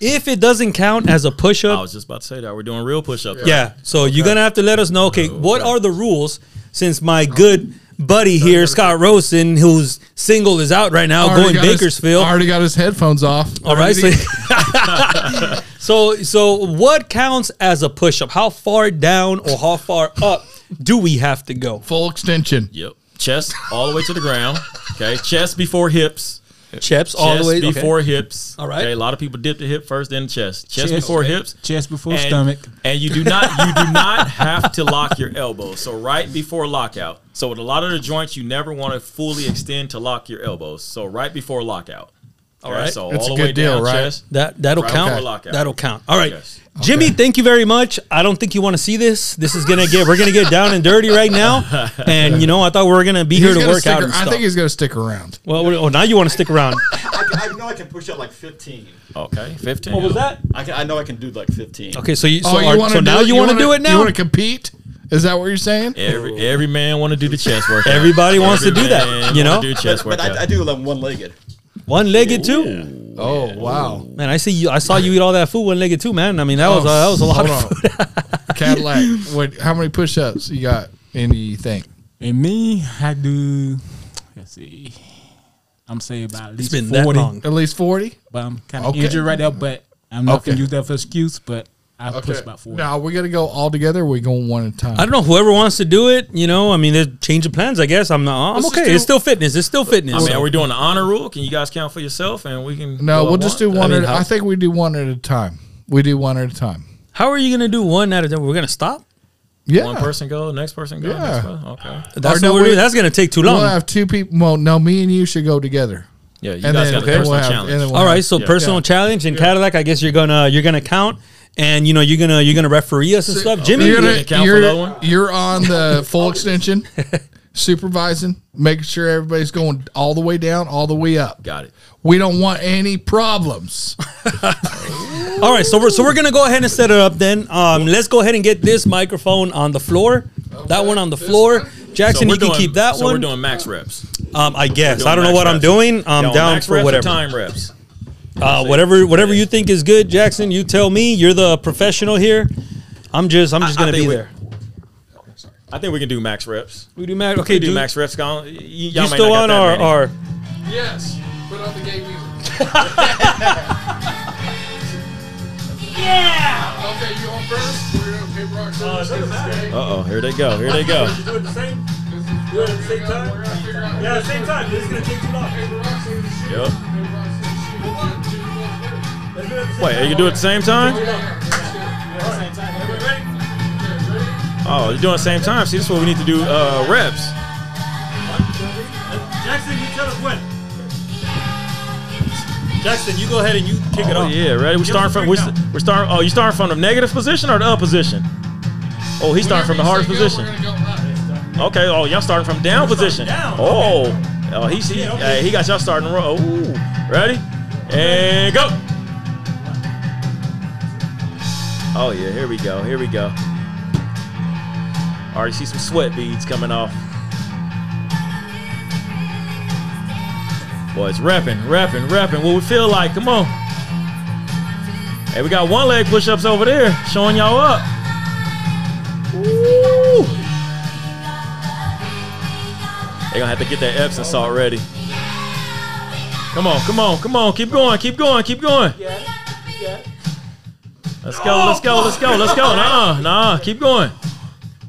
Speaker 4: if it doesn't count as a push
Speaker 1: I
Speaker 4: up,
Speaker 1: was just about to say that we're doing real push ups.
Speaker 4: yeah. So you're gonna have to let us know. Okay, what are the rules? Since my good buddy here, Scott Rosen, who's single, is out right now, going
Speaker 5: Already got his-
Speaker 4: Bakersfield.
Speaker 5: already got his headphones off.
Speaker 4: All right. So, so so what counts as a push up? How far down or how far up do we have to go?
Speaker 5: Full extension.
Speaker 1: Yep. Chest all the way to the ground. Okay. Chest before hips.
Speaker 4: Chaps all the
Speaker 1: Chest
Speaker 4: way okay.
Speaker 1: before hips.
Speaker 4: All right.
Speaker 1: Okay, a lot of people dip the hip first, then chest. Chest,
Speaker 2: Chest,
Speaker 1: before
Speaker 2: okay.
Speaker 1: hips.
Speaker 2: Chest before
Speaker 1: and,
Speaker 2: stomach.
Speaker 1: And you do not you do not have to lock your elbow. So right before lockout. So with a lot of the joints, you never want to fully extend to lock your elbows. So right before lockout.
Speaker 4: All
Speaker 1: Okay,
Speaker 4: right.
Speaker 1: So
Speaker 4: That's
Speaker 1: all the
Speaker 4: a good
Speaker 1: way
Speaker 4: deal,
Speaker 1: down
Speaker 4: right?
Speaker 1: chest.
Speaker 4: That that'll
Speaker 1: Right
Speaker 4: count.
Speaker 1: before lockout.
Speaker 4: That'll count. All right.
Speaker 1: Yes.
Speaker 4: Jimmy, thank you very much. I don't think you want to see this. This is gonna get we're gonna get down and dirty right now. And you know, I thought we were gonna be
Speaker 5: He's
Speaker 4: here to
Speaker 5: gonna
Speaker 4: work
Speaker 5: stick
Speaker 4: out
Speaker 5: ar-
Speaker 4: and
Speaker 5: I
Speaker 4: stuff.
Speaker 5: think he's gonna stick around.
Speaker 4: well, what- oh, now you want to stick around?
Speaker 6: I, can- I know I can push up like 15.
Speaker 1: Okay. Fifteen.
Speaker 4: What was that?
Speaker 6: I, can, I know I can do like 15.
Speaker 4: Okay, so you so,
Speaker 5: oh, you
Speaker 4: are-
Speaker 5: want
Speaker 4: so now you want to do it now?
Speaker 5: You want to compete? Is that what you're saying?
Speaker 1: Every every man want to do the chest workout.
Speaker 4: Everybody wants to do that,
Speaker 1: man
Speaker 4: you
Speaker 1: wanna
Speaker 4: know?
Speaker 1: Do chest
Speaker 6: But
Speaker 1: workout.
Speaker 6: I, I do like one legged.
Speaker 4: One legged too.
Speaker 5: Oh wow!
Speaker 4: Man, I see you. I saw you eat all that food one legged too, man. I mean,
Speaker 5: Oh,
Speaker 4: that was uh, that was a lot. Of food.
Speaker 5: Cadillac. What? How many push-ups you got? Anything?
Speaker 2: And me, I do. Let's see. I'm saying about at least
Speaker 4: been that
Speaker 2: forty,
Speaker 4: long.
Speaker 5: At least forty.
Speaker 2: but I'm kind of
Speaker 5: Okay.
Speaker 2: injured right now. But I'm not
Speaker 5: Okay.
Speaker 2: gonna use that for excuse. But I push about forty.
Speaker 5: Now we gotta go all together. Or we going one at a time.
Speaker 4: I don't know. Whoever wants to do it, you know. I mean, there's change of plans. I guess I'm not. I'm
Speaker 5: Let's just
Speaker 4: okay.
Speaker 5: do-
Speaker 4: it's still fitness. It's still fitness.
Speaker 1: I mean, are we doing the honor rule? Can you guys count for yourself, and we can?
Speaker 5: No,
Speaker 1: go
Speaker 5: we'll
Speaker 1: at
Speaker 5: just do
Speaker 1: once?
Speaker 5: one.
Speaker 4: mean,
Speaker 5: at,
Speaker 4: how-
Speaker 5: I think we do one at a time. We do one at a time.
Speaker 4: How are you gonna do one at a time? We're gonna stop.
Speaker 5: Yeah.
Speaker 1: One person go, next person go.
Speaker 5: Yeah.
Speaker 1: Next person. Okay.
Speaker 4: That's,
Speaker 5: Or no,
Speaker 4: what we're-
Speaker 5: we-
Speaker 4: that's gonna take too long.
Speaker 5: We'll have two people. Well, no, me and you should go together.
Speaker 1: Yeah, you guys
Speaker 5: And then-
Speaker 1: got the
Speaker 5: okay,
Speaker 1: personal
Speaker 5: we'll have- and
Speaker 1: challenge.
Speaker 5: then we'll
Speaker 4: All
Speaker 5: have-
Speaker 4: right, so personal challenge and Cadillac. I guess you're gonna you're gonna count, and you know you're gonna you're gonna referee us and stuff. Jimmy,
Speaker 5: you're,
Speaker 1: gonna count for
Speaker 5: you're-
Speaker 1: that one?
Speaker 5: you're on the full extension, supervising, making sure everybody's going all the way down, all the way up.
Speaker 1: Got it.
Speaker 5: We don't want any problems.
Speaker 4: all right, so we're so we're gonna go ahead and set it up. Then um, let's go ahead and get this microphone on the floor. That one on the floor.
Speaker 1: So
Speaker 4: Jackson,
Speaker 1: we're
Speaker 4: you can
Speaker 1: doing-
Speaker 4: keep that
Speaker 1: so
Speaker 4: one.
Speaker 1: we're doing max reps.
Speaker 4: um, I guess
Speaker 1: Doing
Speaker 4: I don't know
Speaker 1: max
Speaker 4: what I'm
Speaker 1: reps.
Speaker 4: doing. I'm
Speaker 1: Yeah, on
Speaker 4: down
Speaker 1: max
Speaker 4: for
Speaker 1: reps or
Speaker 4: whatever.
Speaker 1: time reps.
Speaker 4: Uh, whatever whatever you think is good, Jackson. You tell me. You're the professional here. I'm just I'm just
Speaker 1: I- I
Speaker 4: gonna be
Speaker 1: think we-
Speaker 4: there.
Speaker 1: I think we can do max reps.
Speaker 4: We do max.
Speaker 1: We
Speaker 4: Okay,
Speaker 1: do
Speaker 4: do
Speaker 1: max reps. Gone. Y- y- y'all
Speaker 4: You
Speaker 1: may
Speaker 4: still
Speaker 1: not
Speaker 4: on
Speaker 1: got that
Speaker 4: our,
Speaker 1: many.
Speaker 4: our
Speaker 5: Yes. Put on the gay music. yeah. Okay, you on first? We're gonna hit rock
Speaker 1: Uh oh, here they go. Here they go.
Speaker 5: Yeah, same time. This is gonna take too long. Yep.
Speaker 1: Wait, are you doing it at the same time? Oh, you're doing it at the same time. See, this is what we need to do uh, reps.
Speaker 17: Jackson, you tell us when.
Speaker 4: Jackson. You go ahead and you kick it
Speaker 1: Oh
Speaker 4: off.
Speaker 1: yeah, ready. We
Speaker 17: Give
Speaker 1: starting
Speaker 17: us a
Speaker 1: from we
Speaker 17: breakdown.
Speaker 1: we're starting. Oh, you starting from the negative position or the up position? Oh, he's starting from the hardest position. Okay. Oh, y'all starting from down position.
Speaker 17: down,
Speaker 1: Oh, Oh, he's, he, hey, he got y'all starting to roll. Ooh. Ready? And go. Oh, yeah. Here we go. Here we go. Already see some sweat beads coming off. Boy, it's repping, repping, repping. What we feel like. Come on. Hey, we got one leg push ups over there showing y'all up. Ooh. They're gonna have to get that Epsom salt ready. Come on, come on, come on, keep going, keep going, keep going. Let's go, let's go, let's go, let's go. Nah, nah, keep going.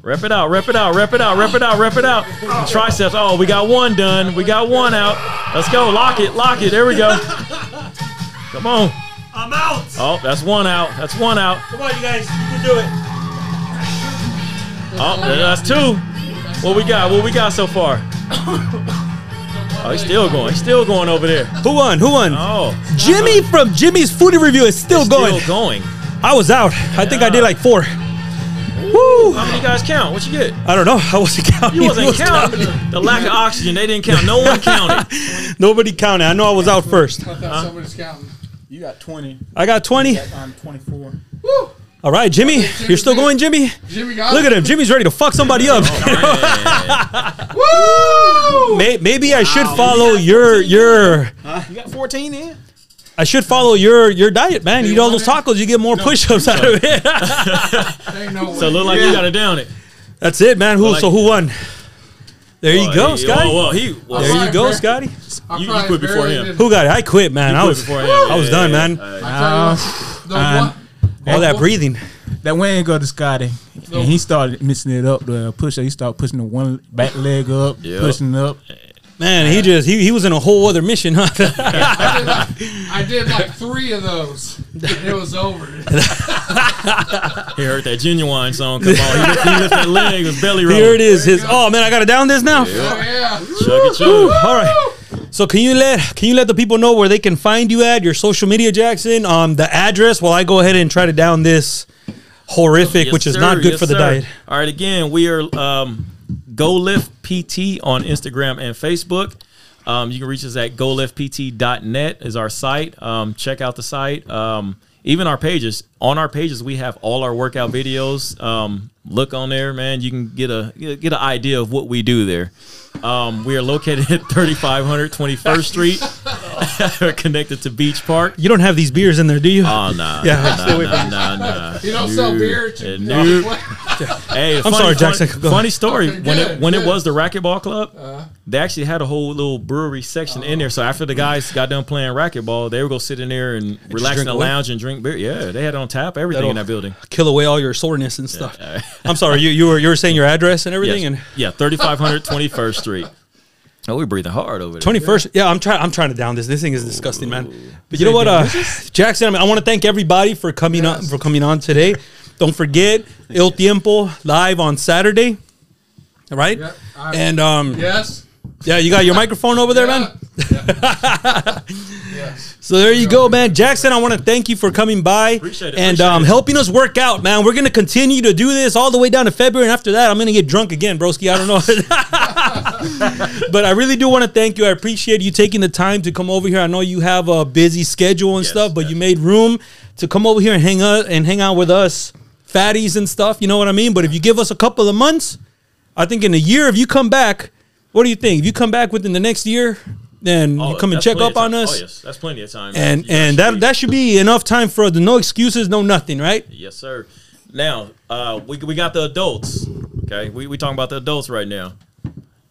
Speaker 1: Rep it out, rep it out, rep it out, rep it out, rep it out. triceps. Oh, we got one done. We got one out. Let's go. Lock it, lock it. There we go. Come on.
Speaker 18: I'm out.
Speaker 1: Oh, that's one out. That's one out.
Speaker 18: Come on, you guys. You can do it.
Speaker 1: Oh, that's two. What we got? What we got so far? Oh, he's still going. He's still going over there.
Speaker 4: Who won? Who won?
Speaker 1: Oh,
Speaker 4: Jimmy from Jimmy's Foodie Review is still going.
Speaker 1: Still going.
Speaker 4: I was out. I think I did like four.
Speaker 1: Woo! How many guys count? What you get?
Speaker 4: I don't know. I wasn't counting.
Speaker 1: You wasn't
Speaker 4: Who's
Speaker 1: counting. The lack of oxygen. They didn't count. No one counted.
Speaker 4: counting? Nobody counted. I know I was out first.
Speaker 1: Huh?
Speaker 5: Somebody's counting.
Speaker 2: You got 20.
Speaker 4: I got 20.
Speaker 2: I'm 24.
Speaker 4: All right, Jimmy, you're still going, Jimmy.
Speaker 5: Jimmy got
Speaker 4: Look
Speaker 5: it.
Speaker 4: at him. Jimmy's ready to fuck somebody up.
Speaker 1: Oh,
Speaker 4: Woo! May- Maybe I should follow your your.
Speaker 2: You got 14 in?
Speaker 4: I should follow your your diet, man. Eat all those tacos, you get more push-ups out of it.
Speaker 1: So it look like you got to down it.
Speaker 4: That's it, man. Who so who won? There you
Speaker 1: Well,
Speaker 4: go,
Speaker 1: he-
Speaker 4: Scotty.
Speaker 1: well, well, he- well,
Speaker 4: there you
Speaker 1: I
Speaker 4: go,
Speaker 1: probably
Speaker 4: Scotty.
Speaker 1: You, you quit before him.
Speaker 4: Who got it? I quit, man.
Speaker 1: You
Speaker 4: I
Speaker 1: quit
Speaker 4: was
Speaker 1: before him.
Speaker 4: I was
Speaker 1: Yeah,
Speaker 4: done,
Speaker 1: yeah,
Speaker 4: man.
Speaker 2: Uh,
Speaker 4: Ah.
Speaker 2: and
Speaker 4: all that breathing.
Speaker 2: That Wayne go to Scotty, and he started mixing it up. The push up, he started pushing the one back leg up,
Speaker 4: Yep.
Speaker 2: pushing up.
Speaker 4: Man, he just he, he was in a whole other mission, huh?
Speaker 5: I did like three of those. and It was over.
Speaker 1: He heard that genuine song come on. He lifted he lift that leg, his belly roll.
Speaker 4: Here it is. His oh man, I gotta down this now.
Speaker 1: Chug it, chug.
Speaker 4: Woo, all right. So can you let can you let the people know where they can find you at your social media, Jackson? Um, the address. While I go ahead and try to down this horrific,
Speaker 1: Yes,
Speaker 4: which is
Speaker 1: sir.
Speaker 4: not good
Speaker 1: Yes,
Speaker 4: for the
Speaker 1: sir.
Speaker 4: diet.
Speaker 1: All right, again, we are um, Go Lift PT on Instagram and Facebook. Um, you can reach us at goliftpt.net is our site. Um, check out the site. Um, even our pages. On our pages, we have all our workout videos. Um, look on there, man. You can get a get an idea of what we do there. Um, we are located at 3500 21st Street. We're connected to Beach Park.
Speaker 4: You don't have these beers in there, do you?
Speaker 1: Oh no.
Speaker 4: Yeah, I'm
Speaker 1: no,
Speaker 4: still
Speaker 1: no,
Speaker 4: with you.
Speaker 1: no, no.
Speaker 5: You don't sell
Speaker 1: Nope.
Speaker 5: beer at your-
Speaker 1: Uh, nope. hey,
Speaker 4: I'm
Speaker 1: funny-
Speaker 4: sorry,
Speaker 1: funny-
Speaker 4: Jackson. Go
Speaker 1: Funny,
Speaker 4: ahead.
Speaker 1: story.
Speaker 4: Okay,
Speaker 1: when
Speaker 4: good,
Speaker 1: it when
Speaker 4: good.
Speaker 1: it was the racquetball club,
Speaker 5: Uh-huh.
Speaker 1: they actually had a whole little brewery section in there. So after the guys got done playing racquetball, they were gonna sit in there and relax in
Speaker 4: drink
Speaker 1: the
Speaker 4: away?
Speaker 1: lounge and drink beer. Yeah, they had it on tap. Everything in that building.
Speaker 4: Kill away all your soreness and stuff. I'm sorry. You you were you were saying your address and everything
Speaker 1: Yes.
Speaker 4: and.
Speaker 1: yeah, 3500 21st Street. Oh, we're breathing hard over there.
Speaker 4: Twenty first. Yeah, I'm trying. I'm trying to down this. This thing is disgusting, man. But you know what, uh, Jackson? I, mean, I want to thank everybody for coming on for coming on today. Don't forget Il Tiempo live on Saturday, All right?
Speaker 5: I-
Speaker 4: and um,
Speaker 5: Yes.
Speaker 4: yeah, you got your microphone over there, man. So there you go, man. Jackson, I want to thank you for coming by
Speaker 1: it,
Speaker 4: and
Speaker 1: appreciate
Speaker 4: um,
Speaker 1: it.
Speaker 4: helping us work out, man. We're gonna continue to do this all the way down to February, and after that, I'm gonna get drunk again, broski. I don't know, but I really do want to thank you. I appreciate you taking the time to come over here. I know you have a busy schedule and stuff, but you made room to come over here and hang out and hang out with us, fatties and stuff. You know what I mean? But if you give us a couple of months, I think in a year, if you come back, what do you think? If you come back within the next year, then
Speaker 1: Oh,
Speaker 4: you come and
Speaker 1: that's
Speaker 4: check
Speaker 1: plenty
Speaker 4: up
Speaker 1: of
Speaker 4: on
Speaker 1: time.
Speaker 4: us
Speaker 1: Oh, yes, that's plenty of time.
Speaker 4: and
Speaker 1: You
Speaker 4: and that that should be enough time for the no excuses, no nothing, right?
Speaker 1: Yes, sir. Now, uh, we, we got the adults. Okay, we we talking about the adults right now.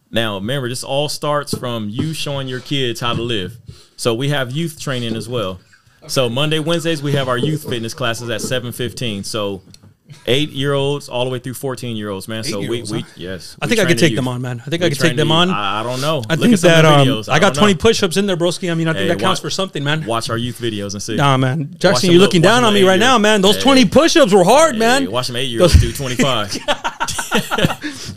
Speaker 1: Now, remember, this all starts from you showing your kids how to live. So we have youth training as well. So Monday, Wednesdays, we have our youth fitness classes at seven fifteen. So eight year olds all the way through fourteen year olds, man. So we,
Speaker 4: Eight-year-olds,
Speaker 1: we
Speaker 4: huh?
Speaker 1: yes,
Speaker 4: I
Speaker 1: we
Speaker 4: think I
Speaker 1: train
Speaker 4: could
Speaker 1: the
Speaker 4: take
Speaker 1: youth.
Speaker 4: them on, man. I think
Speaker 1: We
Speaker 4: I could
Speaker 1: train
Speaker 4: take
Speaker 1: the
Speaker 4: them
Speaker 1: youth.
Speaker 4: on.
Speaker 1: I, I don't know.
Speaker 4: I
Speaker 1: uh, Look
Speaker 4: think
Speaker 1: at some of
Speaker 4: that
Speaker 1: the
Speaker 4: um,
Speaker 1: videos.
Speaker 4: I got
Speaker 1: don't know.
Speaker 4: twenty push-ups in there, broski. I mean, I think
Speaker 1: Hey,
Speaker 4: that counts
Speaker 1: watch-
Speaker 4: for something, man.
Speaker 1: Watch our youth videos and see.
Speaker 4: Nah, man,
Speaker 1: Watch
Speaker 4: Jackson,
Speaker 1: them
Speaker 4: you're
Speaker 1: look-
Speaker 4: looking
Speaker 1: watch
Speaker 4: down
Speaker 1: them
Speaker 4: on me
Speaker 1: eight
Speaker 4: right
Speaker 1: years.
Speaker 4: now, man. Those
Speaker 1: Hey.
Speaker 4: twenty push-ups were hard,
Speaker 1: Hey,
Speaker 4: man.
Speaker 1: watch them eight year olds do twenty five.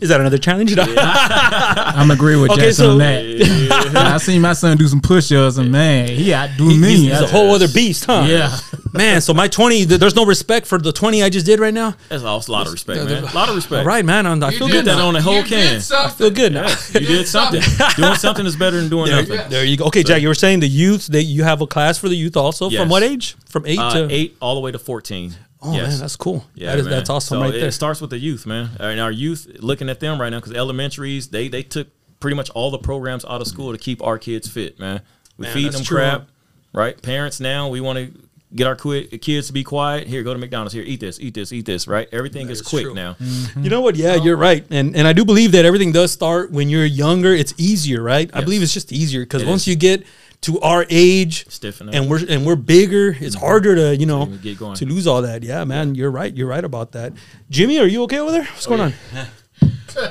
Speaker 4: Is that another challenge?
Speaker 2: I'm agree with
Speaker 4: Okay,
Speaker 2: Jackson
Speaker 4: so-
Speaker 2: on that. I seen my son do some push ups, and man, he outdo me.
Speaker 4: He's a whole other beast, huh?
Speaker 2: Yeah.
Speaker 4: man, so my 20, th- there's no respect for the 20 I just did right now.
Speaker 1: That's a lot of respect,
Speaker 4: Yeah,
Speaker 1: man. A
Speaker 4: the-
Speaker 1: lot of respect.
Speaker 4: All right, man. I'm, I
Speaker 1: You
Speaker 4: feel
Speaker 1: did
Speaker 4: good
Speaker 1: that
Speaker 4: now.
Speaker 1: on a whole You did can.
Speaker 4: I feel good now.
Speaker 1: Yes, you did something. doing something is better than doing
Speaker 4: there,
Speaker 1: nothing.
Speaker 4: There you go. Okay, Jack, you were saying the youth, that you have a class for the youth also.
Speaker 1: Yes.
Speaker 4: From what age? From 8
Speaker 1: Uh,
Speaker 4: to
Speaker 1: eight all the way to fourteen.
Speaker 4: Oh, man, that's cool. That is- that's awesome
Speaker 1: So
Speaker 4: right
Speaker 1: it
Speaker 4: there.
Speaker 1: starts with the youth, man. Uh, And our youth, looking at them right now, because elementaries, they they took pretty much all the programs out of school to keep our kids fit, man. We
Speaker 4: Man,
Speaker 1: feeding
Speaker 4: that's
Speaker 1: them
Speaker 4: true.
Speaker 1: crap, right? Parents now, we want to get our quit, kids to be quiet. Here, go to McDonald's. Here, eat this, eat this, eat this, right? Everything is quick now.
Speaker 4: You know what? Yeah, you're right, and and I do believe that everything does start when you're younger. It's easier, right? I believe it's just easier because
Speaker 1: It
Speaker 4: once
Speaker 1: is.
Speaker 4: you get to our age,
Speaker 1: Stiffen up.
Speaker 4: and we're and we're bigger, it's
Speaker 6: Mm-hmm.
Speaker 4: harder to you know
Speaker 1: Even get going.
Speaker 4: to lose all that. Yeah, man, you're right. You're right about that. Jimmy, are you okay over there? What's going on?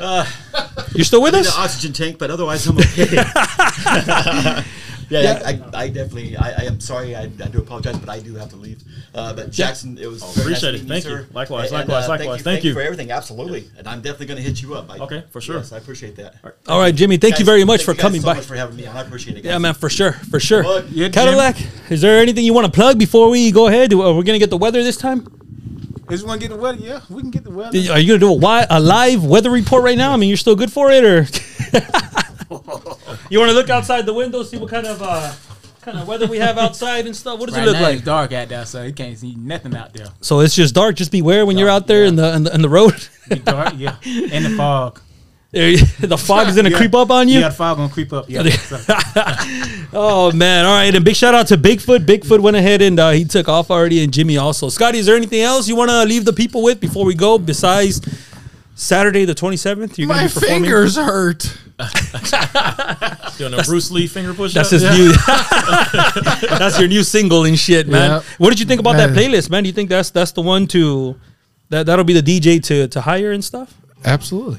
Speaker 4: You're still with
Speaker 6: Oh, Uh, I need
Speaker 4: us?
Speaker 6: an oxygen tank, but otherwise I'm okay. yeah,
Speaker 4: Yeah.
Speaker 6: I, I, I definitely. I, I am sorry. I, I do apologize, but I do have to leave. Uh, but Jackson, it was very
Speaker 1: Appreciate it. Thank
Speaker 6: nice meeting you,
Speaker 1: you.
Speaker 6: sir.
Speaker 1: Likewise,
Speaker 6: And, uh,
Speaker 1: likewise,
Speaker 6: thank
Speaker 1: likewise.
Speaker 6: you-
Speaker 1: Thank you.
Speaker 6: for everything. Absolutely, and I'm definitely going to hit you up. I,
Speaker 1: Okay, for sure.
Speaker 6: Yes, I appreciate that.
Speaker 4: All right, Jimmy, thank you
Speaker 6: Guys,
Speaker 4: very much
Speaker 6: thank
Speaker 4: for
Speaker 6: you guys
Speaker 4: coming
Speaker 6: so
Speaker 4: by.
Speaker 6: much for having me on. I appreciate it.
Speaker 4: Yeah,
Speaker 6: guys.
Speaker 4: man, for sure, for sure.
Speaker 6: Look, yeah, Jim.
Speaker 4: Cadillac, is there anything you want to plug before we go ahead? Are we gonna get the weather this time?
Speaker 2: Just want to get the weather. Yeah, we can get the weather.
Speaker 4: Are you gonna do a, wi- a live weather report right now? I mean, you're still good for it, or you want to look outside the window, see what kind of uh, kind of weather we have outside and stuff? What does
Speaker 2: Right
Speaker 4: it look
Speaker 2: now
Speaker 4: like?
Speaker 2: It's dark out there, so you can't see nothing out there.
Speaker 4: So it's just dark. Just beware when you're out there in the in the, in the road.
Speaker 2: Be dark, yeah, and the fog.
Speaker 4: There you- the fog is gonna
Speaker 2: Yeah.
Speaker 4: creep up on you.
Speaker 2: Yeah, the fog gonna creep up. Yeah. So,
Speaker 4: Oh man! All right, and big shout out to Bigfoot. Bigfoot went ahead and uh, he took off already, and Jimmy also. Scotty, is there anything else you want to leave the people with before we go? Besides Saturday the twenty seventh, you're
Speaker 5: My
Speaker 4: gonna be performing.
Speaker 5: fingers hurt.
Speaker 1: Doing a Bruce Lee finger push.
Speaker 4: That's his new. that's your new single and shit, man.
Speaker 5: Yep.
Speaker 4: What did you think about that
Speaker 5: Man.
Speaker 4: playlist, man? Do you think that's that's the one to that that'll be the DJ to to hire and stuff?
Speaker 5: Absolutely.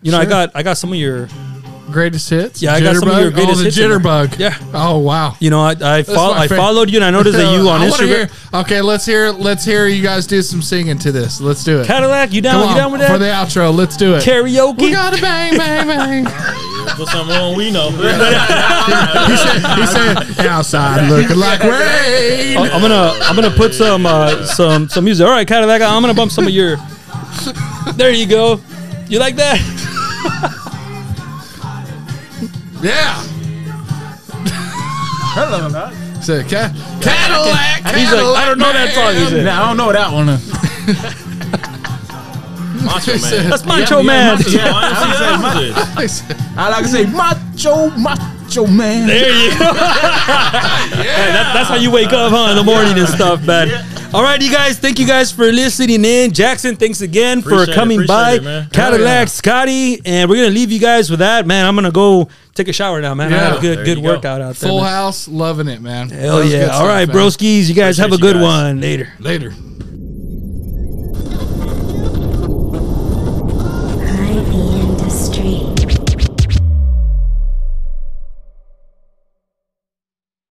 Speaker 4: You know, I
Speaker 5: Sure.
Speaker 4: got I got some of your
Speaker 5: Greatest hits.
Speaker 4: Yeah, I got some of your
Speaker 5: Jitterbug?
Speaker 4: greatest
Speaker 5: oh, the
Speaker 4: hits in there.
Speaker 5: Jitterbug. Yeah. Oh wow.
Speaker 4: you know I I,
Speaker 5: That's
Speaker 4: fol-
Speaker 5: my
Speaker 4: I
Speaker 5: favorite.
Speaker 4: followed you and I noticed that you on
Speaker 5: I wanna
Speaker 4: Instagram.
Speaker 5: hear- okay, let's hear. Let's hear you guys do some singing to this. Let's do it.
Speaker 4: Cadillac, you down?
Speaker 5: Come
Speaker 4: You
Speaker 5: on,
Speaker 4: down with
Speaker 5: for the
Speaker 4: that?
Speaker 5: outro? Let's do it.
Speaker 4: Karaoke.
Speaker 5: We gotta bang, bang, bang.
Speaker 1: Put something on, we know.
Speaker 5: he said, he said outside looking like rain.
Speaker 4: I- I'm gonna I'm gonna put some uh, some some music. All right, Cadillac, I'm gonna bump some of your. There you go. You like that?
Speaker 5: Yeah.
Speaker 2: hello, man.
Speaker 5: Said Ca- Cadillac.
Speaker 4: He's like, I don't know that song. He said,
Speaker 2: Nah, I don't know that one. uh.
Speaker 1: Macho man.
Speaker 4: That's Macho Man.
Speaker 2: macho. Yeah,
Speaker 1: Honestly, that was it.
Speaker 2: I like to say macho, macho man.
Speaker 4: There you go. Hey, that- that's how you wake up, huh? In the morning and stuff, man. All right, you guys. Thank you guys for listening in. Jackson, thanks again
Speaker 1: Appreciate
Speaker 4: for
Speaker 1: it,
Speaker 4: coming by.
Speaker 1: appreciate it, man.
Speaker 4: Cadillac, Scotty, and we're gonna leave you guys with that, man. I'm gonna go take a shower now, man. I had a
Speaker 5: Yeah.
Speaker 4: good
Speaker 1: There
Speaker 4: good
Speaker 1: you go.
Speaker 4: workout out there.
Speaker 5: Full
Speaker 4: man.
Speaker 5: house, loving it, man.
Speaker 4: Hell
Speaker 5: That was
Speaker 4: yeah!
Speaker 5: good
Speaker 4: All
Speaker 5: stuff,
Speaker 4: right,
Speaker 5: man.
Speaker 4: broskies. You guys have a
Speaker 1: Appreciate you
Speaker 4: good
Speaker 1: guys.
Speaker 4: one. Later.
Speaker 5: Later.